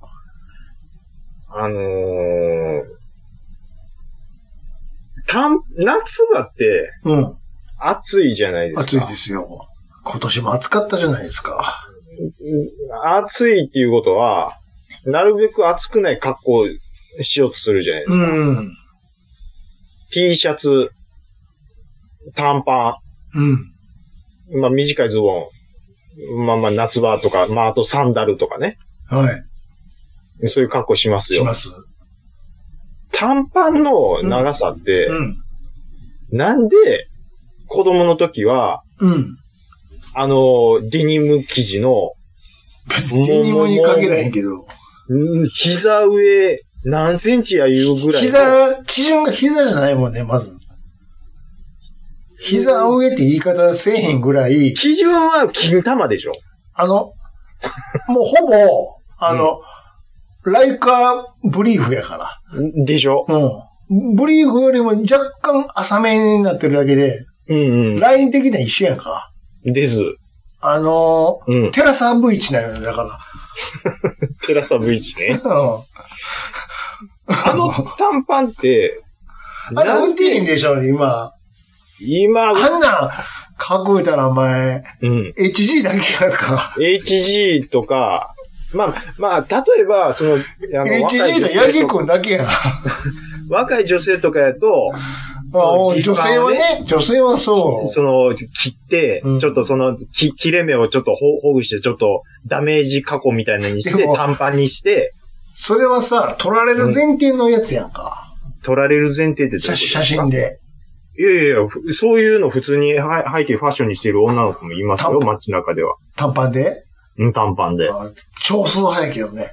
あのー、たん、夏場ってうん。暑いじゃないですか。暑いですよ。今年も暑かったじゃないですか。暑いっていうことは、なるべく暑くない格好をしようとするじゃないですうか。ん。 T シャツ、短パうん。ン、まあ短いズボン、まあまあ夏場とか、まああとサンダルとかね。はい。そういう格好しますしよ。ます。短パンの長さって、うん。なんで子供の時は、うん。あの、デニム生地の、別にデニムに限らへんけど。うん膝上何センチやいうぐらいの。膝、基準が膝じゃないもんね、まず。膝上って言い方せえへんぐらい、基準は金玉でしょ。あの、もうほぼ、あの、ライカブリーフやかでしょ。ら。うん。ブリーフよりも若干浅めになってるだけで、うんうライン的には一緒やんか。ん。です。あのー、うん。テラサ V1 なのよ、だかテラサ V チ ね。ら。うん。あの短パンって、あれなん売ってへんでしょ、今。今、あんなん、かっこいいたらお前、うん。 HG だけやんか。 HG とか、まあ、まあ、例えば、その、あの、若 HG い女のヤギ性と君だけやん。若い女性とかやと、まあ、そう女性はね、女性はそう。その、切って、うんちょっとその、き切れ目をちょっとほほぐして、ちょっとダメージ加工みたいなのにして、でも短パンにして、それはさ、撮られる前提のやつやんか。取られる前提ってどういうこと写写真で。いやいやいや、ふそういうの普通には履いてファッションにしてる女の子もいますよ、街中では。短パンでうん、短パンで。あ少数派やけどね。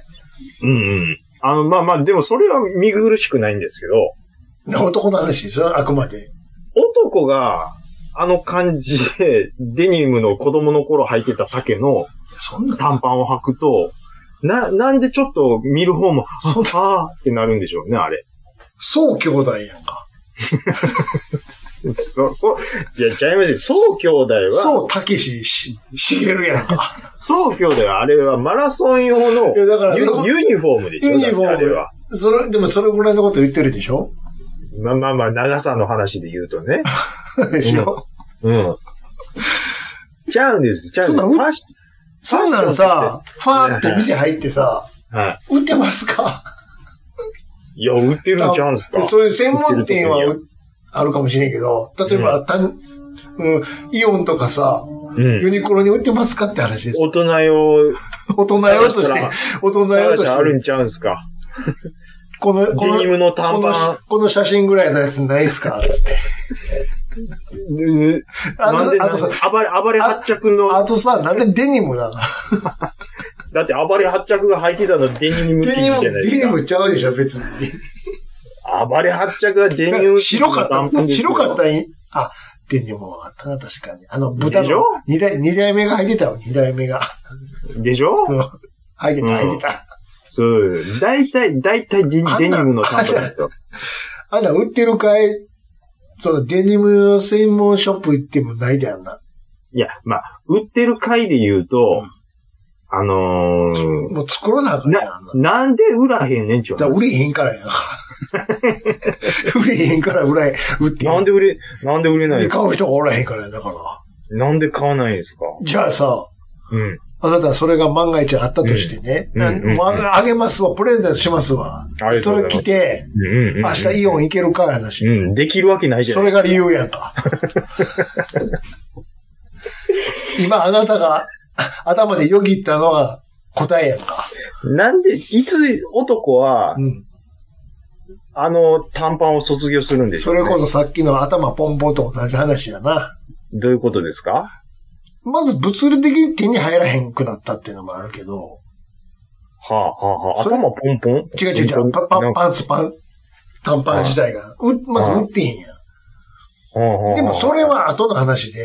うんうん。あの、まあまあ、でもそれは見苦しくないんですけど、男の話でしょあくまで。男が、あの感じで、デニムの子供の頃履いてた丈のそんな、短パンを履くと、な、なんでちょっと見る方も、ああーってなるんでしょうね、あれ。そう兄弟やんか。そ、そ、じゃ、ちゃいますよ。そう兄弟は、そう、そう、たけし、し、しげるやんか。兄弟は、あれはマラソン用のいやだからユユニフォームでしょユニフォだっーてあれムは。。それ、でもそれぐらいのこと言ってるでしょまあまあまあ、長さの話で言うとね。でしょ、うん。ちゃうんです、ちゃうんです。そフんなァッシそんなんさ、ファーって店入ってさ、ョンは売ってますかい。いや、売ってるんちゃうんですかそういう専門店は売ってうあるかもしれんけど、例えば、たんうん、イオンとかさ、うんユニクロに売ってますかって話です。大人用、大人用とし探てしたら、大人用と探ししてあるて、んちゃうんすか。この、こデニの、ムの短このパン、この写真ぐらいのやつないっすかつって。うんあなんとで、なあんでと、暴れ、暴れ発着あの、とさ、なんでデニムなのだって暴れ発着が履いてたのデニムデ生地ニじム、ゃないでデすニか。ムちゃうでしょ、別に。暴れ発着はデニム生地白のかっ短パンた、ですよ白かったい、あ、デニムもあったな、確かに。あの、豚でしょの、二代、二代目が履いてたよ、二代目が。でしょうん履いてた、うん履いてた。そう。大体、大体デニあんなデニムの短パンですよ。あんな売ってるかいそのデニムの専門ショップ行ってもないであんな。いや、まあ、売ってる回で言うと、あのー、もう作らなあかんやん、あなんな。、なんで売らへんねんちゅうだから売れへんからや。 売れへんから売れ、売ってなんでで売れ、なんで売れない買う人がおらへんからや、だから。なんで買わないんですかじゃあさ、うん。あなたそれが万が一あったとしてね、うんなうんもうああげますわ、プレゼントしますわあり。がとうそれございます来て、うんうん。明日イオン行けるかやなし。うん、できるわけないじゃそなれいが理由やん か。今あなたが頭でよぎったのが答えやんか。なんで、いつ男は、うん。あの短パンを卒業するんでしょ、そうね、れこそさっきの頭ポンポンと同じ話やな。どういうことですかまず物理的に手に入らへんくなったっていうのもあるけど、はあ、はあ、はあ、それ頭ポンポン違う違う違う、パパなんかパンツパン、短パン自体が、うまず売ってへんやはあはあん。でもそれ、は後の話で、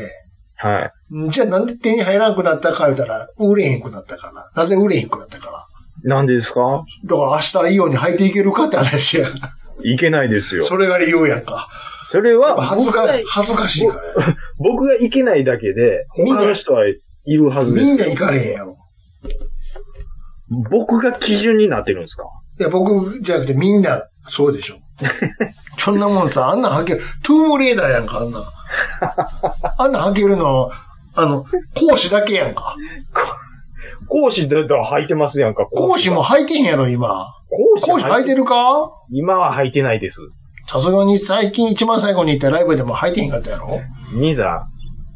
はい。じゃあなんで手に入らんくなったか言うたら、売れへんくなったから。なぜ売れへんくなったから。なんでですかだから明日イオンに履いていけるかって話や。いけないですよ。そそれが理由やんか。れは恥ず僕かが、恥ずかしいからや。僕がいけないだけで、みんな他の人はいるはずでみんなす行よ。かれへんやろ。僕が基準になってるんですかいや、僕じゃなくてみんな、そうで しょ。そんなもんさ、あんなん履ける、トゥームレーダーやんか、あん なん。あんなん履けるの、あの、講師だけやんか。講師だったら履いてますやんか。講師がも履いてへんやろ、今。講師講師履いてるか今は履いてないです。さすがに最近一番最後に行ったライブでも履いてへんかったやろ兄さ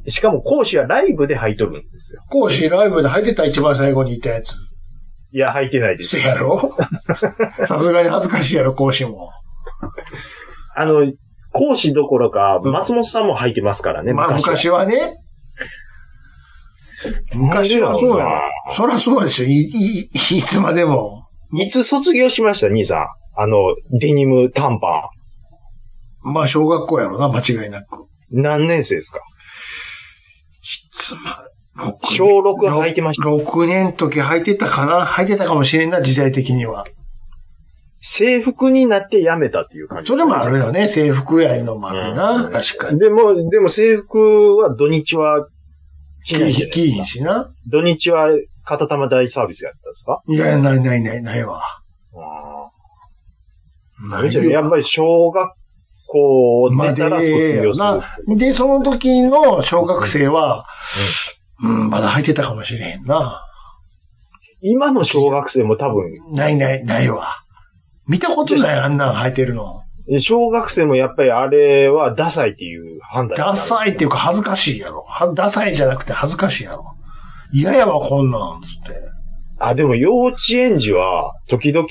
ん。しかも講師はライブで履いとるんですよ。講師ライブで履いてた一番最後に行ったやつ。いや、履いてないですせ。や ろさすがに恥ずかしいやろ、講師も。あの、講師どころか、松本さんも履いてますからね、まあ昔は。はね。昔はそうやろ。そりゃそうでしょ。い、い、いつまでも。いつ卒業しました、兄さん。あの、デニム短パまあ小学校やろな、間違いなく。ン。何年生ですかつまり、6小六は履いてました6年の時履いてたかな履いてたかもしれんな、時代的には。制服になって辞めたっていう感じそでれすね、もあるよね。制服やいうのもあるな。うん確かに。でも、でも制服は土日は着キないーじヒゃないキでーすヒかンしな。土日は片玉大サービスやったんですかいや、ないないないないわ。なむいしろやっぱりり小学校をま出でたら卒や業するな。で、その時の小学生は、うん、まだ履いてたかもしれへんな。今の小学生も多分、ないない、ないわ。見たことない、あんなん履いてるの。小学生もやっぱりあれはダサいっていう判断。ダサいっていうか恥ずかしいやろ。はダサいじゃなくて恥ずかしいやろ。嫌やわ、こんなん、つって。あ、でも幼稚園児は、時々、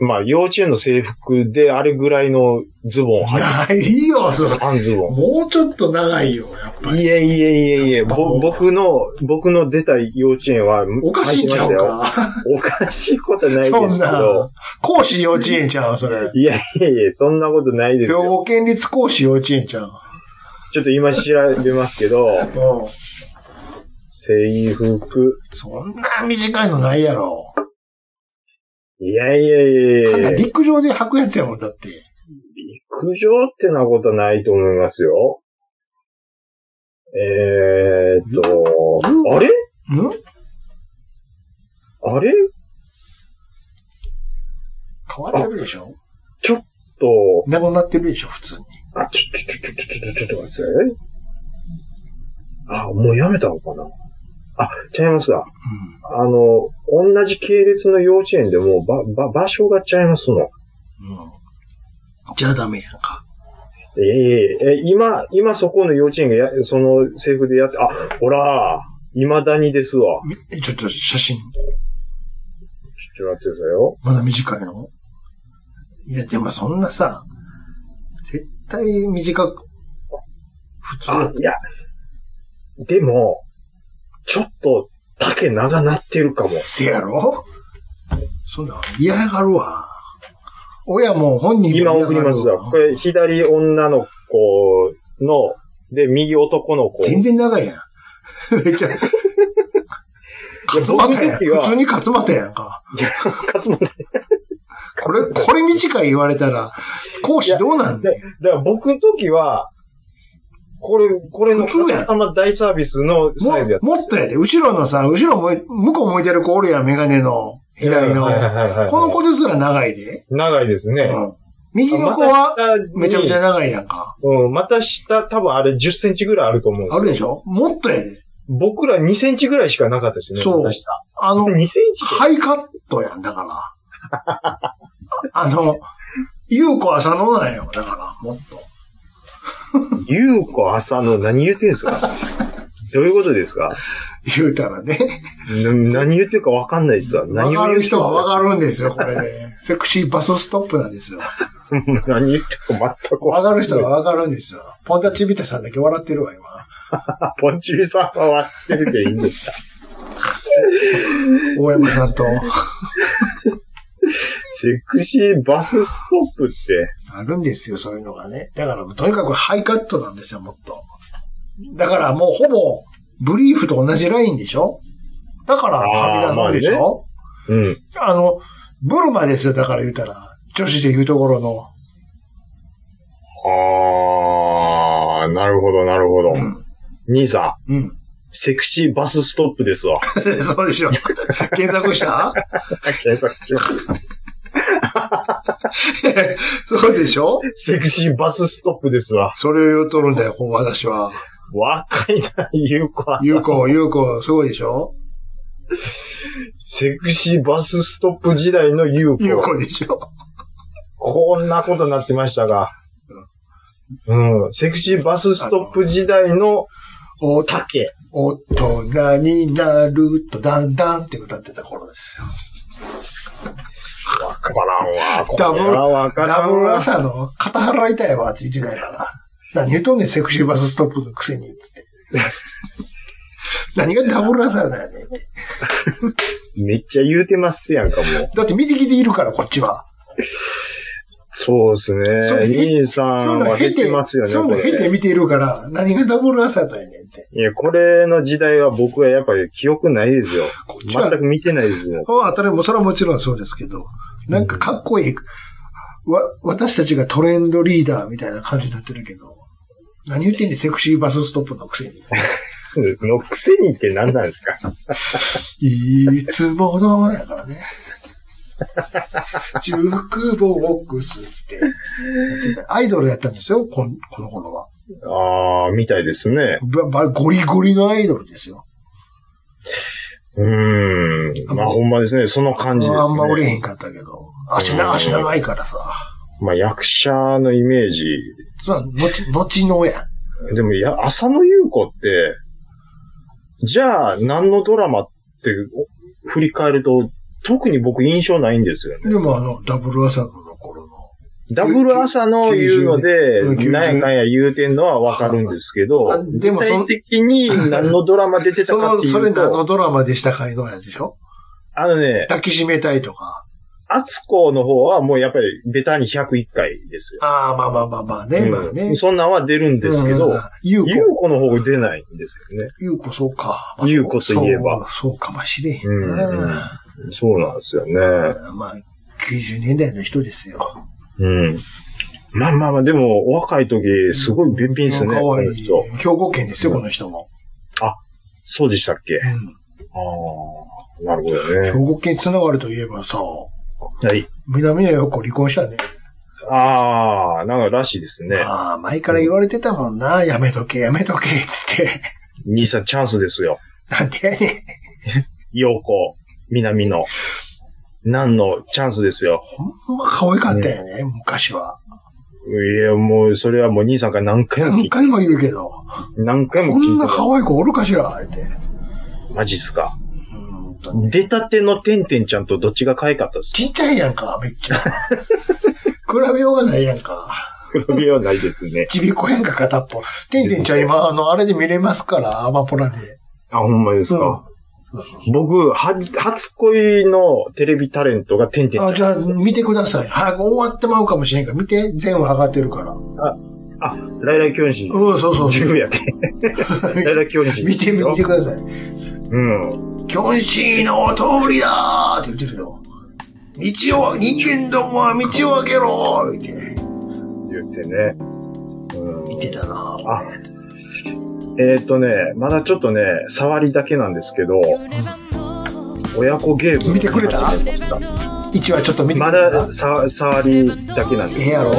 まあ幼稚園の制服であれぐらいのズボン履いて、ないよ、それ。半ズボン。もうちょっと長いよ、やっぱり。いえいえいえいえ、もうぼ僕の、僕の出た幼稚園は、おかしいんちゃうよ。か。おかしいことないですけそんどな。。講師幼稚園ちゃう、それ。いやいやいや、そんなことないです兵よ。庫県立講師幼稚園ちゃう。ちょっと今調べますけど、うん。制服。そんな短いのないやろ。いやいやいただやいや、陸上で履くやつやもん、だって。陸上ってなことないと思いますよ。えーっと、あれんあれ変わってるでしょちょっと、なくなってるでしょ、普通に。あ、ちょ、ちょ、ちょ、ちょ、ちょ、ちょ、ちょ、ちょ、待ってください。あ、もうやめたのかなあ、ちゃいますわ。あの、同じ系列の幼稚園でも、ば、ば、場所がちゃいますの。うん。うん。じゃあダメやんか。えええ、今、今そこの幼稚園がや、その制服でやって、あ、ほら、未だにですわ。みちょっと写真、ちょっと待ってくださいよ。まだ短いのいや、でもそんなさ、絶対短く、普通あ、いや、でも、ちょっと、丈長なってるかも。せやろそんなん嫌がるわ。親も本人今も送りますわ。これ、左女の子の、で、右男の子。全然長いやん。 めっちゃ。勝俣やん。僕の時は普通に勝俣やんか。いや、勝間これ、これ短い言われたら、講師どうなんだよ。だから僕の時は、これ、これの普通やん頭大サービスのもサイズやった。もっとやで。後ろのさ、後ろ向い、向こう向いてる子おるやん、メガネの、左の。はいはいはいはいはいこの子ですら長いで。長いですね。うん。右の子は、めちゃめちゃゃ。長いやんか。うん、股下、多分あれ10センチぐらいあると思うんですあるでしょもっとやで。僕ら2センチぐらいしかなかったですね。そう股下あ の、 2センチハイカットやん、だから。 あの、ゆうこ浅野なんよ、だから、もっと。ゆうこ浅野何言ってんです かどういうことですか言うたらね。な何言ってるかわかんないですわ。わ何をか言うる人はわかるんですよ、これ で。セクシーバスストップなんですよ。何言ってるか全くわわかんないかる人はわかるんですよ。ポンタチビタさんだけ笑ってるわ、今。あポンチビさんは割ってるでいいん ですか大山さんと。セクシーバスストップって。あるんですよ、そういうのがね。だから、とにかくハイカットなんですよ、もっと。だから、もうほぼ、ブリーフと同じラインでしょだから、はみ出すんでしょ、うん。あの、ブルマですよ、だから言うたら。女子で言うところの。あー、なるほど、なるほど。うん。兄さん、うん。 セクシーバスストップですわ。そうでしょ。検索した 検索します。そうでしょセクシーバスストップですわ。それを言うとるんだよ、こう私は。若いな、ゆうこは。ゆうこ、ゆうこ、すごいでしょセクシーバスストップ時代のゆうこ。ゆうこでしょこんなことになってましたが。うん。セクシーバスストップ時代のお竹。大人になるとだんだんって歌ってた頃ですよ。わからんわ。こダブルれはわからダんブルわ。朝の肩払いたいわって言ってたから。何言うとんねん、セクシーバスストップのくせに、つって。何がダブル朝だよねんって。めっちゃ言うてますやんか、もう。だって見てきているから、こっちは。そうですそうね。兄さんは減ってますよね、そういうこの経てれ。見ているから、何がダブルアンサーだよねんって。いや、これの時代は僕はやっぱり記憶ないですよ。こっちは全く見てないですよ。ああ、当たりも、それはもちろんそうですけど、なんかかっこいい。わ、私たちがトレンドリーダーみたいな感じになってるけど、何言ってんねんセクシーバスストップのくせに。のくせにって何なんです かいつものやからね。ジュークボックスっつってやってた。アイドルやったんですよ、こんこの頃は。ああ、みたいですね。ばばゴリゴリのアイドルですよ。うーん。まあ、ほんまですね。その感じですね。あんま売れへんかったけど。足な、足長いからさ。まあ、役者のイメージ。そう、後、後のやん。でも、いや、浅野ゆう子って、じゃあ、何のドラマって、振り返ると、特に僕印象ないんですよね。でもあの、ダブル朝の頃の。ダブル朝の言うの90で、ねなんやかんや言うてんのはわかるんですけあど、でもその具体的に何のドラマ出てたそかっの、ていそれうであのと、ドラマでしたかいのやつでしょあのね、抱きしめたいとか。厚子の方はもうやっぱりベタに101回ですよ。ああ、まあまあまあまあね、まあうねん。そんなんは出るんですけど、うん、ゆうゆうこ、この方が出ないんですよね。ゆうこそうか。ゆうこといえばそう。そうかもしれへんうんな。そうなんですよね。まあ、90年代の人ですよ。うん。まあまあまあ、でも、お若い時、すごい便秘ですね、かこわいのい。人。兵庫県ですよ、この人も。そうでしたっけあうんあ、なるほど兵ね。庫県つながるといえばさ、はい。南野陽子離婚したね。ああ、なんからしいですね。ああ、前から言われてたもんな。やめとけ、やめとけ、つって。 兄さん、チャンスですよ。なんでやねん。陽子、南野。何のチャンスですよ。ほんま可愛かったよね、昔は。いや、もう、それはもう兄さんから何回も聞何いた。回も言うけど、何回もこ聞んいなた。可愛い子おるかしら、って。マジっすか。うんとね出たてのてんてんちゃんとどっちが可愛かったっすちっちゃいやんか、めっ ちゃ。比べようがないやんか。比べようないですね。ちびっこやんか、片っぽ。てんてんちゃん今、あの、あれで見れますから、アマポラで。あ、ほんまですか。僕、は、初恋のテレビタレントがてんてんちゃあ、んじ。ゃあ、見てください。早く終わってまうかもしれんから、見て、全話上がってるから。うん、あ、ライライ教師。そうそう自分やって。ライライ教師。 見て、見てください。うん。キョンシーのお通りだーって言ってるよ。道を、人間どもは道を開けろーって言ってね。うん言ってたなあ、えっ、とね、まだちょっとね、触りだけなんですけど、親子ゲーム見てくれた始めました一話ちょっと見てくまれたださ触りだけなんでえすえやろ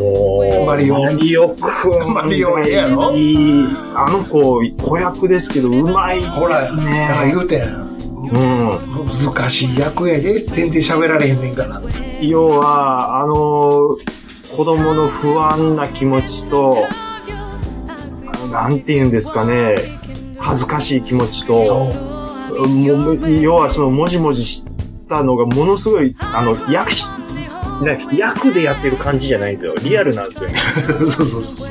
おーマリオマリオくん。マリオええやろいいあの子、子役ですけど、うまいでほら、だすね。から言うてん。うん。難しい役やで、全然喋られへんねんから。要はあの子供の不安な気持ちとなんて言うんですかね恥ずかしい気持ちとそう。もう要はそのもじもじしたのがものすごいあの役しね役でやってる感じじゃないんですよリアルなんですよ、ね、 そうそうそうそ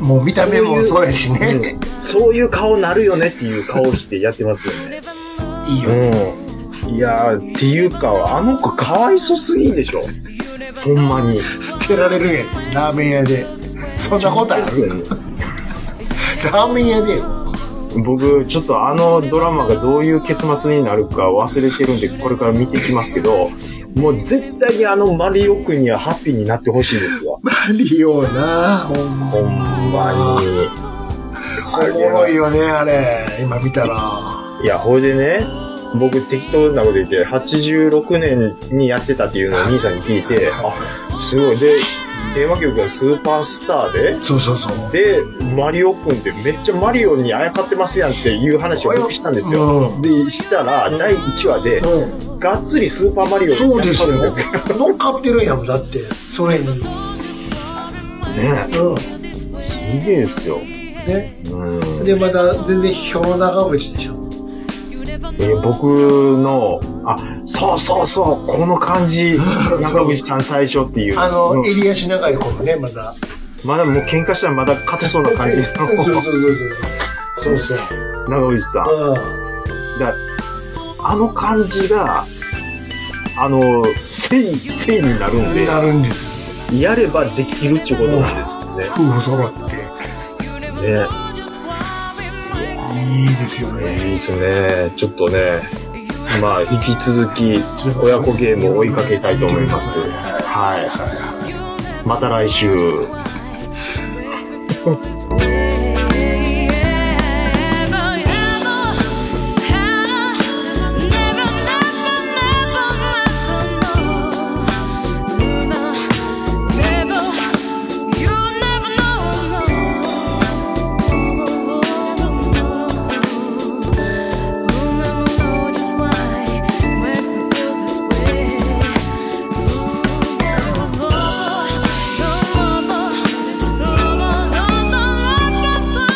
う。もう見た目もそうやしね。うんそういう顔なるよねっていう顔してやってますよねいいよね。うんいやーっていうかあの子かわいそすぎでしょほんまに捨てられるんやで、ラーメン屋で。そんなことあるラーメン屋でよ。僕ちょっとあのドラマがどういう結末になるか忘れてるんでこれから見ていきますけどもう絶対にあのマリオくんにはハッピーになってほしいですわマリオなほんまほんまにあおもろいよね、あれ。今見たら。いやほいでね僕適当なこと言って86年にやってたっていうのを兄さんに聞いてあすごいでテーマ曲がスーパースターでそうそうそう。で、マリオくんってめっちゃマリオにあやかってますやんっていう話を僕したんですよ。うんで、したら、第1話で、うがっつりスーパーマリオん、そうですよやったん。乗っかってるんやもん、だって。それに。ねうすげえですよ。ん。ね。うん。で、まだ全然表の長渕でしょ。えー僕の、あ、そうそうそう、この感 じ、中口さん最初っていう。あうの、ん襟足長い子もね、まだ。まだもう喧嘩したらまだ勝てそうな そう感じのそうそうそう。そうそう。中口さん。うだあの感じが、あの、せい、せいになるんん。で、なるんです。やればできるってことなんですよね。夫婦揃って。ねいいですよいいね。ですね。ちょっとね、まあ、引き続き、親子ゲームを追いかけたいと思います。はい。はいはい。また来週。 Oh, no more, no more, no more, no more.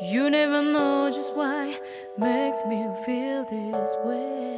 You never know just why makes me feel this way.